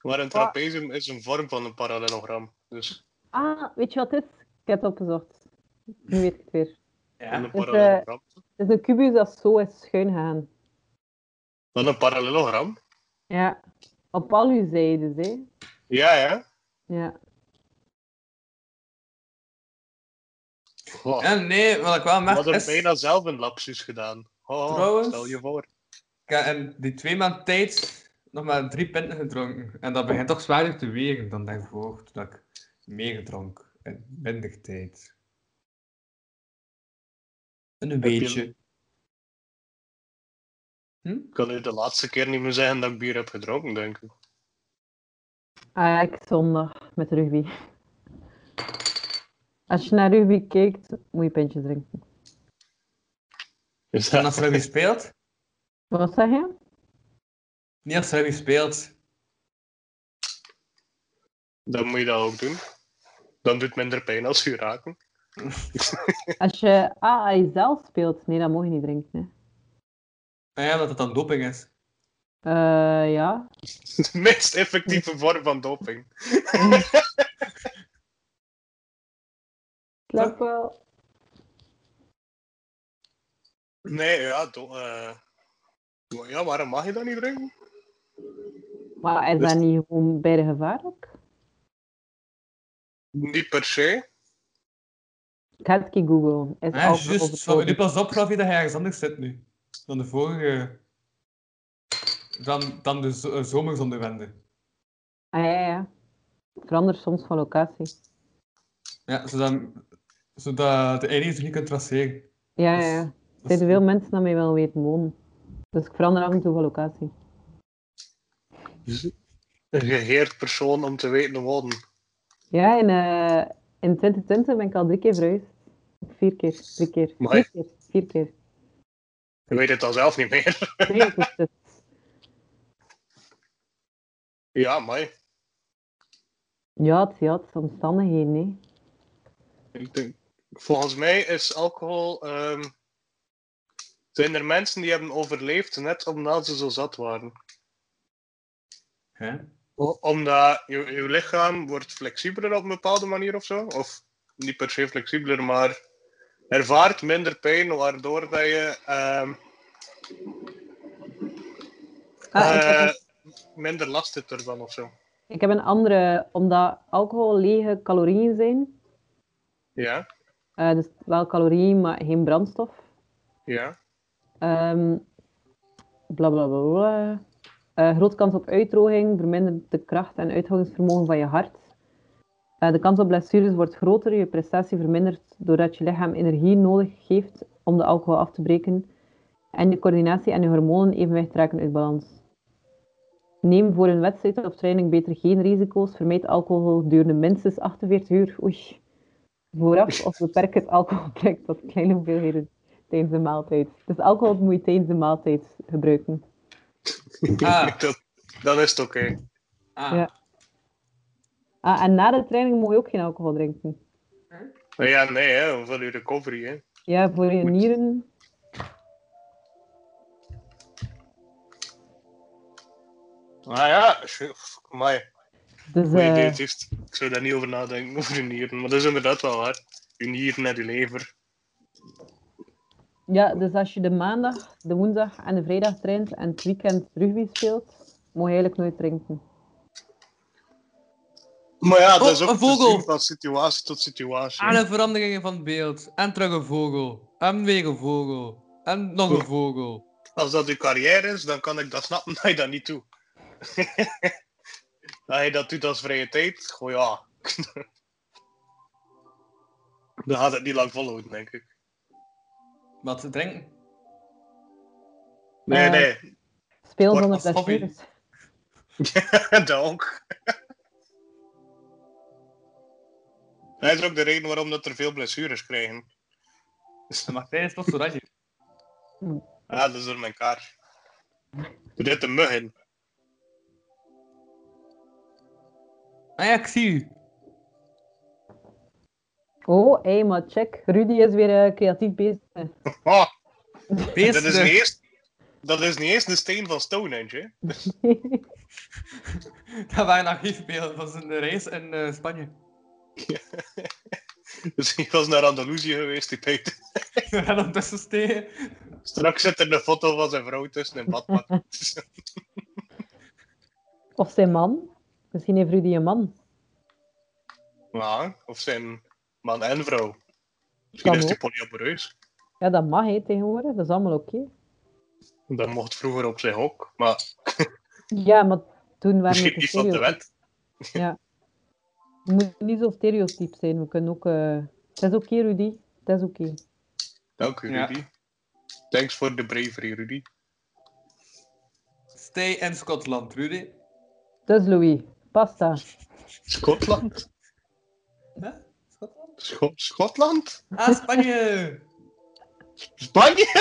Speaker 4: Maar een trapezium is een vorm van een parallelogram. Dus
Speaker 3: Ah, weet je wat het is? Ik heb het opgezocht. Nu weet ik het weer.
Speaker 4: van een
Speaker 5: Ja.
Speaker 3: eh,
Speaker 4: parallelogram.
Speaker 3: Het is een kubus dat zo is schuin gaan.
Speaker 4: Van een parallelogram?
Speaker 3: Ja. Op al uw zijdes, hè.
Speaker 4: Ja, ja.
Speaker 3: Ja.
Speaker 4: Goh,
Speaker 5: ja. Nee, wat ik wel
Speaker 4: we
Speaker 5: merk
Speaker 4: hadden
Speaker 5: is...
Speaker 4: bijna zelf een lapsus gedaan. Oh,
Speaker 5: Trouwens-
Speaker 4: stel je voor.
Speaker 5: Ik heb in die twee maand tijd nog maar drie pinten gedronken. En dat begint toch zwaarder te wegen dan daarvoor, toen ik meer dronk. In minder tijd. Een
Speaker 4: je-
Speaker 5: beetje. Hm?
Speaker 4: Ik kan nu de laatste keer niet meer zeggen dat ik bier heb gedronken, denk ik.
Speaker 3: Ajax zondag met rugby. Als je naar rugby kijkt, moet je pintjes drinken.
Speaker 4: Is
Speaker 5: En
Speaker 4: dat...
Speaker 5: als rugby speelt?
Speaker 3: Wat zeg je?
Speaker 5: Niet als rugby speelt.
Speaker 4: Dan moet je dat ook doen. Dan doet het minder pijn als je raken.
Speaker 3: Als je AI zelf speelt, nee, dan mag je niet drinken, hè.
Speaker 5: Nou ja, dat het dan doping is.
Speaker 3: Eh, ja.
Speaker 4: De meest effectieve vorm van doping.
Speaker 3: Klopt wel.
Speaker 4: Nee, ja, do- eh, maar ja, waarom mag je dat niet drinken?
Speaker 3: Maar is
Speaker 4: Dus-
Speaker 3: dat niet gewoon beide gevaarlijk?
Speaker 4: Niet per se.
Speaker 3: Ik ga het een keer googlen. Is
Speaker 5: Ah Ja,
Speaker 3: alcohol
Speaker 5: juist. Zo, nu
Speaker 3: verboden?
Speaker 5: pas op, Ravi, dat je ergens anders zit nu. Dan de vorige... Dan, dan de zo- eh, zomer zonder wende.
Speaker 3: Ah, ja, ja. Het verandert soms van locatie.
Speaker 5: Ja, zodat, zodat de aliens je niet kunt traceren. Dus-
Speaker 3: Ja, ja, ja. Er zijn veel mensen die mij wel weten wonen. Dus ik verander af en toe van locatie.
Speaker 4: Een geheerd persoon om te weten te wonen.
Speaker 3: Ja, in, eh, in 2020 ben ik al drie keer verhuisd. Vier keer, drie keer.
Speaker 4: Amai.
Speaker 3: Vier keer, vier keer.
Speaker 4: Je weet het dan zelf niet meer.
Speaker 3: Nee, het is het.
Speaker 4: Ja, maar
Speaker 3: Ja, het, ja, het is omstandigheden, nee.
Speaker 4: ik denk, volgens mij is alcohol. ehm, zijn er mensen die hebben overleefd net omdat ze zo zat waren?
Speaker 5: Hè?
Speaker 4: O- Omdat je, je lichaam wordt flexibeler op een bepaalde manier of zo. Of niet per se flexibeler, maar ervaart minder pijn, waardoor dat je ehm,
Speaker 3: Ah, ik, heb
Speaker 4: eh,
Speaker 3: een,
Speaker 4: minder last hebt ervan of zo.
Speaker 3: ik heb een andere, omdat alcohol lege calorieën zijn.
Speaker 4: Ja,
Speaker 3: eh, dus wel calorieën, maar geen brandstof.
Speaker 4: ja.
Speaker 3: Ehm bla bla bla bla. Eh, grote kans op uitdroging, vermindert de kracht en uithoudingsvermogen van je hart. Eh, de kans op blessures wordt groter, je prestatie vermindert doordat je lichaam energie nodig heeft om de alcohol af te breken. En je coördinatie en je hormonen evenwicht raken uit balans. Neem voor een wedstrijd of training beter geen risico's. Vermijd alcohol gedurende minstens 48 uur. Oei. Vooraf of beperk het alcoholgebruik tot kleine hoeveelheden tijdens de maaltijd. Dus alcohol moet je tijdens de maaltijd gebruiken.
Speaker 5: Ah,
Speaker 4: Dan, dan is het oké.
Speaker 5: ah.
Speaker 3: Ja. Ah, en na de training moet je ook geen alcohol drinken.
Speaker 4: Maar Ja, nee, hè, voor je recovery. Hè.
Speaker 3: Ja, voor je nieren.
Speaker 4: Maar Ah ja, sh- amai.
Speaker 3: Dus,
Speaker 4: Goeie
Speaker 3: eh,
Speaker 4: idee, het heeft. Ik zou daar niet over nadenken, over hun nieren. Maar dat is inderdaad wel waar. Hun nieren en hun lever.
Speaker 3: ja, dus als je de maandag, de woensdag en de vrijdag traint en het weekend rugby speelt, moet je eigenlijk nooit drinken.
Speaker 4: Maar ja, dat is
Speaker 5: Oh,
Speaker 4: ook
Speaker 5: een vogel. Ah,
Speaker 4: te zien van situatie tot situatie.
Speaker 5: Aan de veranderingen van het beeld. En terug een vogel. En weer een vogel. En nog een vogel.
Speaker 4: Als dat uw carrière is, dan kan ik dat snappen dat je dat niet doet. dat je dat doet als vrije tijd, goh ja. dan gaat het niet lang volhouden, denk ik.
Speaker 5: Wat te drinken.
Speaker 4: Nee,
Speaker 3: Eh.
Speaker 4: nee,
Speaker 3: Speel
Speaker 4: Wordt
Speaker 3: zonder
Speaker 4: als hobby.
Speaker 3: blessures.
Speaker 4: dat ook. Dat is ook de reden waarom dat er veel blessures krijgen.
Speaker 5: En Martijn is tot zo ratje.
Speaker 4: Ja, dat is door mijn kaart. Er zit een mug in.
Speaker 5: Ah ja, ik zie u.
Speaker 3: Oh, hé, maar check. Rudy is weer eh, creatief bezig.
Speaker 4: Oh,
Speaker 5: Beest.
Speaker 4: dat, is niet eens, dat is niet eens de steen van Stonehenge. hè.
Speaker 5: Dat waren archiefbeelden van zijn race in eh, Spanje.
Speaker 4: Dus ik was naar Andalusië geweest die tijd.
Speaker 5: En ondertussen steken.
Speaker 4: Straks zit er een foto van zijn vrouw tussen een badpak.
Speaker 3: of zijn man. Misschien heeft Rudy een man.
Speaker 4: ja, of zijn man en vrouw. Misschien
Speaker 3: Kan
Speaker 4: is die
Speaker 3: ook.
Speaker 4: polyamoreus.
Speaker 3: Ja, dat mag hè, tegenwoordig. Dat is allemaal oké.
Speaker 4: Dat mocht vroeger op zich ook, maar
Speaker 3: Ja, maar toen waren
Speaker 4: misschien
Speaker 3: het
Speaker 4: niet van de
Speaker 3: stereotypen.
Speaker 4: wet.
Speaker 3: We moeten niet zo stereotyp zijn. We kunnen ook... eh, Het is oké, Rudy. Het is oké.
Speaker 4: Dank u,
Speaker 5: Ja.
Speaker 4: Rudy. Thanks voor de bravery, Rudy.
Speaker 5: Stay in Schotland, Rudy.
Speaker 3: Het is Louis. Pasta.
Speaker 4: Schotland?
Speaker 5: Huh? Schotland?
Speaker 4: Scho- Schotland?
Speaker 5: Ah, Spanje!
Speaker 4: Spanje?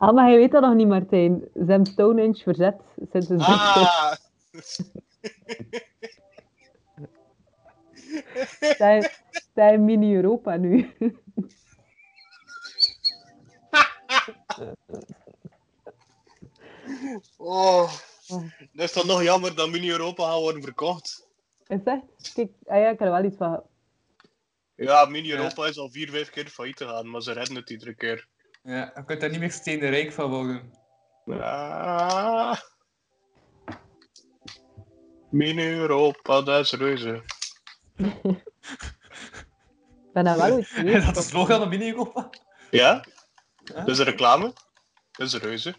Speaker 3: Ah, maar jij weet dat nog niet, Martijn. Ze hebben Stonehenge verzet sinds de
Speaker 4: Ah!
Speaker 3: zijn, zijn mini-Europa nu.
Speaker 4: Oh. Dat is dan nog jammer dat Mini-Europa gaan worden verkocht.
Speaker 3: Is echt? Kijk, ah ja, ik heb er wel iets van...
Speaker 4: Ja, Mini-Europa is al vier, vijf keer failliet gegaan, maar ze redden het iedere keer.
Speaker 5: Ja, je kunt daar niet meer stenen rijk van worden.
Speaker 4: Ah. Mini-Europa, dat is reuze.
Speaker 3: Ik ben daar wel ooit
Speaker 5: Is
Speaker 3: geweest.
Speaker 5: dat de slogan van Mini-Europa?
Speaker 4: Ja? Dat is een reclame. Dat is reuze.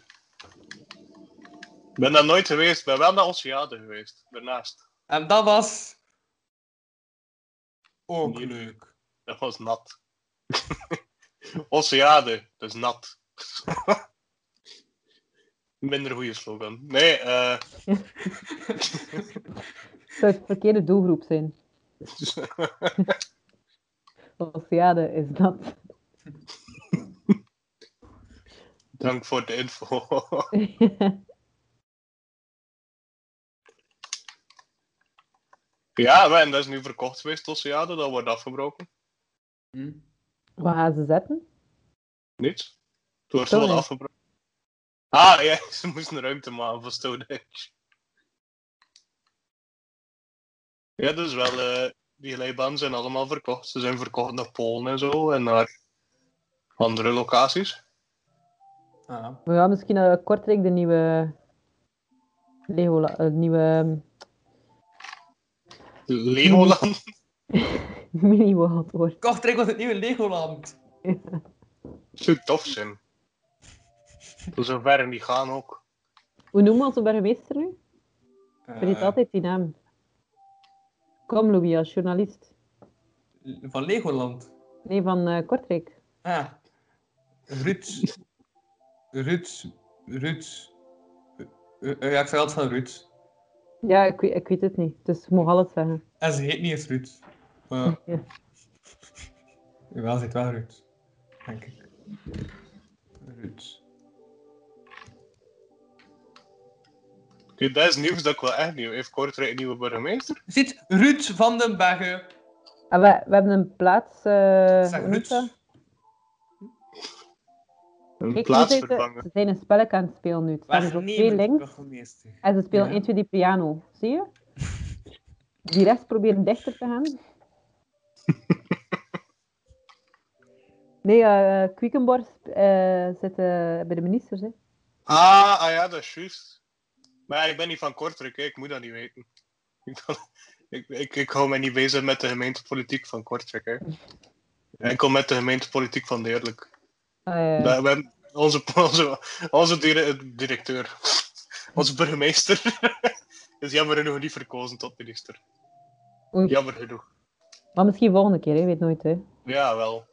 Speaker 4: Ik ben daar nooit geweest, ik ben wel naar Oceade geweest, daarnaast.
Speaker 5: En dat was... Ook
Speaker 4: Nee.
Speaker 5: leuk.
Speaker 4: Dat was nat. Oceade, dat is nat. Minder goede slogan. Nee, eh.
Speaker 3: zou het verkeerde doelgroep zijn. Oceade is dat.
Speaker 4: Dank voor de info. ja, maar en dat is nu verkocht geweest, Oceade. Dat wordt afgebroken.
Speaker 3: Wat gaan ze zetten?
Speaker 4: Niets. Het wordt gewoon
Speaker 3: Stonehenge.
Speaker 4: afgebroken. Ah, ja, ze moesten ruimte maken voor Stonehenge. Ja, dus wel, eh, die glijbanen zijn allemaal verkocht. Ze zijn verkocht naar Polen en zo en naar andere locaties.
Speaker 5: Ah.
Speaker 3: Maar ja, misschien dat Kortrijk de nieuwe... Lego... nieuwe
Speaker 4: Legoland.
Speaker 3: mini-world wordt.
Speaker 5: Kortrijk was het nieuwe Legoland.
Speaker 4: Zou tof zijn. Tot zover die gaan ook.
Speaker 3: Hoe noemen we onze burgemeester nu?
Speaker 5: Eh,
Speaker 3: Ik weet altijd die naam. Kom, Louis, als journalist.
Speaker 5: van Legoland.
Speaker 3: Nee, van eh, Kortrijk.
Speaker 5: Ah. Ruud. Ruud. Ruud. Eh, eh, ja, ik zei altijd van Ruud.
Speaker 3: Ja, ik, weet- ik weet het niet. Dus ik mag alles zeggen.
Speaker 5: En ze heet niet eens Ruud. Maar
Speaker 3: Ja.
Speaker 5: Jawel, zit wel Ruud. Denk ik. Ruud.
Speaker 4: Oké, dat is nieuws dat ik wel echt nieuw. Heeft Kortrijk een nieuwe burgemeester?
Speaker 5: Zit Ruud van den Bergen.
Speaker 3: En Ah, we, we hebben een plaats. eh
Speaker 5: Zeg
Speaker 3: hoe noemt
Speaker 5: Ruud.
Speaker 3: dat?
Speaker 4: Een
Speaker 3: Kijk,
Speaker 4: plaats
Speaker 3: nu zijn ze,
Speaker 4: vervangen.
Speaker 3: ze zijn een spelletje aan het spelen nu. Er
Speaker 5: Waar
Speaker 3: zijn er ook
Speaker 5: niet
Speaker 3: twee
Speaker 5: met de
Speaker 3: links
Speaker 5: burgemeester.
Speaker 3: en ze spelen
Speaker 5: Ja.
Speaker 3: 1, 2, 3 piano. Zie je? Die rechts proberen dichter te gaan. Nee, eh Quickenborg eh, zit eh, bij de ministers. Hè.
Speaker 4: Ah, ah ja, dat is juist. Maar ja, ik ben niet van Kortrijk, hè. ik moet dat niet weten. Ik, ik, ik, ik hou mij niet bezig met de gemeentepolitiek van Kortrijk. Hè. Ja, Ik kom met de gemeentepolitiek van Deerlijk.
Speaker 3: Eh,
Speaker 4: Daar- we hebben onze, onze, onze dire- directeur, onze burgemeester, is jammer genoeg niet verkozen tot minister.
Speaker 3: Oei.
Speaker 4: Jammer genoeg.
Speaker 3: Maar misschien volgende keer, hè. weet nooit. hè.
Speaker 4: Ja, wel.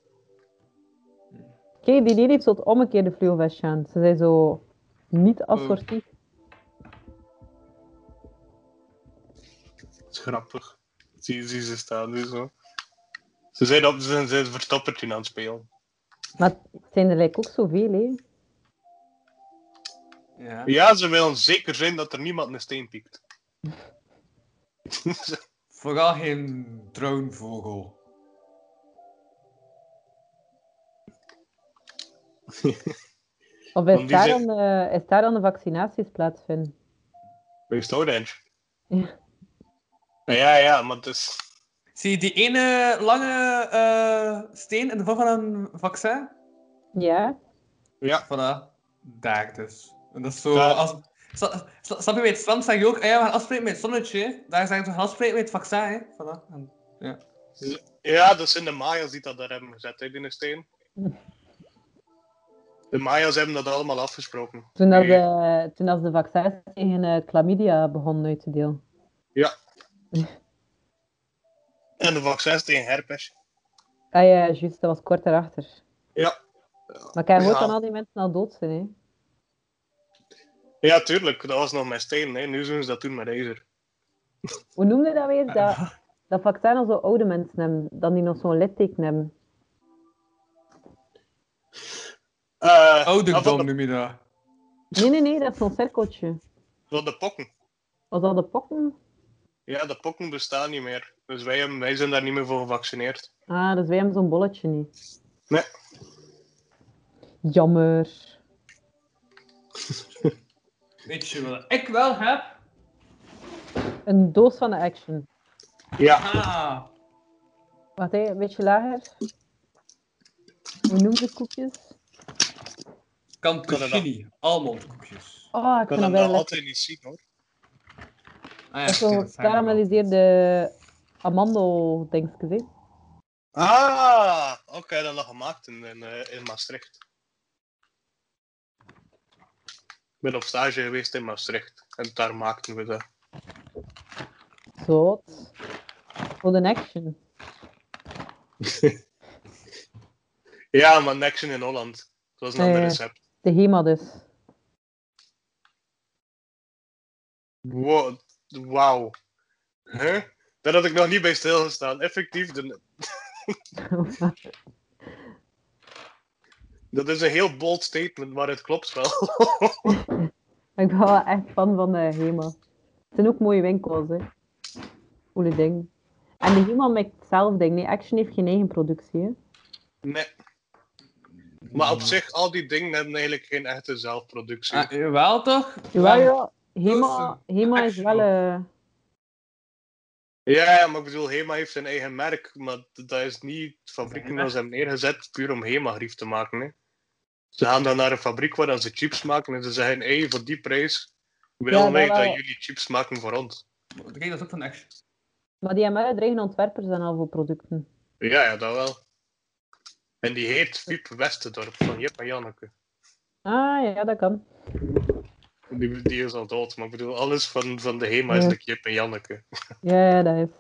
Speaker 3: Kijk, die ene heeft zo het omgekeerde vleugelsje aan. Ze zijn zo
Speaker 4: Oh.
Speaker 3: niet assortief.
Speaker 4: Het is grappig. Zie, zie ze staan nu zo. Ze zijn op ze zijn, ze zijn verstoppertje aan het spelen.
Speaker 3: Maar het zijn er lijkt ook zoveel, hè.
Speaker 5: Ja.
Speaker 4: Ja, ze willen zeker zijn dat er niemand een steen piekt.
Speaker 5: Vooral geen droomvogel.
Speaker 3: Of
Speaker 4: Want die
Speaker 3: is daar,
Speaker 4: zegt-
Speaker 3: dan, eh, is daar dan de vaccinaties plaatsvinden?
Speaker 4: Wees het orange.
Speaker 3: Ja.
Speaker 4: Ja, ja, maar dus- het is...
Speaker 5: Zie je die ene lange eh, steen in de vorm van een vaccin?
Speaker 3: Ja,
Speaker 4: Ja,
Speaker 5: Voilà, daar dus. En dat is zo.
Speaker 4: Daar.
Speaker 5: Als, sta- sta- snap je, bij het strand zeg je ook, ah ja, we gaan afspreken met het zonnetje. hè. Daar zeggen ze, we gaan afspreken met het vaccin. Hè. Voilà. En,
Speaker 4: ja, dat zijn de Maya's die dat daar hebben gezet, hè, die steen. De Maya's hebben dat allemaal afgesproken.
Speaker 3: toen, dat
Speaker 4: Nee.
Speaker 3: de, toen dat ze de vaccins tegen eh, chlamydia begonnen uit te delen.
Speaker 4: En de vaccins tegen herpes.
Speaker 3: Ah ja, juist, dat was kort daarachter.
Speaker 4: Ja.
Speaker 3: Maar kijk, hoort
Speaker 4: Ja.
Speaker 3: dan al die mensen al dood zijn, hè.
Speaker 4: Ja, tuurlijk. Dat was nog met steen. Hè. Nu doen ze dat toen met ijzer.
Speaker 3: Hoe noemde je dat weer? Dat, dat vaccin al zo oude mensen hebben, dan die nog zo'n litteken hebben.
Speaker 4: Eh, ah,
Speaker 5: Ouderdom
Speaker 4: van, de,
Speaker 5: noem je dat.
Speaker 3: Nee, nee, nee, dat is zo'n cirkeltje.
Speaker 4: van de pokken.
Speaker 3: Was dat de pokken?
Speaker 4: Ja, de pokken bestaan niet meer. Dus wij, hebben- wij zijn daar niet meer voor gevaccineerd.
Speaker 3: Ah, dus wij hebben zo'n bolletje niet.
Speaker 4: Nee.
Speaker 3: Jammer.
Speaker 5: Weet je wat ik wel heb?
Speaker 3: Een doos van de action.
Speaker 4: Ja.
Speaker 5: Ah,
Speaker 3: Wacht, hé, een beetje lager. Hoe noem je koekjes?
Speaker 5: cantuccini, almondkoekjes.
Speaker 3: Oh, ik
Speaker 4: Ik kan
Speaker 3: vind dat
Speaker 4: hem
Speaker 3: wel
Speaker 4: nou
Speaker 3: lekker.
Speaker 4: altijd niet zien, hoor.
Speaker 5: Ah ja,
Speaker 3: Dat is
Speaker 5: oké,
Speaker 3: zo'n
Speaker 5: dat zijn er wel.
Speaker 3: gekarameliseerde amandel-dingetjes, hè.
Speaker 4: Ah, oké, dat had dat gemaakt in, in, eh, in Maastricht. Ik ben op stage geweest in Maastricht en daar maakten we dat.
Speaker 3: Zot. Voor de action.
Speaker 4: Ja, maar Action in Holland. Het was een
Speaker 3: Ja,
Speaker 4: ander
Speaker 3: ja.
Speaker 4: recept.
Speaker 3: De HEMA dus.
Speaker 4: Wow. Wauw. Huh? Daar had ik nog niet bij stilgestaan. Effectief, de- dat is een heel bold statement, maar het klopt wel.
Speaker 3: ik ben wel echt fan van de HEMA. Het zijn ook mooie winkels, hè. Coole ding. En de HEMA maakt zelf ding. Nee, Action heeft geen eigen productie, hè.
Speaker 4: nee. Maar op zich, al die dingen hebben eigenlijk geen echte zelfproductie.
Speaker 5: Ah, jawel toch?
Speaker 3: Jawel, ja. HEMA,
Speaker 5: Dozen.
Speaker 3: HEMA is wel... eh,
Speaker 4: Ja, ja, maar ik bedoel, Hema heeft zijn eigen merk, maar d- dat is niet fabrieken dat ze hebben neergezet puur om Hema-grief te maken. Hè. Ze gaan dan naar een fabriek waar dan ze chips maken en ze zeggen, hé, hey, voor die prijs willen
Speaker 3: dat
Speaker 4: wij dat
Speaker 3: wel.
Speaker 4: jullie chips maken voor ons.
Speaker 5: Kijk, dat is ook van Action.
Speaker 3: Maar die hebben wel eigen ontwerpers en al voor producten.
Speaker 4: Ja, ja, dat wel. En die heet Fiep Westendorp, van Jip en Janneke.
Speaker 3: Ah, ja, dat kan.
Speaker 4: Die, die is al dood, maar ik bedoel, alles van, van de Hema is
Speaker 3: Ja.
Speaker 4: like Jip en Janneke.
Speaker 3: Ja, ja, dat is.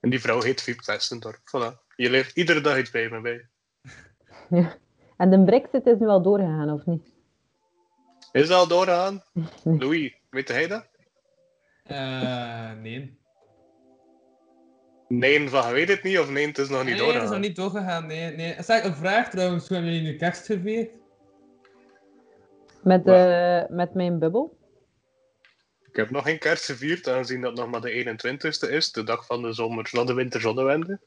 Speaker 4: En die vrouw heet Fiep Westendorp, voilà. Je leert iedere dag iets bij me bij.
Speaker 3: En de brexit is nu al doorgegaan, of niet?
Speaker 4: Is dat al doorgaan? Louis, weet hij dat?
Speaker 5: Eh, nee.
Speaker 4: Nee, van je weet het niet of nee, het is nog niet
Speaker 5: nee, dat is nog
Speaker 4: doorgegaan.
Speaker 5: niet doorgegaan. Nee, nee. Zeg, een vraag trouwens. Hoe hebben jullie nu kerst gevierd?
Speaker 3: Met, eh, met mijn bubbel.
Speaker 4: Ik heb nog geen kerst gevierd, aangezien dat nog maar de 21ste is, de dag van de zomer, na de winter zonnewende.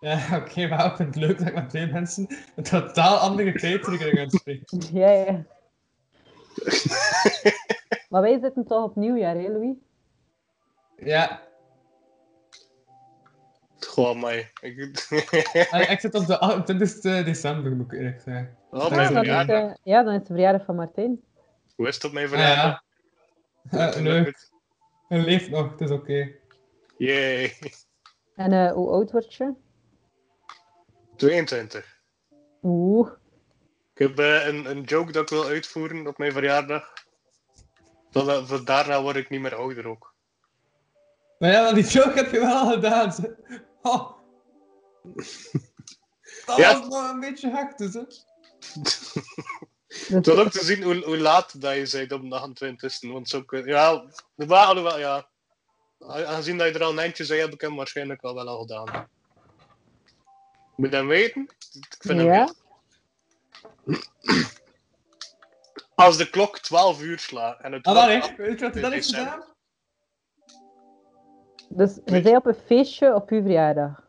Speaker 5: Ja, oké, maar ik vind het leuk dat ik met twee mensen een totaal andere tijdrekening aan het spreken.
Speaker 3: Ja, ja. maar wij zitten toch op nieuwjaar, hè, Louis?
Speaker 5: Ja,
Speaker 4: Goh, mij. Ik...
Speaker 5: ik, ik zit op de 28 eh, december, moet ik eerlijk zeggen.
Speaker 4: oh,
Speaker 3: Ah,
Speaker 4: mijn
Speaker 3: dan is, eh,
Speaker 4: verjaardag.
Speaker 3: ja, dan is het de verjaardag van Martijn.
Speaker 4: Hoe is het op mijn
Speaker 5: Ah,
Speaker 4: verjaardag?
Speaker 5: ja. Eh, leuk. Hij leeft nog, het is oké.
Speaker 4: Jee.
Speaker 3: En eh, hoe oud word je?
Speaker 4: 22.
Speaker 3: Oeh.
Speaker 4: Ik heb eh, een, een joke dat ik wil uitvoeren op mijn verjaardag. Van, eh, van daarna word ik niet meer ouder ook.
Speaker 5: Maar ja, want die joke heb je wel al gedaan. zo. Oh. Dat
Speaker 4: Ja.
Speaker 5: was nog een beetje hard, dus. hè.
Speaker 3: Dus-
Speaker 4: Het was ook te zien hoe, hoe laat dat je bent op de 28e. Want zo kun Ja, maar alhoewel, ja. A- Aangezien dat je er al een eindje zei, heb ik hem waarschijnlijk al wel al gedaan. Moet je hem weten? Ik vind hem
Speaker 3: Ja?
Speaker 4: weten. Als de klok 12 uur slaat en het
Speaker 5: Ah,
Speaker 4: wordt
Speaker 5: wel,
Speaker 4: acht
Speaker 5: hè. Weet je wat hij dan heeft
Speaker 4: december.
Speaker 5: gedaan?
Speaker 3: Dus je zei op een feestje op uw verjaardag.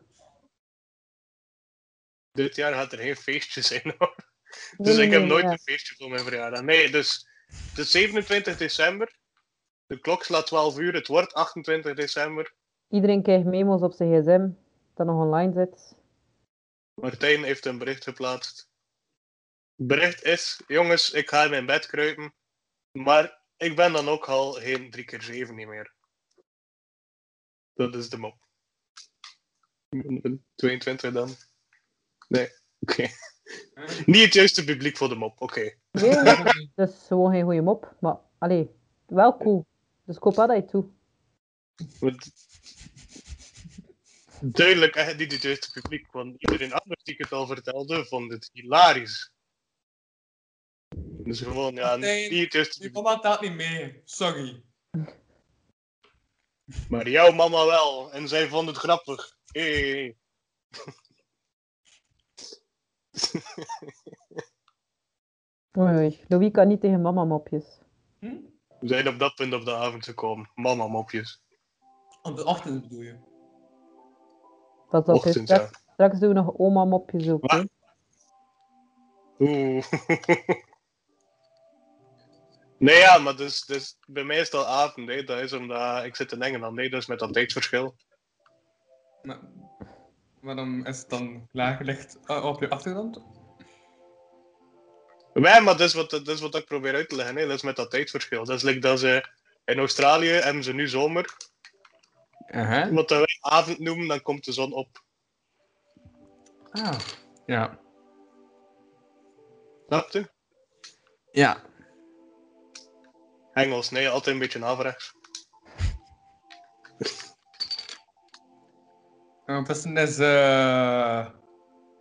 Speaker 4: Dit jaar gaat er geen feestje zijn hoor.
Speaker 3: Nee,
Speaker 4: Dus
Speaker 3: nee,
Speaker 4: ik heb
Speaker 3: nee,
Speaker 4: nooit
Speaker 3: ja.
Speaker 4: een feestje voor mijn verjaardag. Nee, dus het is 27 december. De klok slaat 12 uur. Het wordt 28 december.
Speaker 3: Iedereen krijgt memo's op zijn gsm, dat nog online zit.
Speaker 4: Martijn heeft een bericht geplaatst. Het bericht is: Jongens, ik ga in mijn bed kruipen. Maar ik ben dan ook al geen 3 keer 7 niet meer. Dat is de mop. 22 dan? Nee, oké. Niet het juiste publiek voor de mop, oké.
Speaker 3: Nee, nee, dat is gewoon geen goede mop. Maar, allee, wel cool. Dus koop wel dat je toe.
Speaker 4: Want... Duidelijk, echt niet het juiste publiek, want iedereen anders die ik het al vertelde, vond het hilarisch. Dus gewoon, ja,
Speaker 5: Nee.
Speaker 4: niet het juiste
Speaker 5: Die
Speaker 4: publiek.
Speaker 5: mama taalt niet mee, sorry.
Speaker 4: Maar jouw mama wel, en zij vond het grappig. Hey.
Speaker 3: Oei, oei. Louis kan niet tegen mama mopjes.
Speaker 5: Hm?
Speaker 4: We zijn op dat punt op de avond gekomen. Mama mopjes.
Speaker 5: Op de ochtend bedoel je.
Speaker 3: Pas op, hè.
Speaker 4: Ochtend,
Speaker 3: straks,
Speaker 4: ja.
Speaker 3: straks doen we nog oma mopjes ook. hè.
Speaker 4: Wat? Oeh. Nee, ja, maar dus, dus bij mij is het al avond, hè. Dat is omdat ik zit in Engeland, nee, dus met dat tijdsverschil.
Speaker 5: Maar, waarom is het dan klaargelegd eh, op je achtergrond?
Speaker 4: Ja, maar dat is, wat, dat is wat ik probeer uit te leggen. Hè. Dat is met dat tijdverschil. Dat is like dat ze in Australië hebben ze nu zomer.
Speaker 5: Aha.
Speaker 4: Wat dat wij avond noemen, dan komt de zon op.
Speaker 5: Ah. Ja.
Speaker 4: Snap je?
Speaker 5: Ja.
Speaker 4: Engels, nee, altijd een beetje averechts.
Speaker 5: En we passen is eh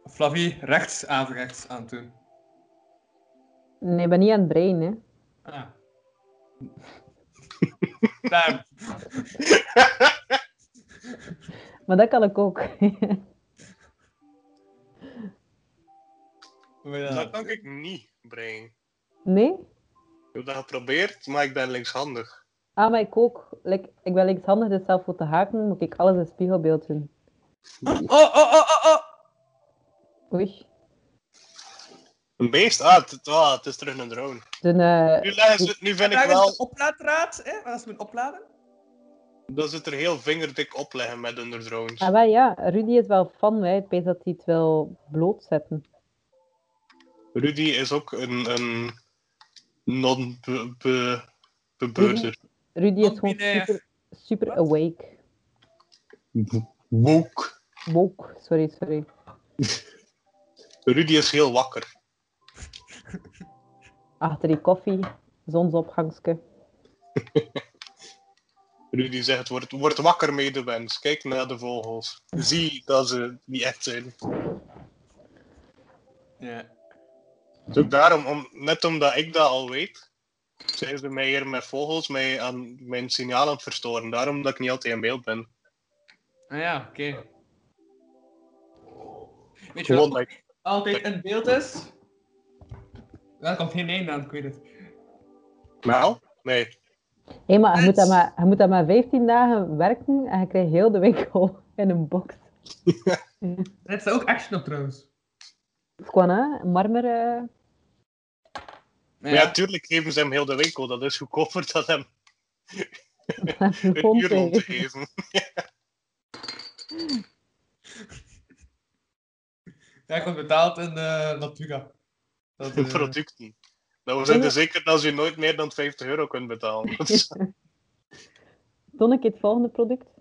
Speaker 5: Flavie rechts averechts aan het doen.
Speaker 3: Nee, ik ben niet aan het brein, hè.
Speaker 5: Ah. Damn.
Speaker 3: Maar dat kan ik ook.
Speaker 5: Maar ja.
Speaker 4: Dat kan ik niet brengen.
Speaker 3: nee?
Speaker 4: Ik heb dat geprobeerd, maar ik ben linkshandig.
Speaker 3: Ah, maar ik ook. Like, ik ben linkshandig, dus zelf voor te haken moet ik alles in spiegelbeeld doen.
Speaker 5: Oh, oh, oh, oh, oh!
Speaker 3: Oei.
Speaker 4: Een beest? Ah, het, het- ah, het is terug een drone.
Speaker 3: Dus, eh,
Speaker 4: Nu, leggen ze, het- nu vind ik
Speaker 5: Daar is de
Speaker 4: wel
Speaker 5: oplaadraad, hè? Waar is mijn opladen?
Speaker 4: dat ze het er heel vingerdik op leggen met hun drones.
Speaker 3: ah, wel ja, Rudy is wel fan, wij. Ik weet dat hij het wil blootzetten.
Speaker 4: Rudy is ook een, een non-bebeurder.
Speaker 3: Rudy is gewoon
Speaker 5: Non-binair.
Speaker 3: super, super awake.
Speaker 4: Woke.
Speaker 3: Woke, sorry, sorry.
Speaker 4: Rudy is heel wakker.
Speaker 3: Achter die koffie, zonsopgangske.
Speaker 4: Rudy zegt, word, word wakker medewens. Kijk naar de vogels. Zie dat ze niet echt zijn.
Speaker 5: Ja.
Speaker 4: Dus ook daarom, om, net omdat ik dat al weet, Zijn ze mij hier met vogels mij aan mijn signaal aan het verstoren. Daarom dat ik niet altijd in beeld ben.
Speaker 5: Ah ja, oké. Weet je
Speaker 4: Gewoon
Speaker 5: wat
Speaker 4: dat ik...
Speaker 5: altijd in beeld is? Daar komt geen einde aan, ik weet het.
Speaker 4: Nou? Nee.
Speaker 3: Hé, maar je moet, dat
Speaker 5: Mensen.
Speaker 3: maar je moet dat maar 15 dagen werken en je krijgt heel de winkel in een box.
Speaker 5: Er staat ook action op trouwens.
Speaker 3: Het is gewoon, hè, marmer. eh.
Speaker 5: Maar
Speaker 4: Maar ja, tuurlijk geven ze hem heel de winkel. Dat is goedkoper dan hem een
Speaker 3: Gewoon
Speaker 4: uur rond te
Speaker 3: tegen.
Speaker 4: geven.
Speaker 5: Ja, ik word betaald in eh Natura. Dat,
Speaker 4: De
Speaker 5: eh,
Speaker 4: producten. Dan zijn er zeker dat ze nooit meer dan 50 euro kunt betalen. Dus, Dat is-
Speaker 3: Toon ik het volgende product? Ik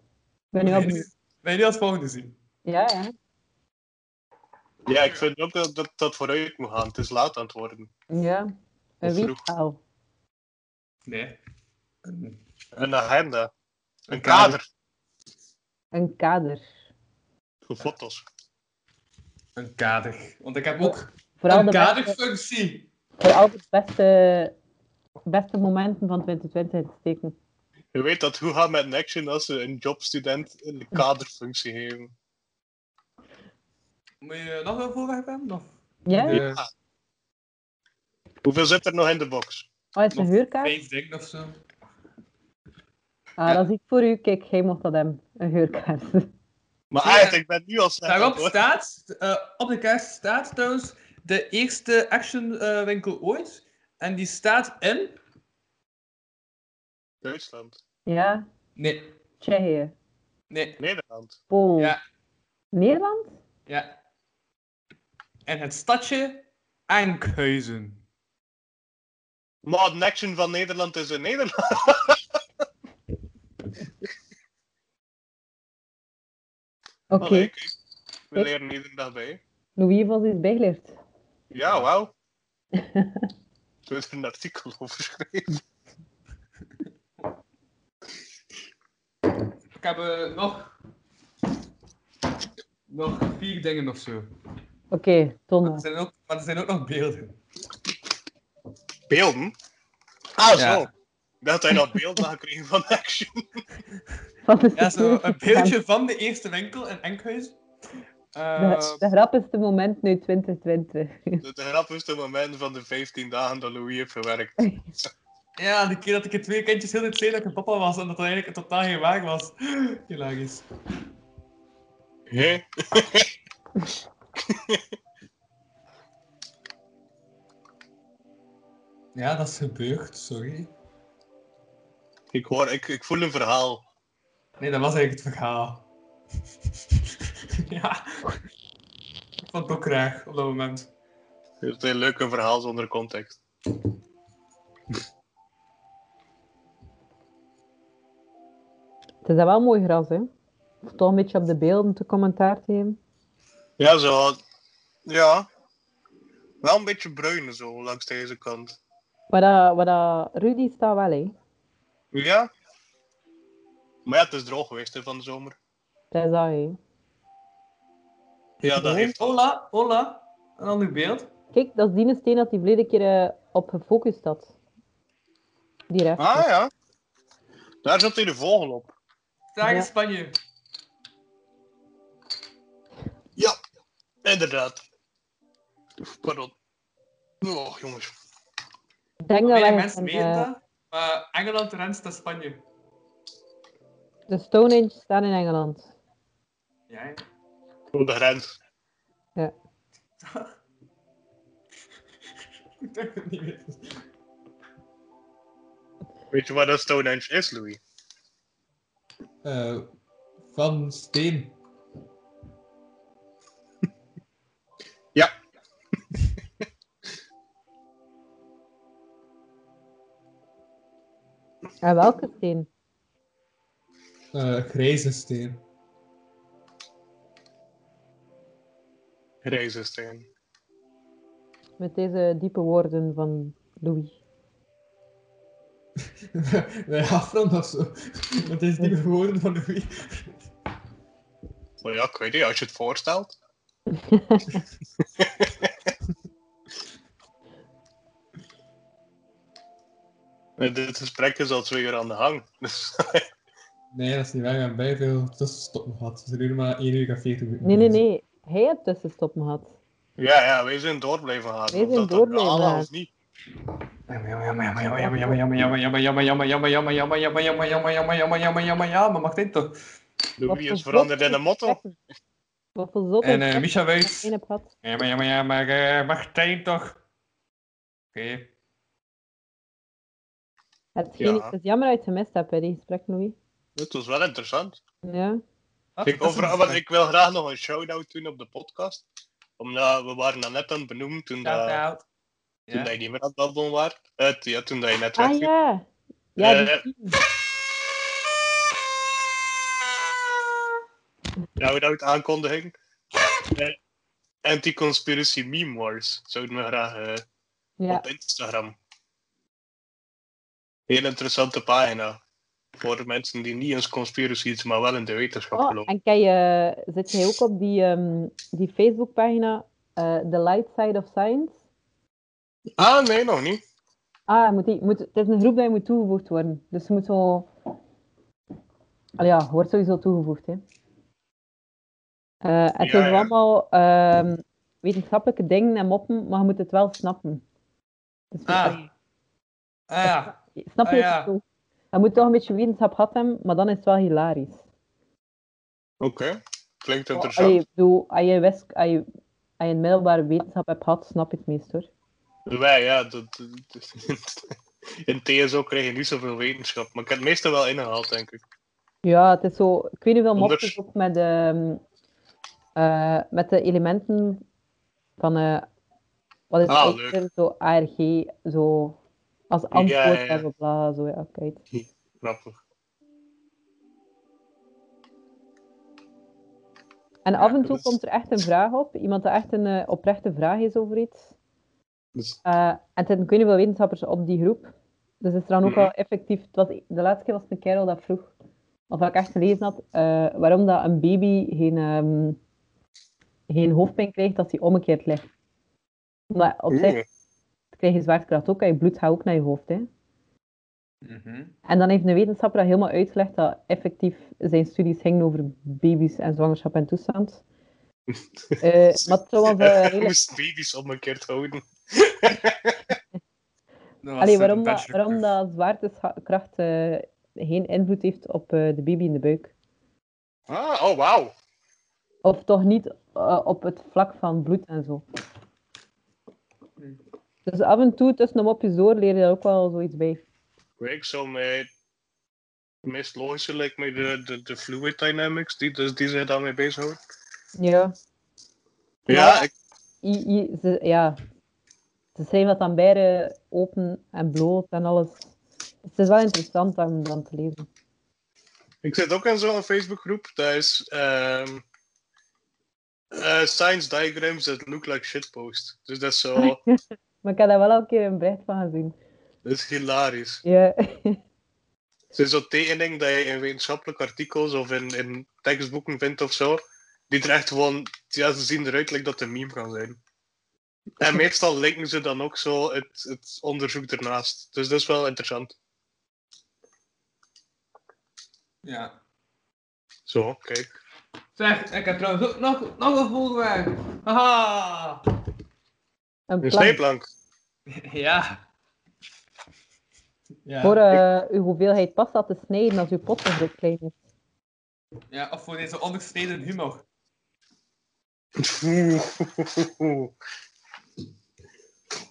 Speaker 3: ben nu al benieuwd.
Speaker 5: Ben je niet als volgende zien?
Speaker 3: Ja, ja.
Speaker 4: Ja, ik vind ook dat dat, dat vooruit moet gaan. Het is laat aan het worden.
Speaker 3: Ja. Een
Speaker 4: Of vroeg.
Speaker 3: wietpaal.
Speaker 5: Nee.
Speaker 4: Een agenda. Een
Speaker 5: Een
Speaker 4: kader.
Speaker 3: Een kader.
Speaker 4: Voor foto's.
Speaker 5: Een kader. Want ik heb ook
Speaker 3: Vooral
Speaker 5: een
Speaker 3: de beste,
Speaker 5: kaderfunctie.
Speaker 3: vooral de beste, beste momenten van 2020 in te steken.
Speaker 4: Je weet dat hoe gaat met een action als ze een jobstudent een kaderfunctie geven.
Speaker 5: Moet je nog een voorwerp hebben? Of?
Speaker 3: Ja?
Speaker 5: Eh,
Speaker 4: Hoeveel zit er nog in de box?
Speaker 3: Oh, is het een
Speaker 5: nog
Speaker 3: huurkaart?
Speaker 5: Vijf dingen of zo.
Speaker 3: Ah, dat is iets voor u. Kijk, jij mocht dat hebben. Een huurkaart.
Speaker 4: Maar
Speaker 5: Ja.
Speaker 4: eigenlijk, ik ben nu al snel. aan
Speaker 5: Daarop
Speaker 4: het worden.
Speaker 5: staat, eh, op de kaart staat trouwens de eerste actionwinkel ooit. En die staat in.
Speaker 4: Duitsland.
Speaker 3: Ja?
Speaker 5: Nee,
Speaker 3: Tsjechië.
Speaker 5: nee,
Speaker 4: Nederland.
Speaker 3: Polen.
Speaker 5: Ja.
Speaker 3: Nederland?
Speaker 5: ja. En het stadje Enkhuizen.
Speaker 4: Maar een action van Nederland is in Nederland.
Speaker 3: Oké.
Speaker 4: Allee, kijk. We leren iedere dag bij.
Speaker 3: Louis heeft ons iets bijgeleerd.
Speaker 4: Ja, wauw. Er is een artikel over geschreven.
Speaker 5: Ik heb eh, nog. Nog vier dingen of zo.
Speaker 3: Oké, Ton.
Speaker 5: Er zijn ook, maar er zijn ook nog beelden.
Speaker 4: Beelden? Ah,
Speaker 5: Ja.
Speaker 4: zo. Ik dacht Dat hij nog beelden had gekregen van action.
Speaker 3: Wat is
Speaker 5: Ja,
Speaker 3: het
Speaker 5: zo een
Speaker 3: nieuws?
Speaker 5: beeldje van de eerste winkel in Enkhuizen. Eh,
Speaker 3: De, de grappigste moment nu 2020.
Speaker 4: De, de grappigste moment van de 15 dagen dat Louis heeft gewerkt.
Speaker 5: Ja, die keer dat ik het twee kindjes heel de tijd zei dat ik een papa was en dat dat eigenlijk totaal geen waar was. Hilarisch.
Speaker 4: Hé?
Speaker 5: Ja, dat is gebeurd, sorry.
Speaker 4: Ik, hoor, ik, ik voel een verhaal.
Speaker 5: Nee, dat was eigenlijk het verhaal. ja. Ik vond het ook graag op dat moment.
Speaker 4: Het is een leuke verhaal zonder context.
Speaker 3: Het is dat wel mooi gras, hè? Of toch een beetje op de beelden te commentaar te geven.
Speaker 4: Ja, zo. Ja. Wel een beetje bruin zo, langs deze kant.
Speaker 3: Maar dat, maar dat Rudy staat wel, hè?
Speaker 4: Ja. Maar ja, het is droog geweest hè, van de zomer.
Speaker 3: Dat is dat, hè?
Speaker 4: Ja, dat heeft...
Speaker 5: Hola, hola. Een ander beeld.
Speaker 3: Kijk, dat is die steen dat hij verleden keer eh, op gefocust had. Die ref.
Speaker 4: Ah, ja. Daar zat hij de vogel op.
Speaker 5: Daar
Speaker 3: Ja.
Speaker 5: in Spanje.
Speaker 4: Ja. Inderdaad. Oef, Pardon. Oh, jongens.
Speaker 3: Ik denk dat
Speaker 5: Weinig
Speaker 3: wij
Speaker 5: mensen
Speaker 3: een,
Speaker 5: weten
Speaker 3: eh,
Speaker 5: dat. Maar Engeland renst naar Spanje.
Speaker 3: de Stone Age staan in Engeland.
Speaker 5: Ja, ja.
Speaker 4: Op de grens.
Speaker 5: ik dacht het niet weten.
Speaker 4: Weet je wat dat Stonehenge is, Louis?
Speaker 5: Eh, van steen.
Speaker 4: Ja.
Speaker 3: En welke steen?
Speaker 5: Eh, grijze steen.
Speaker 4: Reizensteen.
Speaker 3: Met deze diepe woorden van Louis.
Speaker 5: Wij afronden of zo. Want het is niet geworden van Louis.
Speaker 4: Maar ja, ik weet niet, als je het voorstelt. Nee, dit gesprek is al twee uur aan de gang.
Speaker 5: Nee, dat is niet waar. We hebben bij veel tussenstoppen gehad. We zijn nu maar 1 uur en 40 minuten.
Speaker 3: Nee, nee, nee. Hij heeft tussenstoppen gehad.
Speaker 4: ja, ja, wij zijn door blijven gaan.
Speaker 3: Wij zijn door blijven
Speaker 4: gaan.
Speaker 3: gaan.
Speaker 4: Of niet.
Speaker 5: Jammer, jammer, jammer, jammer, jammer, jammer, jammer, jammer, jammer, jammer, jammer, jammer, jammer, jammer, jammer, jammer, jammer, jammer, jammer, mag dit toch?
Speaker 3: Wat
Speaker 4: Louis
Speaker 3: voor
Speaker 4: is veranderd in
Speaker 3: zotte
Speaker 4: een motto.
Speaker 3: gesprekken. Wat voor zotte
Speaker 5: En eh
Speaker 3: gesprekken
Speaker 5: Misha
Speaker 3: ik
Speaker 5: weet.
Speaker 3: erin heb gehad.
Speaker 5: Jammer, jammer, jammer, eh, mag dit toch? Oké.
Speaker 3: Hetgeen
Speaker 4: Ja.
Speaker 3: het is jammer dat je het gemist hebt bij die gesprek, Louis.
Speaker 4: Het was wel interessant.
Speaker 3: Ja.
Speaker 4: Ik, over, want ik wil graag nog een shout-out doen op de podcast. Omdat we waren dat net aan het benoemen toen, dat,
Speaker 5: Shout-out.
Speaker 4: toen
Speaker 5: Ja.
Speaker 4: dat je niet meer aan het babbelen was. ja, toen dat je net
Speaker 3: Ah
Speaker 4: wegviel.
Speaker 3: ja. Ja, die
Speaker 4: Eh,
Speaker 3: tien.
Speaker 4: Shout-out Nou, aankondiging. Eh, Anti-conspiracy meme wars. Zouden we graag eh,
Speaker 3: Ja.
Speaker 4: op Instagram. Heel interessante pagina. Voor de mensen die niet in conspiracy zitten, maar wel in de wetenschap
Speaker 3: Oh,
Speaker 4: geloven.
Speaker 3: en kijk, eh, zit je ook op die, ehm, die Facebookpagina eh The Light Side of Science?
Speaker 4: Ah, nee, nog niet.
Speaker 3: Ah, moet die, moet, het is een groep die moet toegevoegd worden. Dus je moet zo... Allee, ja, je wordt sowieso toegevoegd, hè. Eh, het
Speaker 4: Ja,
Speaker 3: is
Speaker 4: ja.
Speaker 3: allemaal ehm, wetenschappelijke dingen en moppen, maar je moet het wel snappen. Dus
Speaker 5: Ah. Ah ja.
Speaker 3: je- snap je
Speaker 5: ah,
Speaker 3: het
Speaker 5: ja.
Speaker 3: verschil? Je moet toch een beetje wetenschap gehad hebben, maar dan is het wel hilarisch.
Speaker 4: Oké. Klinkt interessant.
Speaker 3: Oh, Allee, ik bedoel, als je, wisk, als, je, als je een middelbare wetenschap hebt gehad, snap je het meest, hoor.
Speaker 4: Wij, ja. Dat, dat- in TSO krijg je niet zoveel wetenschap. Maar ik heb het meeste wel ingehaald, denk ik.
Speaker 3: Ja, het is zo. Ik weet niet hoeveel
Speaker 4: Anders-
Speaker 3: mopjes ook met, ehm, eh, met de elementen van. eh, wat is
Speaker 4: Ah,
Speaker 3: het?
Speaker 4: leuk.
Speaker 3: ijzer, Zo ARG, zo. Als antwoord,
Speaker 4: ja, ja.
Speaker 3: bla bla bla. Zo, ja, kijk.
Speaker 4: Grappig.
Speaker 3: En af en
Speaker 4: dat
Speaker 3: toe
Speaker 4: is-
Speaker 3: komt er echt een vraag op. Iemand dat echt een eh, oprechte vraag is over iets.
Speaker 4: Dus-
Speaker 3: Eh, en het zijn ik weet niet hoeveel wetenschappers op die groep. Dus het is dan ook
Speaker 4: Mhm.
Speaker 3: wel effectief. Het was, e- de laatste keer was het een kerel dat vroeg, of dat ik echt gelezen had, eh, waarom dat een baby geen, ehm, geen hoofdpijn krijgt als hij omgekeerd ligt. Maar op zich
Speaker 4: Oeh,
Speaker 3: krijg je zwaartekracht ook en je bloed gaat ook naar je hoofd. Hè.
Speaker 5: Mhm.
Speaker 3: En dan heeft een wetenschapper dat helemaal uitgelegd dat effectief zijn studies gingen over baby's en zwangerschap en toestand. Eh, maar het was eh,
Speaker 4: Hij
Speaker 3: redelijk-
Speaker 4: moest baby's omgekeerd houden.
Speaker 5: Dat was
Speaker 3: Allee,
Speaker 5: een
Speaker 3: waarom, dat,
Speaker 5: bachelor
Speaker 3: waarom dat zwaartekracht eh, geen invloed heeft op eh, de baby in de buik.
Speaker 4: Ah, oh, wauw.
Speaker 3: Of toch niet eh, op het vlak van bloed en zo. Dus af en toe, tussen de mopjes door, leer je daar ook wel zoiets bij.
Speaker 4: Ik zou mij... Het meest logische lijkt mij de, de, de fluid dynamics, die, dus die zich daarmee bezighouden.
Speaker 3: Ja.
Speaker 4: Ja, ik,
Speaker 3: I, I- ze, ja. Ze schrijven dat dan beide open en bloot en alles. Het is wel interessant om dan te lezen.
Speaker 4: ik zit ook in zo'n Facebookgroep. Daar is ehm, eh, science diagrams that look like shitpost. Dus dat is zo...
Speaker 3: Maar ik heb daar wel al een keer een bericht van gezien.
Speaker 4: dat is hilarisch.
Speaker 3: Ja.
Speaker 4: Het is zo'n tekening dat je in wetenschappelijke artikels of in, in tekstboeken vindt of zo. Die er echt gewoon... Ja, ze zien eruit like dat het een meme kan zijn. En meestal linken ze dan ook zo het, het onderzoek ernaast. Dus dat is wel interessant.
Speaker 5: Ja.
Speaker 4: Zo, kijk.
Speaker 5: Zeg, ik heb trouwens ook nog, nog een volgwerk. Haha.
Speaker 3: Een
Speaker 4: Een
Speaker 3: plan.
Speaker 4: snijplank.
Speaker 5: Ja. Ja.
Speaker 3: Voor eh, uw hoeveelheid pasta te snijden als uw pot zo klein is.
Speaker 5: ja, of voor deze ongesneden humor.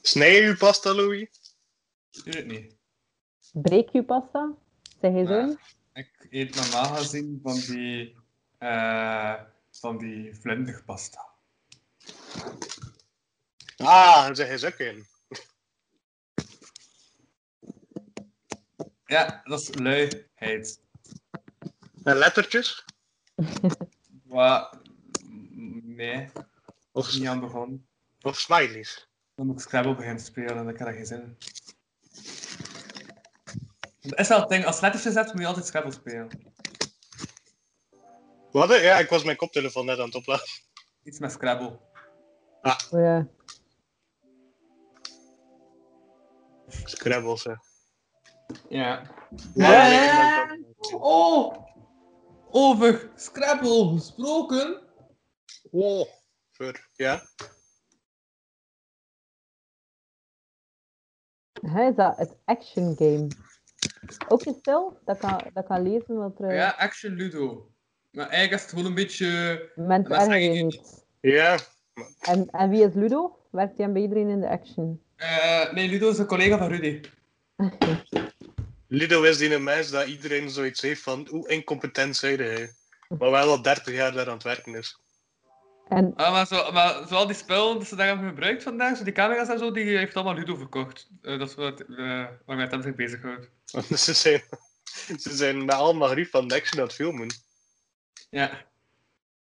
Speaker 4: Snij je pasta, Louis?
Speaker 5: Doe het niet.
Speaker 3: Breek je pasta? Zeg je zo?
Speaker 5: Nee. Ik eet normaal gezien van die, eh van die vlinderpasta.
Speaker 4: Ah, daar zeg je ook in.
Speaker 5: Ja, dat is luiheid.
Speaker 4: En lettertjes?
Speaker 5: Wat? Nee,
Speaker 4: Of,
Speaker 5: niet aan begonnen.
Speaker 4: of smileys?
Speaker 5: Dan moet ik Scrabble beginnen spelen en dan kan ik geen zin in. Dat is wel het ding, als lettertjes hebt, moet je altijd Scrabble spelen.
Speaker 4: Wat? hè? Ja, ik was mijn koptelefoon net aan het opladen.
Speaker 5: Iets met Scrabble.
Speaker 3: Oh ja.
Speaker 4: Scrabbles, hè.
Speaker 5: Ja.
Speaker 4: Ja,
Speaker 5: Ja. Oh! Over Scrabble gesproken.
Speaker 4: Oh, ver. Ja.
Speaker 3: Eh, Hè, is dat het action game. Ook een stil, dat kan, dat kan lezen eh, wat er...
Speaker 5: Ja, Action Ludo. Maar eigenlijk is het gewoon een beetje...
Speaker 3: Mensen
Speaker 5: dat is
Speaker 3: ergeren je
Speaker 5: eigenlijk-
Speaker 3: niet.
Speaker 4: Ja.
Speaker 3: En, en wie is Ludo? Werkt hij aan bij iedereen in de action?
Speaker 5: eh, nee, Ludo is een collega van Rudy.
Speaker 4: Lido is die een mens dat iedereen zoiets heeft van hoe incompetent zijn hij. Maar wel al 30 jaar daar aan het werken is.
Speaker 3: En
Speaker 5: Ah, maar, zo, maar zo al die spullen die ze daar hebben gebruikt vandaag, zo die camera's en zo, die heeft allemaal Ludo verkocht. Eh, dat is wat, eh waarmee hij zich bezighoudt.
Speaker 4: Want ze zijn, ze zijn met al Magrief van de action aan het filmen.
Speaker 5: Ja.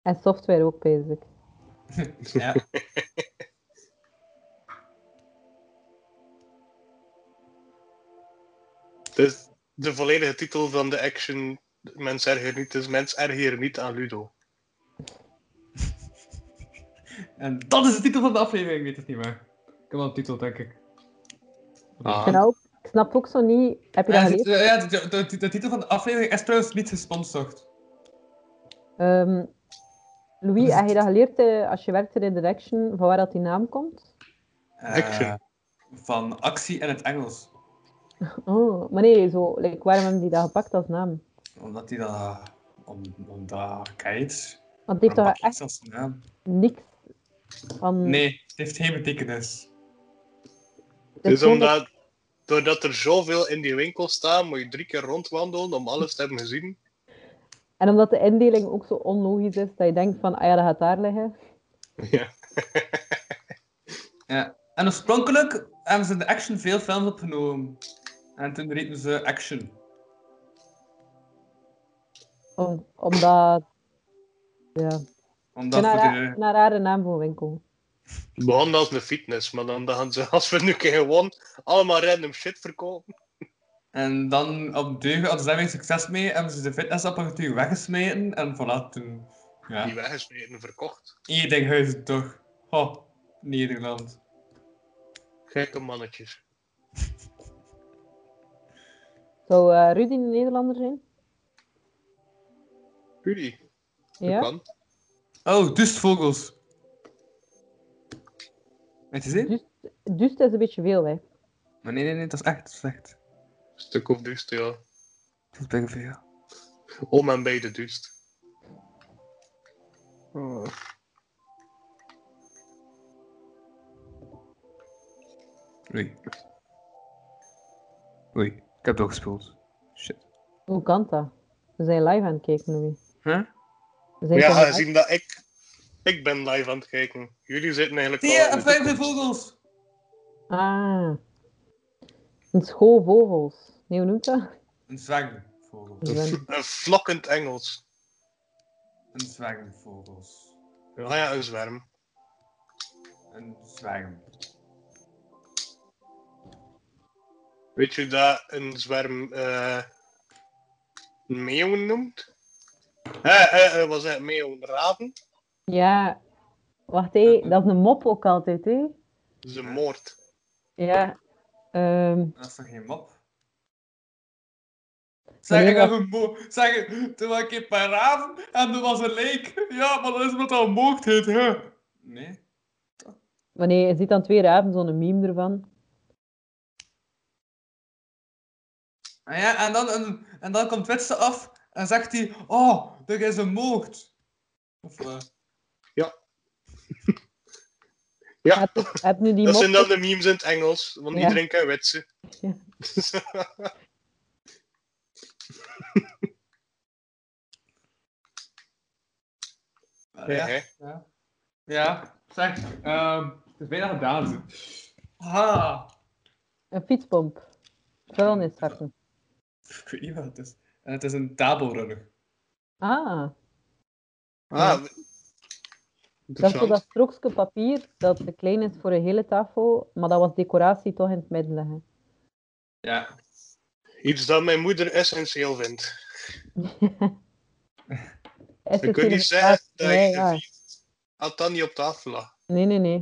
Speaker 3: En software ook, bezig.
Speaker 5: ja.
Speaker 4: Dus de volledige titel van de action Mens erger niet is Mens erger niet aan Ludo.
Speaker 5: En dat is de titel van de aflevering, ik weet het niet meer. Ik heb wel een titel, denk ik.
Speaker 3: Ik, snap ook, ik snap ook zo niet... Heb je dat
Speaker 5: Ja,
Speaker 3: gelezen?
Speaker 5: dit- eh, ja, de, de- de- de titel van de aflevering is trouwens niet gesponsord.
Speaker 3: Ehm, Louis, heb je dat geleerd eh, als je werkte in de action, van waar dat die naam komt?
Speaker 5: Eh,
Speaker 4: Action.
Speaker 5: Van actie in het Engels.
Speaker 3: Oh, maar nee, zo, like, waarom hebben die dat gepakt als naam?
Speaker 5: Omdat hij dat... Om, omdat... Kijk.
Speaker 3: Want het heeft toch echt
Speaker 5: als naam?
Speaker 3: niks van...
Speaker 5: Ah. Nee, het heeft geen betekenis.
Speaker 3: het is
Speaker 4: Dus
Speaker 3: gewoon
Speaker 4: omdat, doordat er zoveel in die winkel staan, moet je drie keer rondwandelen om alles te hebben gezien.
Speaker 3: dat- En omdat de indeling ook zo onlogisch is, dat je denkt van, ah ja, dat gaat daar liggen.
Speaker 4: Ja.
Speaker 5: Ja. En oorspronkelijk hebben ze in de action veel films opgenomen. En toen riepen ze action.
Speaker 3: Om- omdat... Ja,
Speaker 5: Omdat
Speaker 3: een,
Speaker 5: voor
Speaker 3: ra-
Speaker 5: de...
Speaker 3: een rare naam voor een winkel.
Speaker 4: Begon als een fitness, maar dan gaan ze, als we nu een keer gewoon allemaal random shit verkopen.
Speaker 5: En dan op deugen hadden ze daar weer succes mee, hebben ze de fitnessapparatuur weggesmeten en voilà, toen... Ja.
Speaker 4: Die weggesmeten verkocht.
Speaker 5: Edinghuizen toch. Oh, Nederland.
Speaker 4: Gekke mannetjes.
Speaker 3: Zou eh, Rudy een Nederlander zijn?
Speaker 4: Rudy, dat
Speaker 3: Ja?
Speaker 4: kan.
Speaker 5: Oh, dus vogels. Weet je zien?
Speaker 3: Dus, dus dat is een beetje veel, hè.
Speaker 5: Maar nee, nee, nee, dat is echt slecht.
Speaker 4: Stuk of duist, ja.
Speaker 5: Dat is bijna veel.
Speaker 4: Om en bij de duist.
Speaker 5: Oei. Oei, ik heb wel gespeeld. Shit.
Speaker 3: Hoe kan dat? We zijn live aan het kijken, Louis.
Speaker 5: Huh?
Speaker 3: We
Speaker 4: Maar
Speaker 3: zijn
Speaker 4: ja,
Speaker 3: toch
Speaker 4: aangezien dat ik... Ik ben live aan het kijken. Jullie zitten eigenlijk
Speaker 5: Zie
Speaker 4: al in
Speaker 5: je,
Speaker 4: Oh, de
Speaker 5: een vijf de vogels!
Speaker 3: Ah. Een school vogels. Nee, hoe noemt dat?
Speaker 5: Een zwergvogel.
Speaker 3: Ik ben-
Speaker 4: Een vlokkend Engels.
Speaker 5: Een zwergvogels.
Speaker 4: Ah ja, een zwerm.
Speaker 5: Een zwerm.
Speaker 4: Weet je dat een zwerm eh meeuwen noemt? Eh, eh, eh, wat is het? Meeuwen? Raven?
Speaker 3: Ja. Wacht, hé. Dat is een mop ook altijd, hé.
Speaker 4: Dat is een moord.
Speaker 3: Ja. Ehm,
Speaker 5: Dat is toch geen mop?
Speaker 3: Nee,
Speaker 5: Zeg, ik
Speaker 3: maar-
Speaker 5: heb een mo... Zeg, toen was ik een paar raven en toen was een leek. Ja, maar dat is wat al mocht heet, hè? Nee.
Speaker 3: wanneer je ziet dan twee raven, zo'n meme ervan.
Speaker 5: En, Ah ja, en, dan, een, en dan komt Witse af en zegt hij... Oh, er is een moord. Of, eh,
Speaker 4: Ja,
Speaker 3: Heb, heb nu die
Speaker 4: dat zijn dan
Speaker 3: mop...
Speaker 4: de memes in het Engels, want
Speaker 3: Ja.
Speaker 4: iedereen kan wetsen.
Speaker 3: Ja.
Speaker 5: ja.
Speaker 4: Hè?
Speaker 5: Ja, zeg, ehm, het is bijna gedaan. zo. Ah,
Speaker 3: Een fietspomp. Vuilniszakken.
Speaker 5: ik weet niet wat het is. En het is een tabelrunner.
Speaker 3: Ah.
Speaker 4: Ah,
Speaker 3: Dat is zo
Speaker 4: interessant.
Speaker 3: dat strookje papier dat te klein is voor een hele tafel, maar dat was decoratie toch in het midden liggen.
Speaker 5: Ja.
Speaker 4: Iets dat mijn moeder essentieel vindt.
Speaker 3: Is
Speaker 4: Je
Speaker 3: het
Speaker 4: kunt
Speaker 3: hier
Speaker 4: niet zeggen
Speaker 3: een-
Speaker 4: dat
Speaker 3: Nee,
Speaker 4: ik
Speaker 3: ja.
Speaker 4: een vier- had dat niet op tafel lag.
Speaker 3: Nee, nee, nee.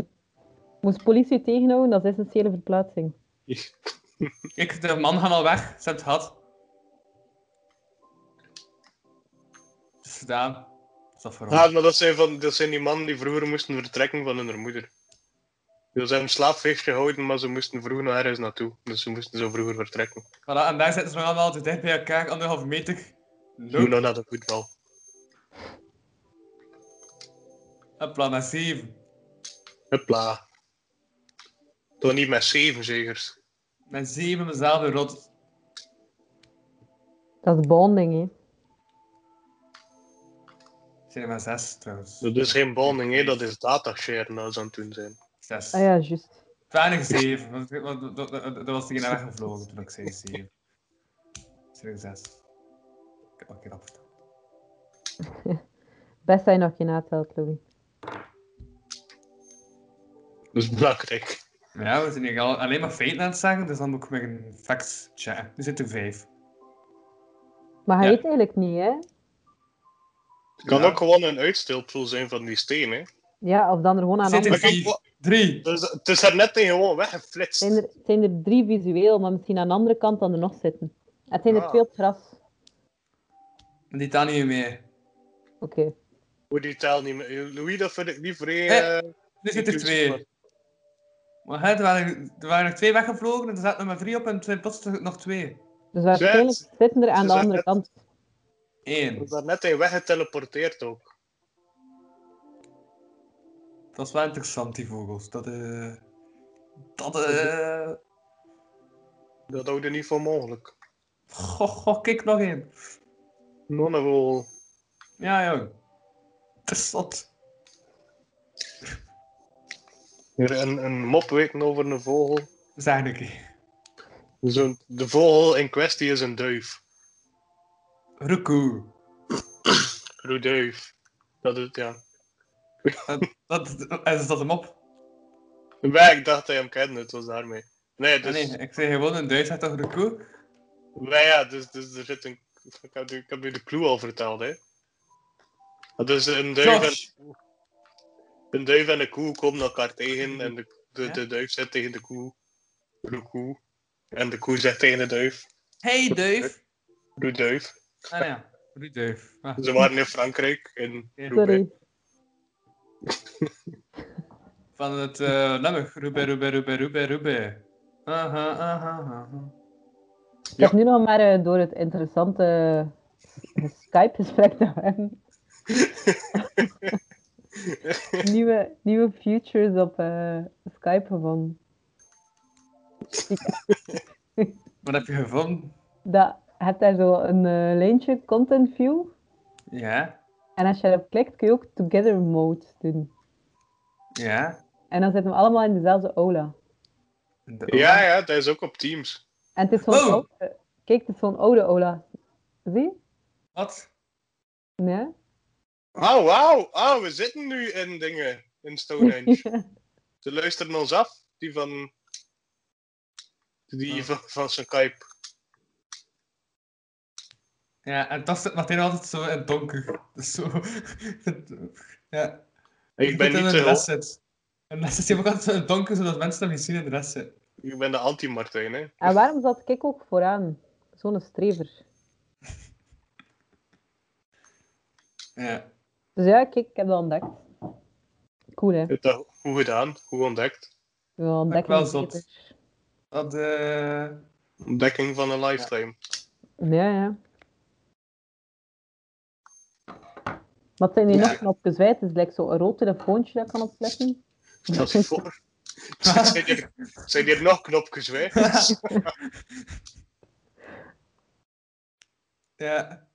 Speaker 3: Moest politie tegenhouden, dat is essentiële verplaatsing.
Speaker 5: Ik, de man gaan al weg. Ze hebben het gehad. Het is gedaan. Dat is dat voor ons.
Speaker 4: Ja, Ah, maar dat zijn, van, dat zijn die mannen die vroeger moesten vertrekken van hun moeder. Dus ze hebben een slaapfeestje gehouden, maar ze moesten vroeger naar ergens naartoe. Dus ze moesten zo vroeger vertrekken.
Speaker 5: Voilà, en daar zitten ze nog allemaal te dicht bij elkaar, anderhalve meter.
Speaker 4: Ze moeten nog naar de voetbal.
Speaker 5: En plan naar zeven.
Speaker 4: Hupla. Toch niet met zeven zegers.
Speaker 5: Met zeven mezelf een rot.
Speaker 3: Dat is bonding, hè.
Speaker 5: Zijn er maar zes trouwens.
Speaker 4: Dat is geen bonding, hè? dat is datashare dat ze aan het doen zijn.
Speaker 5: Zes.
Speaker 3: Ah ja, juist.
Speaker 5: Weinig zeven, want want dat dat- dat- dat was tegen haar gevlogen toen ik zei zeven. Zijn er zes. Ik heb al een keer afgeteld.
Speaker 3: Best dat je nog geen natelt, Louis.
Speaker 4: Dat is belangrijk.
Speaker 5: Maar Ja, we zijn hier al, alleen maar feiten aan het zeggen, dus dan moet ik met een fax checken. Nu zit er vijf.
Speaker 3: Maar hij
Speaker 5: Ja.
Speaker 3: weet eigenlijk niet, hè?
Speaker 4: Het kan
Speaker 5: Ja.
Speaker 4: ook gewoon een uitstelpoel zijn van die steen. Hè?
Speaker 3: Ja, of Ah, dan er gewoon aan de
Speaker 5: Zit er
Speaker 3: andere kant.
Speaker 5: vier. Drie.
Speaker 4: Dus, het is er net in gewoon weggeflitst.
Speaker 3: Zijn er, zijn er drie visueel, maar misschien aan de andere kant dan er nog zitten. Het zijn er
Speaker 4: Ah.
Speaker 3: twee op het gras.
Speaker 5: En die taan niet meer mee.
Speaker 3: Oké.
Speaker 4: Hoe die taal niet meer. Louis, dat vind ik niet vrij.
Speaker 5: Eh.
Speaker 4: eh,
Speaker 5: Nu zit er
Speaker 4: Inclusief
Speaker 5: twee.
Speaker 4: maar.
Speaker 5: Maar hè, er, waren, er waren er twee weggevlogen en er zaten er maar drie op en er zijn plots terug nog twee.
Speaker 3: Dus waarschijnlijk
Speaker 4: Zet.
Speaker 3: zitten er aan
Speaker 4: Ze
Speaker 3: de
Speaker 4: zijn
Speaker 3: andere
Speaker 4: net-
Speaker 3: kant.
Speaker 4: dat is
Speaker 5: Eén.
Speaker 4: er net in weggeteleporteerd ook.
Speaker 5: Dat is wel interessant, die vogels. Dat eh. Dat eh.
Speaker 4: Dat houden niet voor mogelijk.
Speaker 5: Goh, goh, kijk nog één.
Speaker 4: Nonnevol.
Speaker 5: Ja, jong. Het is zot.
Speaker 4: Hier een, een mop weten over een vogel.
Speaker 5: Zeg een keer.
Speaker 4: Zo'n- de vogel in kwestie is een duif.
Speaker 5: Ruku.
Speaker 4: Roeduif. Dat is, ja.
Speaker 5: Dat, is dat hem op?
Speaker 4: Wij, ik dacht dat je hem kende, het was daarmee. Nee, dus,
Speaker 5: Ah, Nee, ik zei gewoon een Duits zegt toch Ruku?
Speaker 4: Nou ja, dus, dus er zit een... Ik heb, u- ik heb u de clue al verteld, hè. Dat is een duif, en,
Speaker 5: Josh.
Speaker 4: een duif en een koe komen elkaar tegen en de, de,
Speaker 5: Ja?
Speaker 4: de duif zegt tegen de koe. De koe. En de koe zegt tegen de duif.
Speaker 5: Hey, Duif.
Speaker 4: Roeduif.
Speaker 5: Ah ja, Ruduif. Ah.
Speaker 4: Ze waren in Frankrijk, in
Speaker 5: Sorry.
Speaker 4: Roubaix.
Speaker 3: Sorry.
Speaker 5: Van het eh nummer. Rube, Rube, Rube, Rube, Rube. Aha, aha, aha.
Speaker 3: Ik heb nu nog maar eh, door het interessante eh, Skype-gesprek te hebben. nieuwe, nieuwe futures op eh, Skype gevonden.
Speaker 5: Wat heb je gevonden?
Speaker 3: Dat, je hebt daar zo een eh, lijntje content view.
Speaker 5: Ja,
Speaker 3: En als je erop klikt, kun je ook together mode doen.
Speaker 5: ja.
Speaker 3: En dan zitten we allemaal in dezelfde aula.
Speaker 5: De-
Speaker 4: Ja, ja, dat is ook op Teams.
Speaker 3: En het is zo'n
Speaker 5: Oh.
Speaker 3: oude... Kijk, het is zo'n oude aula. Zie je?
Speaker 5: Wat?
Speaker 3: Nee?
Speaker 4: Oh, wauw. Ah, we zitten nu in dingen. In Stonehenge. Ze luisteren ons af, die van. Die
Speaker 5: Ah.
Speaker 4: van, van zijn Kuip.
Speaker 5: Ja, en toch zit Martijn altijd zo in het donker. Dus zo... ja.
Speaker 4: Ik ben,
Speaker 5: zit in
Speaker 4: niet
Speaker 5: de
Speaker 4: de,
Speaker 5: rest zit. En dan zit hij ook altijd zo in het donker, zodat mensen hem niet zien in de rest zitten.
Speaker 4: ik ben de anti-Martijn, hè?
Speaker 3: En waarom zat ik ook vooraan? Zo'n strever.
Speaker 5: Ja.
Speaker 3: Dus ja, kijk, ik heb dat ontdekt. Cool, hè?
Speaker 4: Je hebt dat goed eh, gedaan, goed ontdekt.
Speaker 3: Ja, ontdekking
Speaker 5: wel
Speaker 3: is
Speaker 5: zot.
Speaker 3: beter.
Speaker 5: Dat, eh...
Speaker 4: Ontdekking van een lifetime.
Speaker 3: Ja, ja. Wat zijn die nog knopjes wijd? Het is like zo'n rood telefoontje dat ik kan opletten.
Speaker 4: Dat is voor. zijn, hier, zijn hier nog knopjes bij?
Speaker 5: Ja.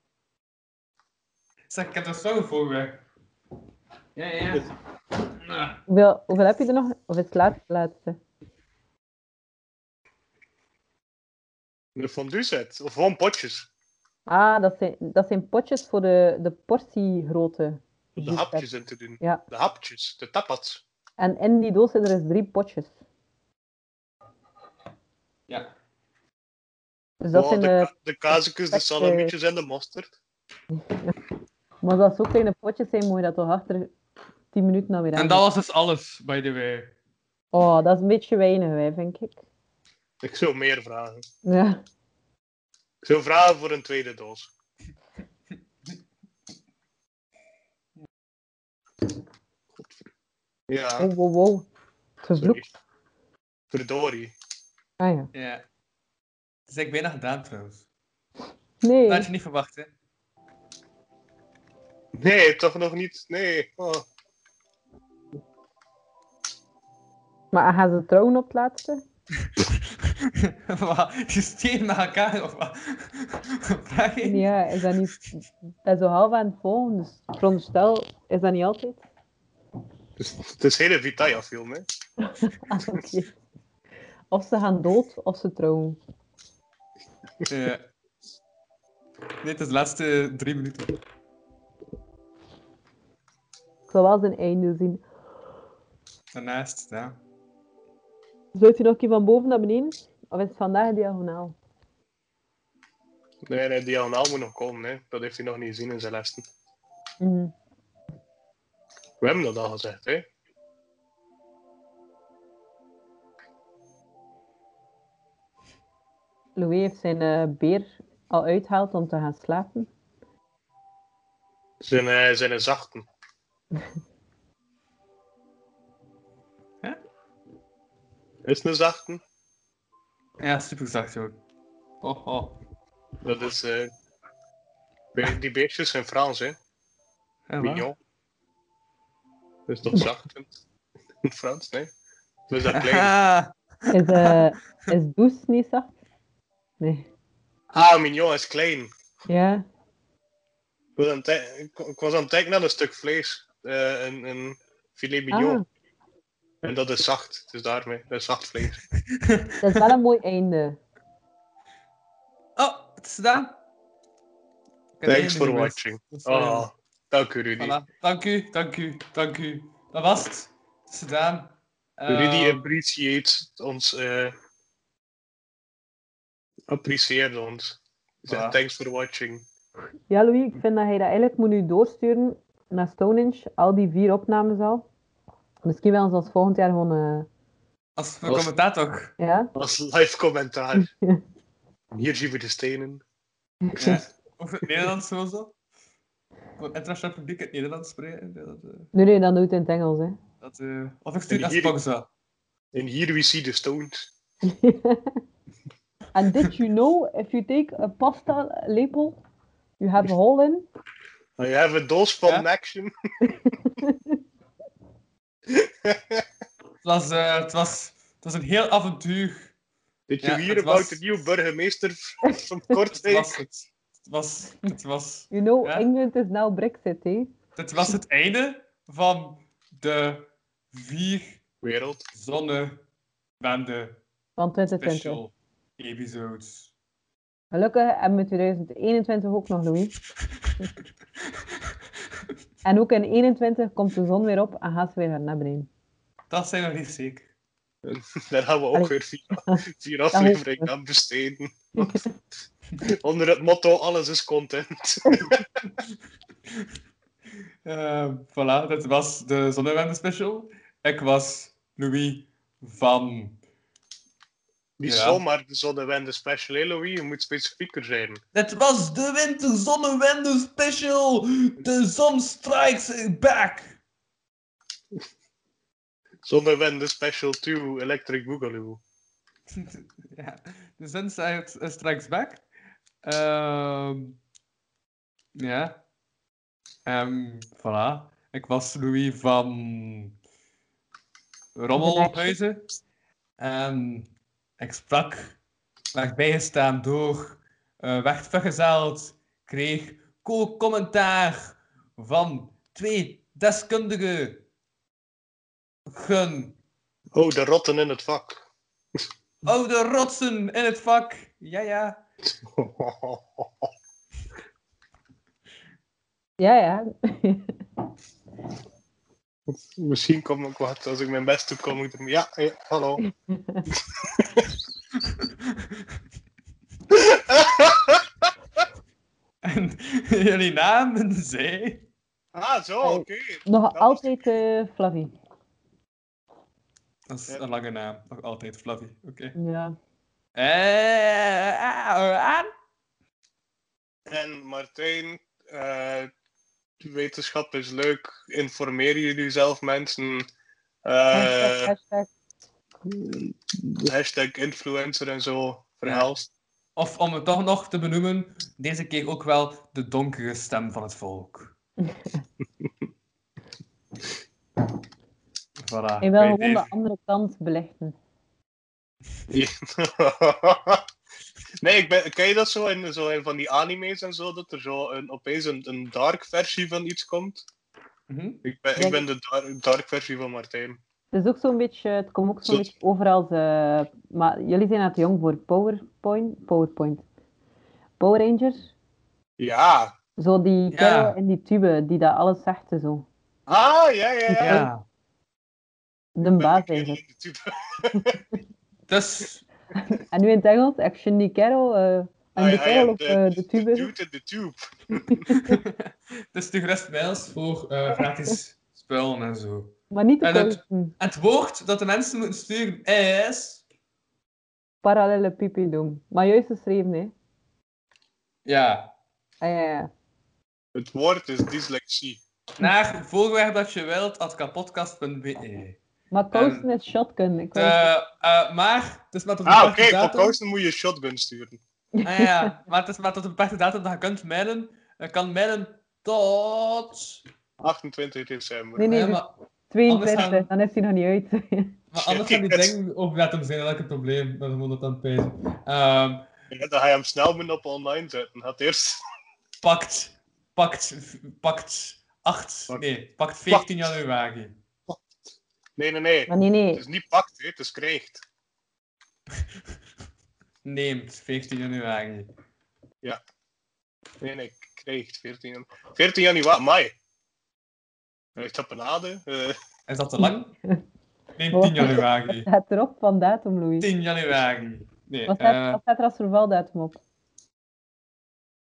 Speaker 5: Zeg, ik heb dat zo gevonden. Ja, ja. ja.
Speaker 3: Hoeveel, hoeveel heb je er nog? Of is het laat- laatste?
Speaker 4: Een fondue set. Of gewoon potjes.
Speaker 3: Ah, dat zijn, dat zijn potjes voor de, de portiegrootte.
Speaker 4: Om de
Speaker 3: Juist,
Speaker 4: hapjes in te doen.
Speaker 3: Ja.
Speaker 4: De hapjes, de tapats.
Speaker 3: En in die doos zitten er dus drie potjes.
Speaker 5: Ja.
Speaker 3: Dus dat
Speaker 4: Oh,
Speaker 3: zijn
Speaker 4: de,
Speaker 3: de,
Speaker 4: ka- de kazetjes, de
Speaker 3: perfecte-
Speaker 4: salamietjes en de mosterd.
Speaker 3: maar als dat zo kleine potjes zijn, moet je dat toch achter 10 minuten dan weer aan.
Speaker 5: En dat was dus alles, by the way.
Speaker 3: Oh, dat is een beetje weinig, hè, vind ik.
Speaker 4: Ik zou meer vragen.
Speaker 3: Ja.
Speaker 4: Ik zou vragen voor een tweede doos. Godver- Ja,
Speaker 3: Wow, wow, wow. Gevloekt.
Speaker 4: sorry. Verdorie.
Speaker 3: Ah ja.
Speaker 5: Ja. Dat is ik bijna gedaan trouwens.
Speaker 3: Nee.
Speaker 5: Dat had je niet verwacht, hè?
Speaker 4: Nee, toch nog niet. Nee. Oh.
Speaker 3: Maar gaan ze trouwen op het laatste?
Speaker 5: Wat? Je steen naar elkaar of wat? Vraag je?
Speaker 3: Ja, is dat niet... Dat is zo half aan het volgen, dus ik veronderstel, is dat niet altijd?
Speaker 4: Dus, het is hele Vitaya-film, hè?
Speaker 3: Ah, oké. Of ze gaan dood, of ze trouwen.
Speaker 5: Ja. Nee, het is de laatste drie minuten.
Speaker 3: Ik wil wel zijn einde zien.
Speaker 5: Daarnaast, ja.
Speaker 3: Zou je nog een keer van boven naar beneden? Of is het vandaag diagonaal?
Speaker 4: Nee, nee, Diagonaal moet nog komen, hè? Dat heeft hij nog niet gezien in zijn lessen.
Speaker 3: Mhm.
Speaker 4: We hebben dat al gezegd, hè?
Speaker 3: Louis heeft zijn eh, beer al uitgehaald om te gaan slapen.
Speaker 4: Zijn, eh, zijn een zachten.
Speaker 5: Hè?
Speaker 4: Is het een zachten?
Speaker 5: Ja, super zacht, joh. Oh, oh.
Speaker 4: Dat is. eh, be- die beestjes zijn Frans, hè?
Speaker 5: Ja, waar?
Speaker 4: Mignon. Dat is toch zachten? In Frans, nee? Dat is dat klein.
Speaker 5: Ah,
Speaker 3: Is, eh is Does niet zacht? Nee.
Speaker 4: Ah, mignon is klein.
Speaker 3: Ja,
Speaker 4: Ik was aan het tij- ik- ik was aan het kijken naar een stuk vlees. eh, een, een filet mignon.
Speaker 3: Ah.
Speaker 4: En dat is zacht. Dus daarmee. Dat is zacht vlees.
Speaker 3: dat is wel een mooi einde.
Speaker 5: oh, het is gedaan. Ik heb
Speaker 4: Thanks
Speaker 5: één
Speaker 4: for
Speaker 5: ding gemist.
Speaker 4: watching.
Speaker 5: Dus, eh,
Speaker 4: Oh, dank u, Rudy.
Speaker 5: voilà. Dank u, dank u, dank u. Dat was het. Het is gedaan.
Speaker 4: Rudy eh,
Speaker 5: Ehm,
Speaker 4: appreciates ons. eh apprecieert ons. Hij zegt,
Speaker 5: Voilà.
Speaker 4: Thanks for watching.
Speaker 3: Ja, Louis, ik vind dat hij dat eigenlijk moet nu doorsturen naar Stonehenge. Al die vier opnames al. Misschien wel eens als volgend jaar gewoon... eh,
Speaker 5: als
Speaker 4: als-
Speaker 5: commentator.
Speaker 3: ja?
Speaker 4: Als live commentaar. Hier zien we de stenen.
Speaker 5: Ja. Of eh, het Nederlands sowieso. Voor het internationaal publiek het Nederlands spreken. Dat, eh,
Speaker 3: Nee, nee, dan doe het in het Engels, hè.
Speaker 5: dat, eh, of ik stuur naar
Speaker 4: Hier-
Speaker 5: Spongza.
Speaker 4: En hier we see the stones.
Speaker 3: And did you know, if you take a pasta label, you have a hole in?
Speaker 4: I have a dose from
Speaker 5: Ja?
Speaker 4: action.
Speaker 5: Het was, eh, het, was, het was een heel avontuur.
Speaker 4: Did you
Speaker 5: Ja,
Speaker 4: hear
Speaker 5: het
Speaker 4: about
Speaker 5: was-
Speaker 4: the new burgemeester van
Speaker 5: Het was
Speaker 4: Kortrijk?
Speaker 5: het. Het was, het was,
Speaker 3: You know,
Speaker 5: Ja.
Speaker 3: England is now Brexit, hè.
Speaker 5: dit was het einde van de vier
Speaker 4: Wereld.
Speaker 5: zonnebende
Speaker 3: Van 2020.
Speaker 5: special episodes.
Speaker 3: Gelukkig hebben we 2021 ook nog, Louis. En ook in 21 komt de zon weer op en gaat ze weer naar beneden.
Speaker 5: Dat zijn we nog niet zeker.
Speaker 4: Daar gaan we ook
Speaker 3: Allee.
Speaker 4: weer vier, vier
Speaker 3: hoop
Speaker 4: afleveringen
Speaker 3: ik.
Speaker 4: aan besteden. Onder het motto: alles is content.
Speaker 5: Eh, voilà, dat was de zonnebende special. Ik was Louis van...
Speaker 4: Niet
Speaker 5: Ja.
Speaker 4: zomaar de zonnewende special, hè, Louis? Je moet specifieker zijn.
Speaker 5: Het was de winterzonnewende special! De zon strikes back!
Speaker 4: Zonnewende special 2, Electric Boogaloo.
Speaker 5: ja, de zon strikes, eh, strikes back. Ehm, ja. Ehm, voilà. Ik was Louis van Rommelhuizen. En ik sprak, werd bijgestaan door, eh werd vergezeld, kreeg co-commentaar van twee deskundigen. Gun.
Speaker 4: Oh, de rotten in het vak.
Speaker 5: Oude rotsen in het vak. Ja, ja.
Speaker 3: Ja, ja.
Speaker 4: Misschien kom ik wat, als ik mijn best doe, kom ik er. Ja, ja, hallo.
Speaker 5: En jullie namen zij...
Speaker 4: Ah, zo, oké.
Speaker 3: Nog
Speaker 4: was-
Speaker 3: altijd eh Flavie.
Speaker 5: Dat is een lange naam. Nog altijd Flavie. Oké.
Speaker 3: Ja.
Speaker 5: Eh, aan.
Speaker 4: En Martijn, eh, wetenschap is leuk. Informeer jullie zelf, mensen.
Speaker 3: Hashtag,
Speaker 4: Eh
Speaker 3: hashtag.
Speaker 4: hashtag influencer en zo. Verhelst.
Speaker 5: Of om het toch nog te benoemen, deze keer ook wel de donkere stem van het volk. voilà.
Speaker 3: Ik wil
Speaker 4: weet
Speaker 3: gewoon de
Speaker 4: even.
Speaker 3: andere kant belichten.
Speaker 4: nee, ik ben, ken je dat zo in, zo in van die anime's en zo? Dat er zo een, opeens een, een dark versie van iets komt?
Speaker 5: Mhm.
Speaker 4: Ik ben, ik ben de dark, dark versie van Martijn.
Speaker 3: Het is ook zo'n beetje, het komt ook zo'n
Speaker 4: Zot.
Speaker 3: beetje overal. eh, maar jullie zijn het jong voor PowerPoint. PowerPoint. Power Rangers.
Speaker 4: Ja!
Speaker 3: Zo die
Speaker 5: Ja.
Speaker 3: kerel in die tube die dat alles zegt en zo.
Speaker 4: Ah, ja, ja, ja.
Speaker 5: Ja.
Speaker 3: De baas
Speaker 4: Ik ben
Speaker 3: eigenlijk.
Speaker 4: die type.
Speaker 5: Dus,
Speaker 3: En nu in het Engels, Action die kerel. eh, en
Speaker 4: Ah,
Speaker 3: die
Speaker 4: ja, ja,
Speaker 3: kerel op eh,
Speaker 4: de
Speaker 3: de tube.
Speaker 4: dude in de tube.
Speaker 5: dus de gerust mails voor eh, gratis spullen en zo.
Speaker 3: Maar niet de
Speaker 5: En het-
Speaker 3: posten.
Speaker 5: En het woord dat de mensen moeten sturen is...
Speaker 3: Parallele pipi doen. Maar juist geschreven, hè.
Speaker 5: Ja,
Speaker 3: Ah, ja, ja.
Speaker 4: Het woord is dyslexie.
Speaker 5: naar voorwerp dat je wilt at kapotkast.be.
Speaker 3: Maar Kousen is shotgun. Ik weet
Speaker 5: Eh, eh, maar, het is maar tot een
Speaker 4: Ah,
Speaker 5: beperkte
Speaker 4: oké, voor
Speaker 5: datum.
Speaker 4: Kousen moet je shotgun sturen.
Speaker 5: Ah, ja, maar het is maar tot een beperkte datum dat je kunt mailen. Je kan mailen tot...
Speaker 4: 28 december.
Speaker 3: Nee, nee,
Speaker 5: Ja,
Speaker 3: dus
Speaker 5: maar,
Speaker 3: 22,
Speaker 5: anders gaan-
Speaker 3: dan is hij nog niet uit.
Speaker 5: maar anders gaan die dingen over datum zijn, dat is een probleem. Dat is gewoon dat aan het pijzen. Ehm,
Speaker 4: Ja, dan ga je hem snel moeten op online zetten. Gaat eerst.
Speaker 5: pakt, pakt, pakt 8,
Speaker 4: Pakt.
Speaker 5: nee, pakt 14 januari.
Speaker 4: Nee, nee, nee.
Speaker 3: maar nee,
Speaker 4: Het
Speaker 3: nee.
Speaker 4: is niet pakt, hè, het is krijgt.
Speaker 5: Neemt 14 januari.
Speaker 4: Nee, nee, krijgt. 14, janu- 14 januari, mei. Heeft dat benade? Eh,
Speaker 5: Is dat te lang? Neemt 10 januari.
Speaker 3: staat erop van datum, Louis.
Speaker 5: 10 januari. Nee,
Speaker 3: Wat staat,
Speaker 5: eh,
Speaker 3: wat staat er als vervaldatum op?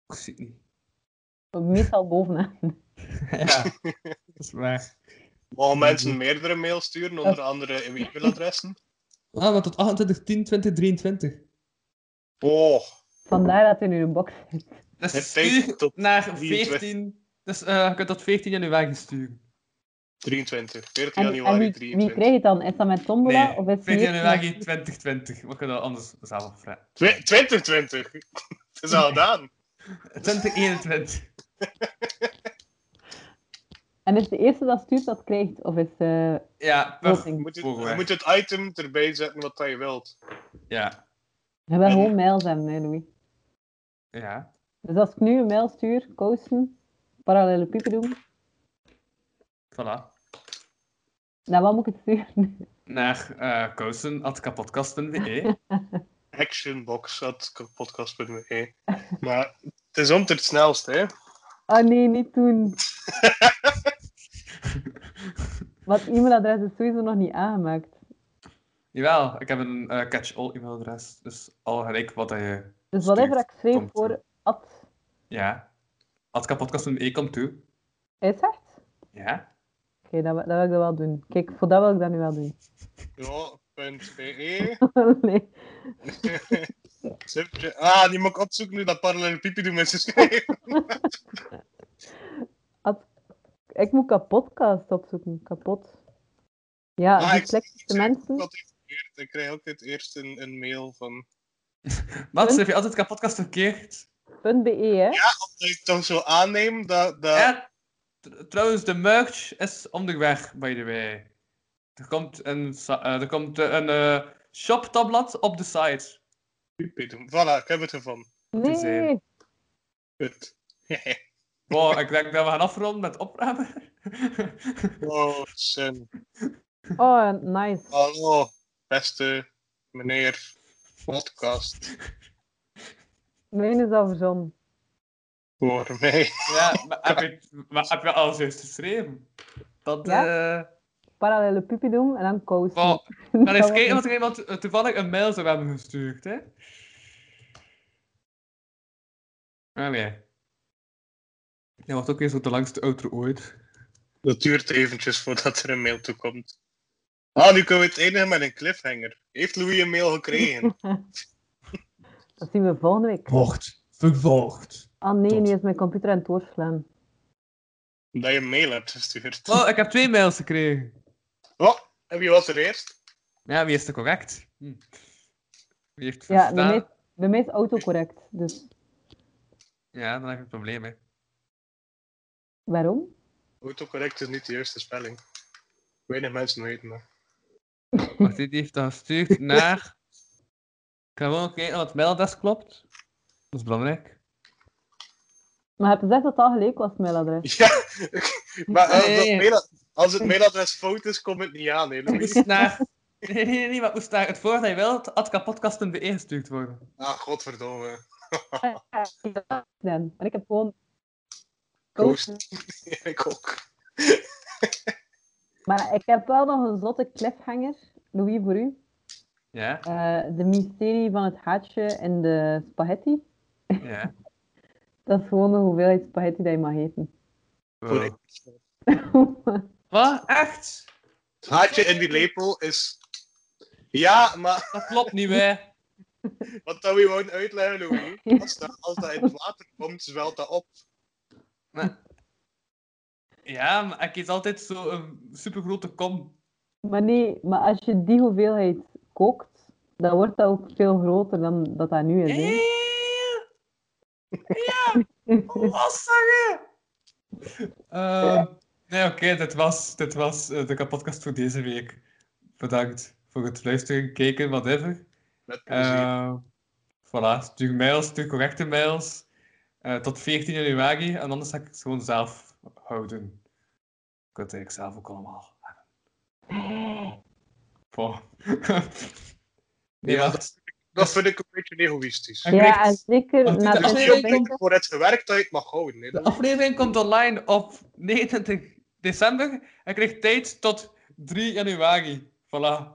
Speaker 5: ik zie het niet.
Speaker 3: Meestal bovenaan.
Speaker 5: Ja, dat is waar.
Speaker 4: mogen
Speaker 3: Mhm.
Speaker 4: mensen meerdere mails sturen, onder andere e-mailadressen?
Speaker 5: Ah, maar tot 28, 10, 20, 23.
Speaker 4: Oh,
Speaker 3: Vandaar dat hij nu een box zit.
Speaker 4: Het
Speaker 5: Dus
Speaker 4: heeft
Speaker 5: stuur
Speaker 4: tot
Speaker 5: naar
Speaker 4: 23.
Speaker 5: 14... Dus eh, je kunt tot 14 januari sturen.
Speaker 4: 23. 14
Speaker 3: En, en
Speaker 4: januari,
Speaker 3: wie, wie
Speaker 4: 23.
Speaker 3: krijgt het dan? Is dat met Tombola?
Speaker 5: Nee,
Speaker 3: of is
Speaker 5: 14
Speaker 3: hij
Speaker 5: januari 2020. Wat kan dat anders zelf opvragen?
Speaker 4: Twe- 2020! Het is al gedaan.
Speaker 5: 2021.
Speaker 3: En is de eerste dat stuurt dat krijgt? Of is eh
Speaker 5: Ja, per
Speaker 4: Je
Speaker 3: voting?
Speaker 4: moet, het,
Speaker 5: Volgende.
Speaker 4: je moet het item erbij zetten wat dat je wilt.
Speaker 5: Ja.
Speaker 3: Je wil gewoon mails hebben, hè, Louis.
Speaker 5: Ja.
Speaker 3: Dus als ik nu een mail stuur, Kousen, parallele piepen doen,
Speaker 5: Voilà.
Speaker 3: naar wat moet ik het sturen?
Speaker 5: Naar eh kousen.kapotkast.be.
Speaker 4: Actionbox.podcast.me e. Maar het is om te het snelst, hè.
Speaker 3: Ah nee, niet doen. Want het e-mailadres is sowieso nog niet aangemaakt.
Speaker 5: Jawel, ik heb een eh, catch-all e-mailadres. Dus al gelijk wat dat je...
Speaker 3: Dus whatever
Speaker 5: Stuurt,
Speaker 3: ik schreef
Speaker 5: komt
Speaker 3: voor
Speaker 5: toe.
Speaker 3: at
Speaker 5: Ja. Atkapotkast.be E komt toe.
Speaker 3: Is echt?
Speaker 5: Ja.
Speaker 3: Oké, dat, wi- dat wil ik dat wel doen. Kijk, voor dat wil ik dat nu wel doen.
Speaker 4: Ja, punt e. .be.
Speaker 3: nee.
Speaker 4: Subje- Ah, die moet ik opzoeken nu dat parallel pipi doen mensen schrijven.
Speaker 3: Ik moet kapotcast opzoeken. Kapot. Ja,
Speaker 4: Ah,
Speaker 3: die
Speaker 4: ik-
Speaker 3: de mensen.
Speaker 4: Dat heeft verkeerd. Ik krijg ook het eerst een, een mail van...
Speaker 5: Mats, heb je altijd kapotkast verkeerd?
Speaker 3: .be, E, hè?
Speaker 4: Dat ik toch zo aanneem dat... dat...
Speaker 5: Ja. Tr- Trouwens, de merch is onderweg, by the way. Er komt een, sa- eh, er komt eh, een eh, shop-tabblad op de site.
Speaker 4: pipi doen. Voilà, ik heb het ervan.
Speaker 3: Nee.
Speaker 5: zijn.
Speaker 4: Goed.
Speaker 5: Wow, ik denk dat we gaan afronden met opruimen.
Speaker 4: oh, zin.
Speaker 3: Oh, nice.
Speaker 4: Hallo, beste meneer podcast.
Speaker 3: Mijn is al verzonnen.
Speaker 4: Voor mij.
Speaker 5: ja, maar heb, je, maar heb je alles juist geschreven? Dat,
Speaker 3: Ja.
Speaker 5: eh,
Speaker 3: Parallele pipi doen en dan koos.
Speaker 5: wow. Dan is kijken wat er iemand eh, toevallig een mail zou hebben gestuurd, hè? Ah nee. Dat wordt ook weer zo de langste outro ooit.
Speaker 4: Dat duurt eventjes voordat er een mail toekomt. Ah, nu kunnen we het eindigen met een cliffhanger. Heeft Louis een mail gekregen?
Speaker 3: Dat zien we volgende week.
Speaker 10: Wordt vervolgd.
Speaker 3: Ah nee,
Speaker 10: Tot.
Speaker 3: nu is mijn computer aan het doorslaan.
Speaker 4: Dat je een mail hebt gestuurd.
Speaker 5: Wel, ik heb twee mails gekregen.
Speaker 4: Wat? En wie was er eerst?
Speaker 5: Ja, wie is er correct? Hm. Wie heeft
Speaker 3: Ja, bij
Speaker 5: verstaan?
Speaker 3: mij, is- bij mij is autocorrect. Dus
Speaker 5: Ja, dan heb ik een probleem mee.
Speaker 3: waarom?
Speaker 4: Oh, Autocorrect is niet de eerste spelling. Weinig mensen weten dat.
Speaker 5: Wacht, die heeft dat gestuurd naar... Ik ga gewoon kijken of het mailadres klopt. Dat is belangrijk.
Speaker 3: Maar heb je gezegd dat het al gelijk was, mailadres?
Speaker 4: Ja, maar als, dat
Speaker 5: Nee.
Speaker 4: maila- als het mailadres fout is, komt het niet aan, hè, Louis.
Speaker 5: Moest naar... Nee, nee, nee, maar moest naar het voor dat je wilt, adkapodcast.be gestuurd worden.
Speaker 4: Ah, godverdomme.
Speaker 3: Dan. Maar ik heb gewoon...
Speaker 4: Ghost. Ja, ik ook.
Speaker 3: Maar ik heb wel nog een zotte cliffhanger, Louis, voor u.
Speaker 5: Ja,
Speaker 3: Eh, de mysterie van het haatje en de spaghetti.
Speaker 5: ja.
Speaker 3: Dat is gewoon de hoeveelheid spaghetti dat je mag eten.
Speaker 4: Wow.
Speaker 5: Wat? Echt?
Speaker 4: Het haartje in die lepel is... Ja, maar
Speaker 5: Dat klopt niet, hè?
Speaker 4: wat dat we gewoon uitleggen, Louis. Als dat, als dat in het water komt, zwelt dat op.
Speaker 5: Ja, maar ik eet altijd zo'n supergrote kom.
Speaker 3: maar nee, maar als je die hoeveelheid kookt, dan wordt dat ook veel groter dan dat dat nu is.
Speaker 5: Ja, ja,
Speaker 3: hè.
Speaker 5: ja, ja, ja. Ja, lastige. Eh, nee, oké, dit was, dit was eh, de podcast voor deze week. Bedankt voor het luisteren, kijken, whatever.
Speaker 4: Met plezier.
Speaker 5: Eh voilà, stuur mails, stuur correcte mails. Eh, tot 14 januari, en anders ga ik het gewoon zelf houden. Ik wil het eigenlijk zelf ook allemaal hebben. Eh. Bon. nee,
Speaker 4: Ja,
Speaker 5: wacht.
Speaker 4: Dat vind ik een beetje egoïstisch. Dus
Speaker 5: En
Speaker 3: Ja,
Speaker 5: Rick,
Speaker 3: en zeker
Speaker 5: Als die
Speaker 3: na
Speaker 5: er
Speaker 4: Als
Speaker 5: nee,
Speaker 4: je
Speaker 5: nee,
Speaker 4: ook
Speaker 5: nee.
Speaker 4: niet voor het gewerkt dat je het mag houden. hè.
Speaker 5: De aflevering komt online op 29 december en krijgt tijd tot 3 januari. Voilà.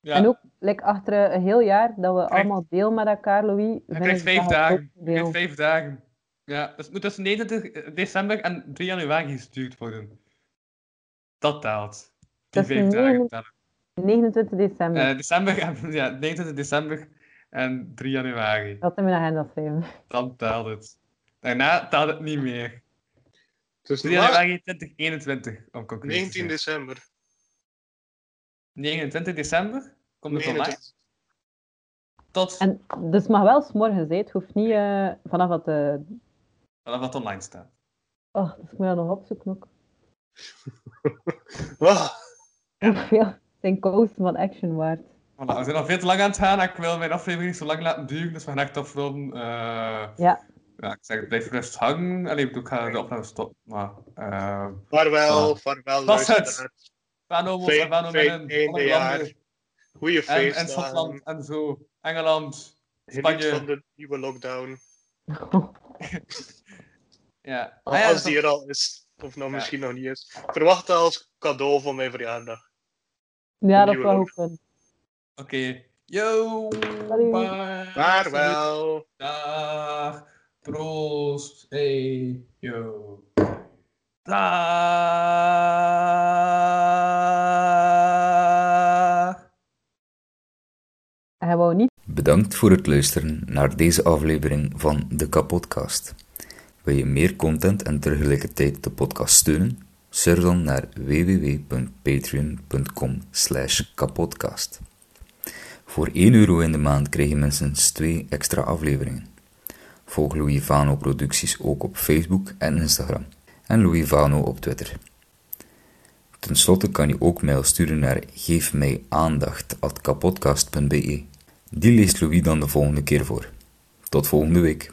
Speaker 5: Ja,
Speaker 3: En ook like, achter een heel jaar dat we
Speaker 5: Krijg-
Speaker 3: allemaal deel met elkaar, Louis.
Speaker 5: hij
Speaker 3: vind
Speaker 5: krijgt
Speaker 3: ik dat
Speaker 5: vijf
Speaker 3: het ook
Speaker 5: dagen. Hij
Speaker 3: deel.
Speaker 5: krijgt vijf dagen. Ja, dus het moet tussen 29 december en 3 januari gestuurd worden. Dat telt. Die
Speaker 3: Dat is
Speaker 5: vijf dagen
Speaker 3: negen-
Speaker 5: tellen.
Speaker 3: 29 december.
Speaker 5: Eh, december, en- ja, 29 december en 3 januari.
Speaker 3: Dat in mijn agenda schrijven.
Speaker 5: Dan telt het. Daarna telt het niet meer.
Speaker 4: Dus
Speaker 5: 3
Speaker 4: maar
Speaker 5: januari 2021, om concreet
Speaker 4: 19
Speaker 5: te zijn.
Speaker 4: december.
Speaker 5: 29 december komt het online.
Speaker 4: 29.
Speaker 5: Tot
Speaker 3: En dus mag wel s'morgens, hè. het hoeft niet eh, vanaf het... eh,
Speaker 5: vanaf dat online staat.
Speaker 3: Oh, dus ik moet dat nog opzoeken ook.
Speaker 4: Ah,
Speaker 3: Hoeveel zijn kousen van Action waard?
Speaker 5: Voilà, we zijn al veel te lang aan het gaan en ik wil mijn aflevering niet zo lang laten duren, dus we gaan echt afronden. Eh,
Speaker 3: Ja.
Speaker 5: ja, ik zeg, blijf rust hangen. Allee, ik bedoel, ik ga de opname stoppen, maar... eh
Speaker 4: Vaarwel,
Speaker 5: Ah.
Speaker 4: vaarwel,
Speaker 5: Was het?
Speaker 4: luisteraar.
Speaker 5: Vanomo,
Speaker 4: Fijn-
Speaker 5: Vanomo,
Speaker 4: fijn
Speaker 5: en
Speaker 4: einde
Speaker 5: alle
Speaker 4: jaar.
Speaker 5: landen.
Speaker 4: Goeie
Speaker 5: En, en
Speaker 4: feestdagen.
Speaker 5: Schotland, en zo. Engeland,
Speaker 4: Geniet van
Speaker 5: Spanje.
Speaker 4: de nieuwe lockdown.
Speaker 5: Ja.
Speaker 4: Al-
Speaker 5: Ah ja,
Speaker 4: als
Speaker 5: zo-
Speaker 4: die er al is, of nou
Speaker 5: Ja.
Speaker 4: misschien nog niet is. Ik Verwacht dat als cadeau van mijn verjaardag.
Speaker 3: Ja, dat
Speaker 4: Nieuwe
Speaker 3: zou
Speaker 4: ook.
Speaker 3: ook kunnen.
Speaker 5: Oké. Yo!
Speaker 3: Salut.
Speaker 5: Bye!
Speaker 4: Vaarwel.
Speaker 5: Dag! Proost! Hey! Yo! Dag!
Speaker 3: En hij wou niet
Speaker 11: Bedankt voor het luisteren naar deze aflevering van de Kapodcast. Wil je meer content en tegelijkertijd de podcast steunen? Surf dan naar www.patreon.com kapodcast. Voor 1 euro in de maand krijg je minstens 2 extra afleveringen. Volg Louis Vano producties ook op Facebook en Instagram. En Louis Vano op Twitter. Ten slotte kan je ook mail sturen naar geefmijaandacht.kapodcast.be. Die leest Louis dan de volgende keer voor. Tot volgende week.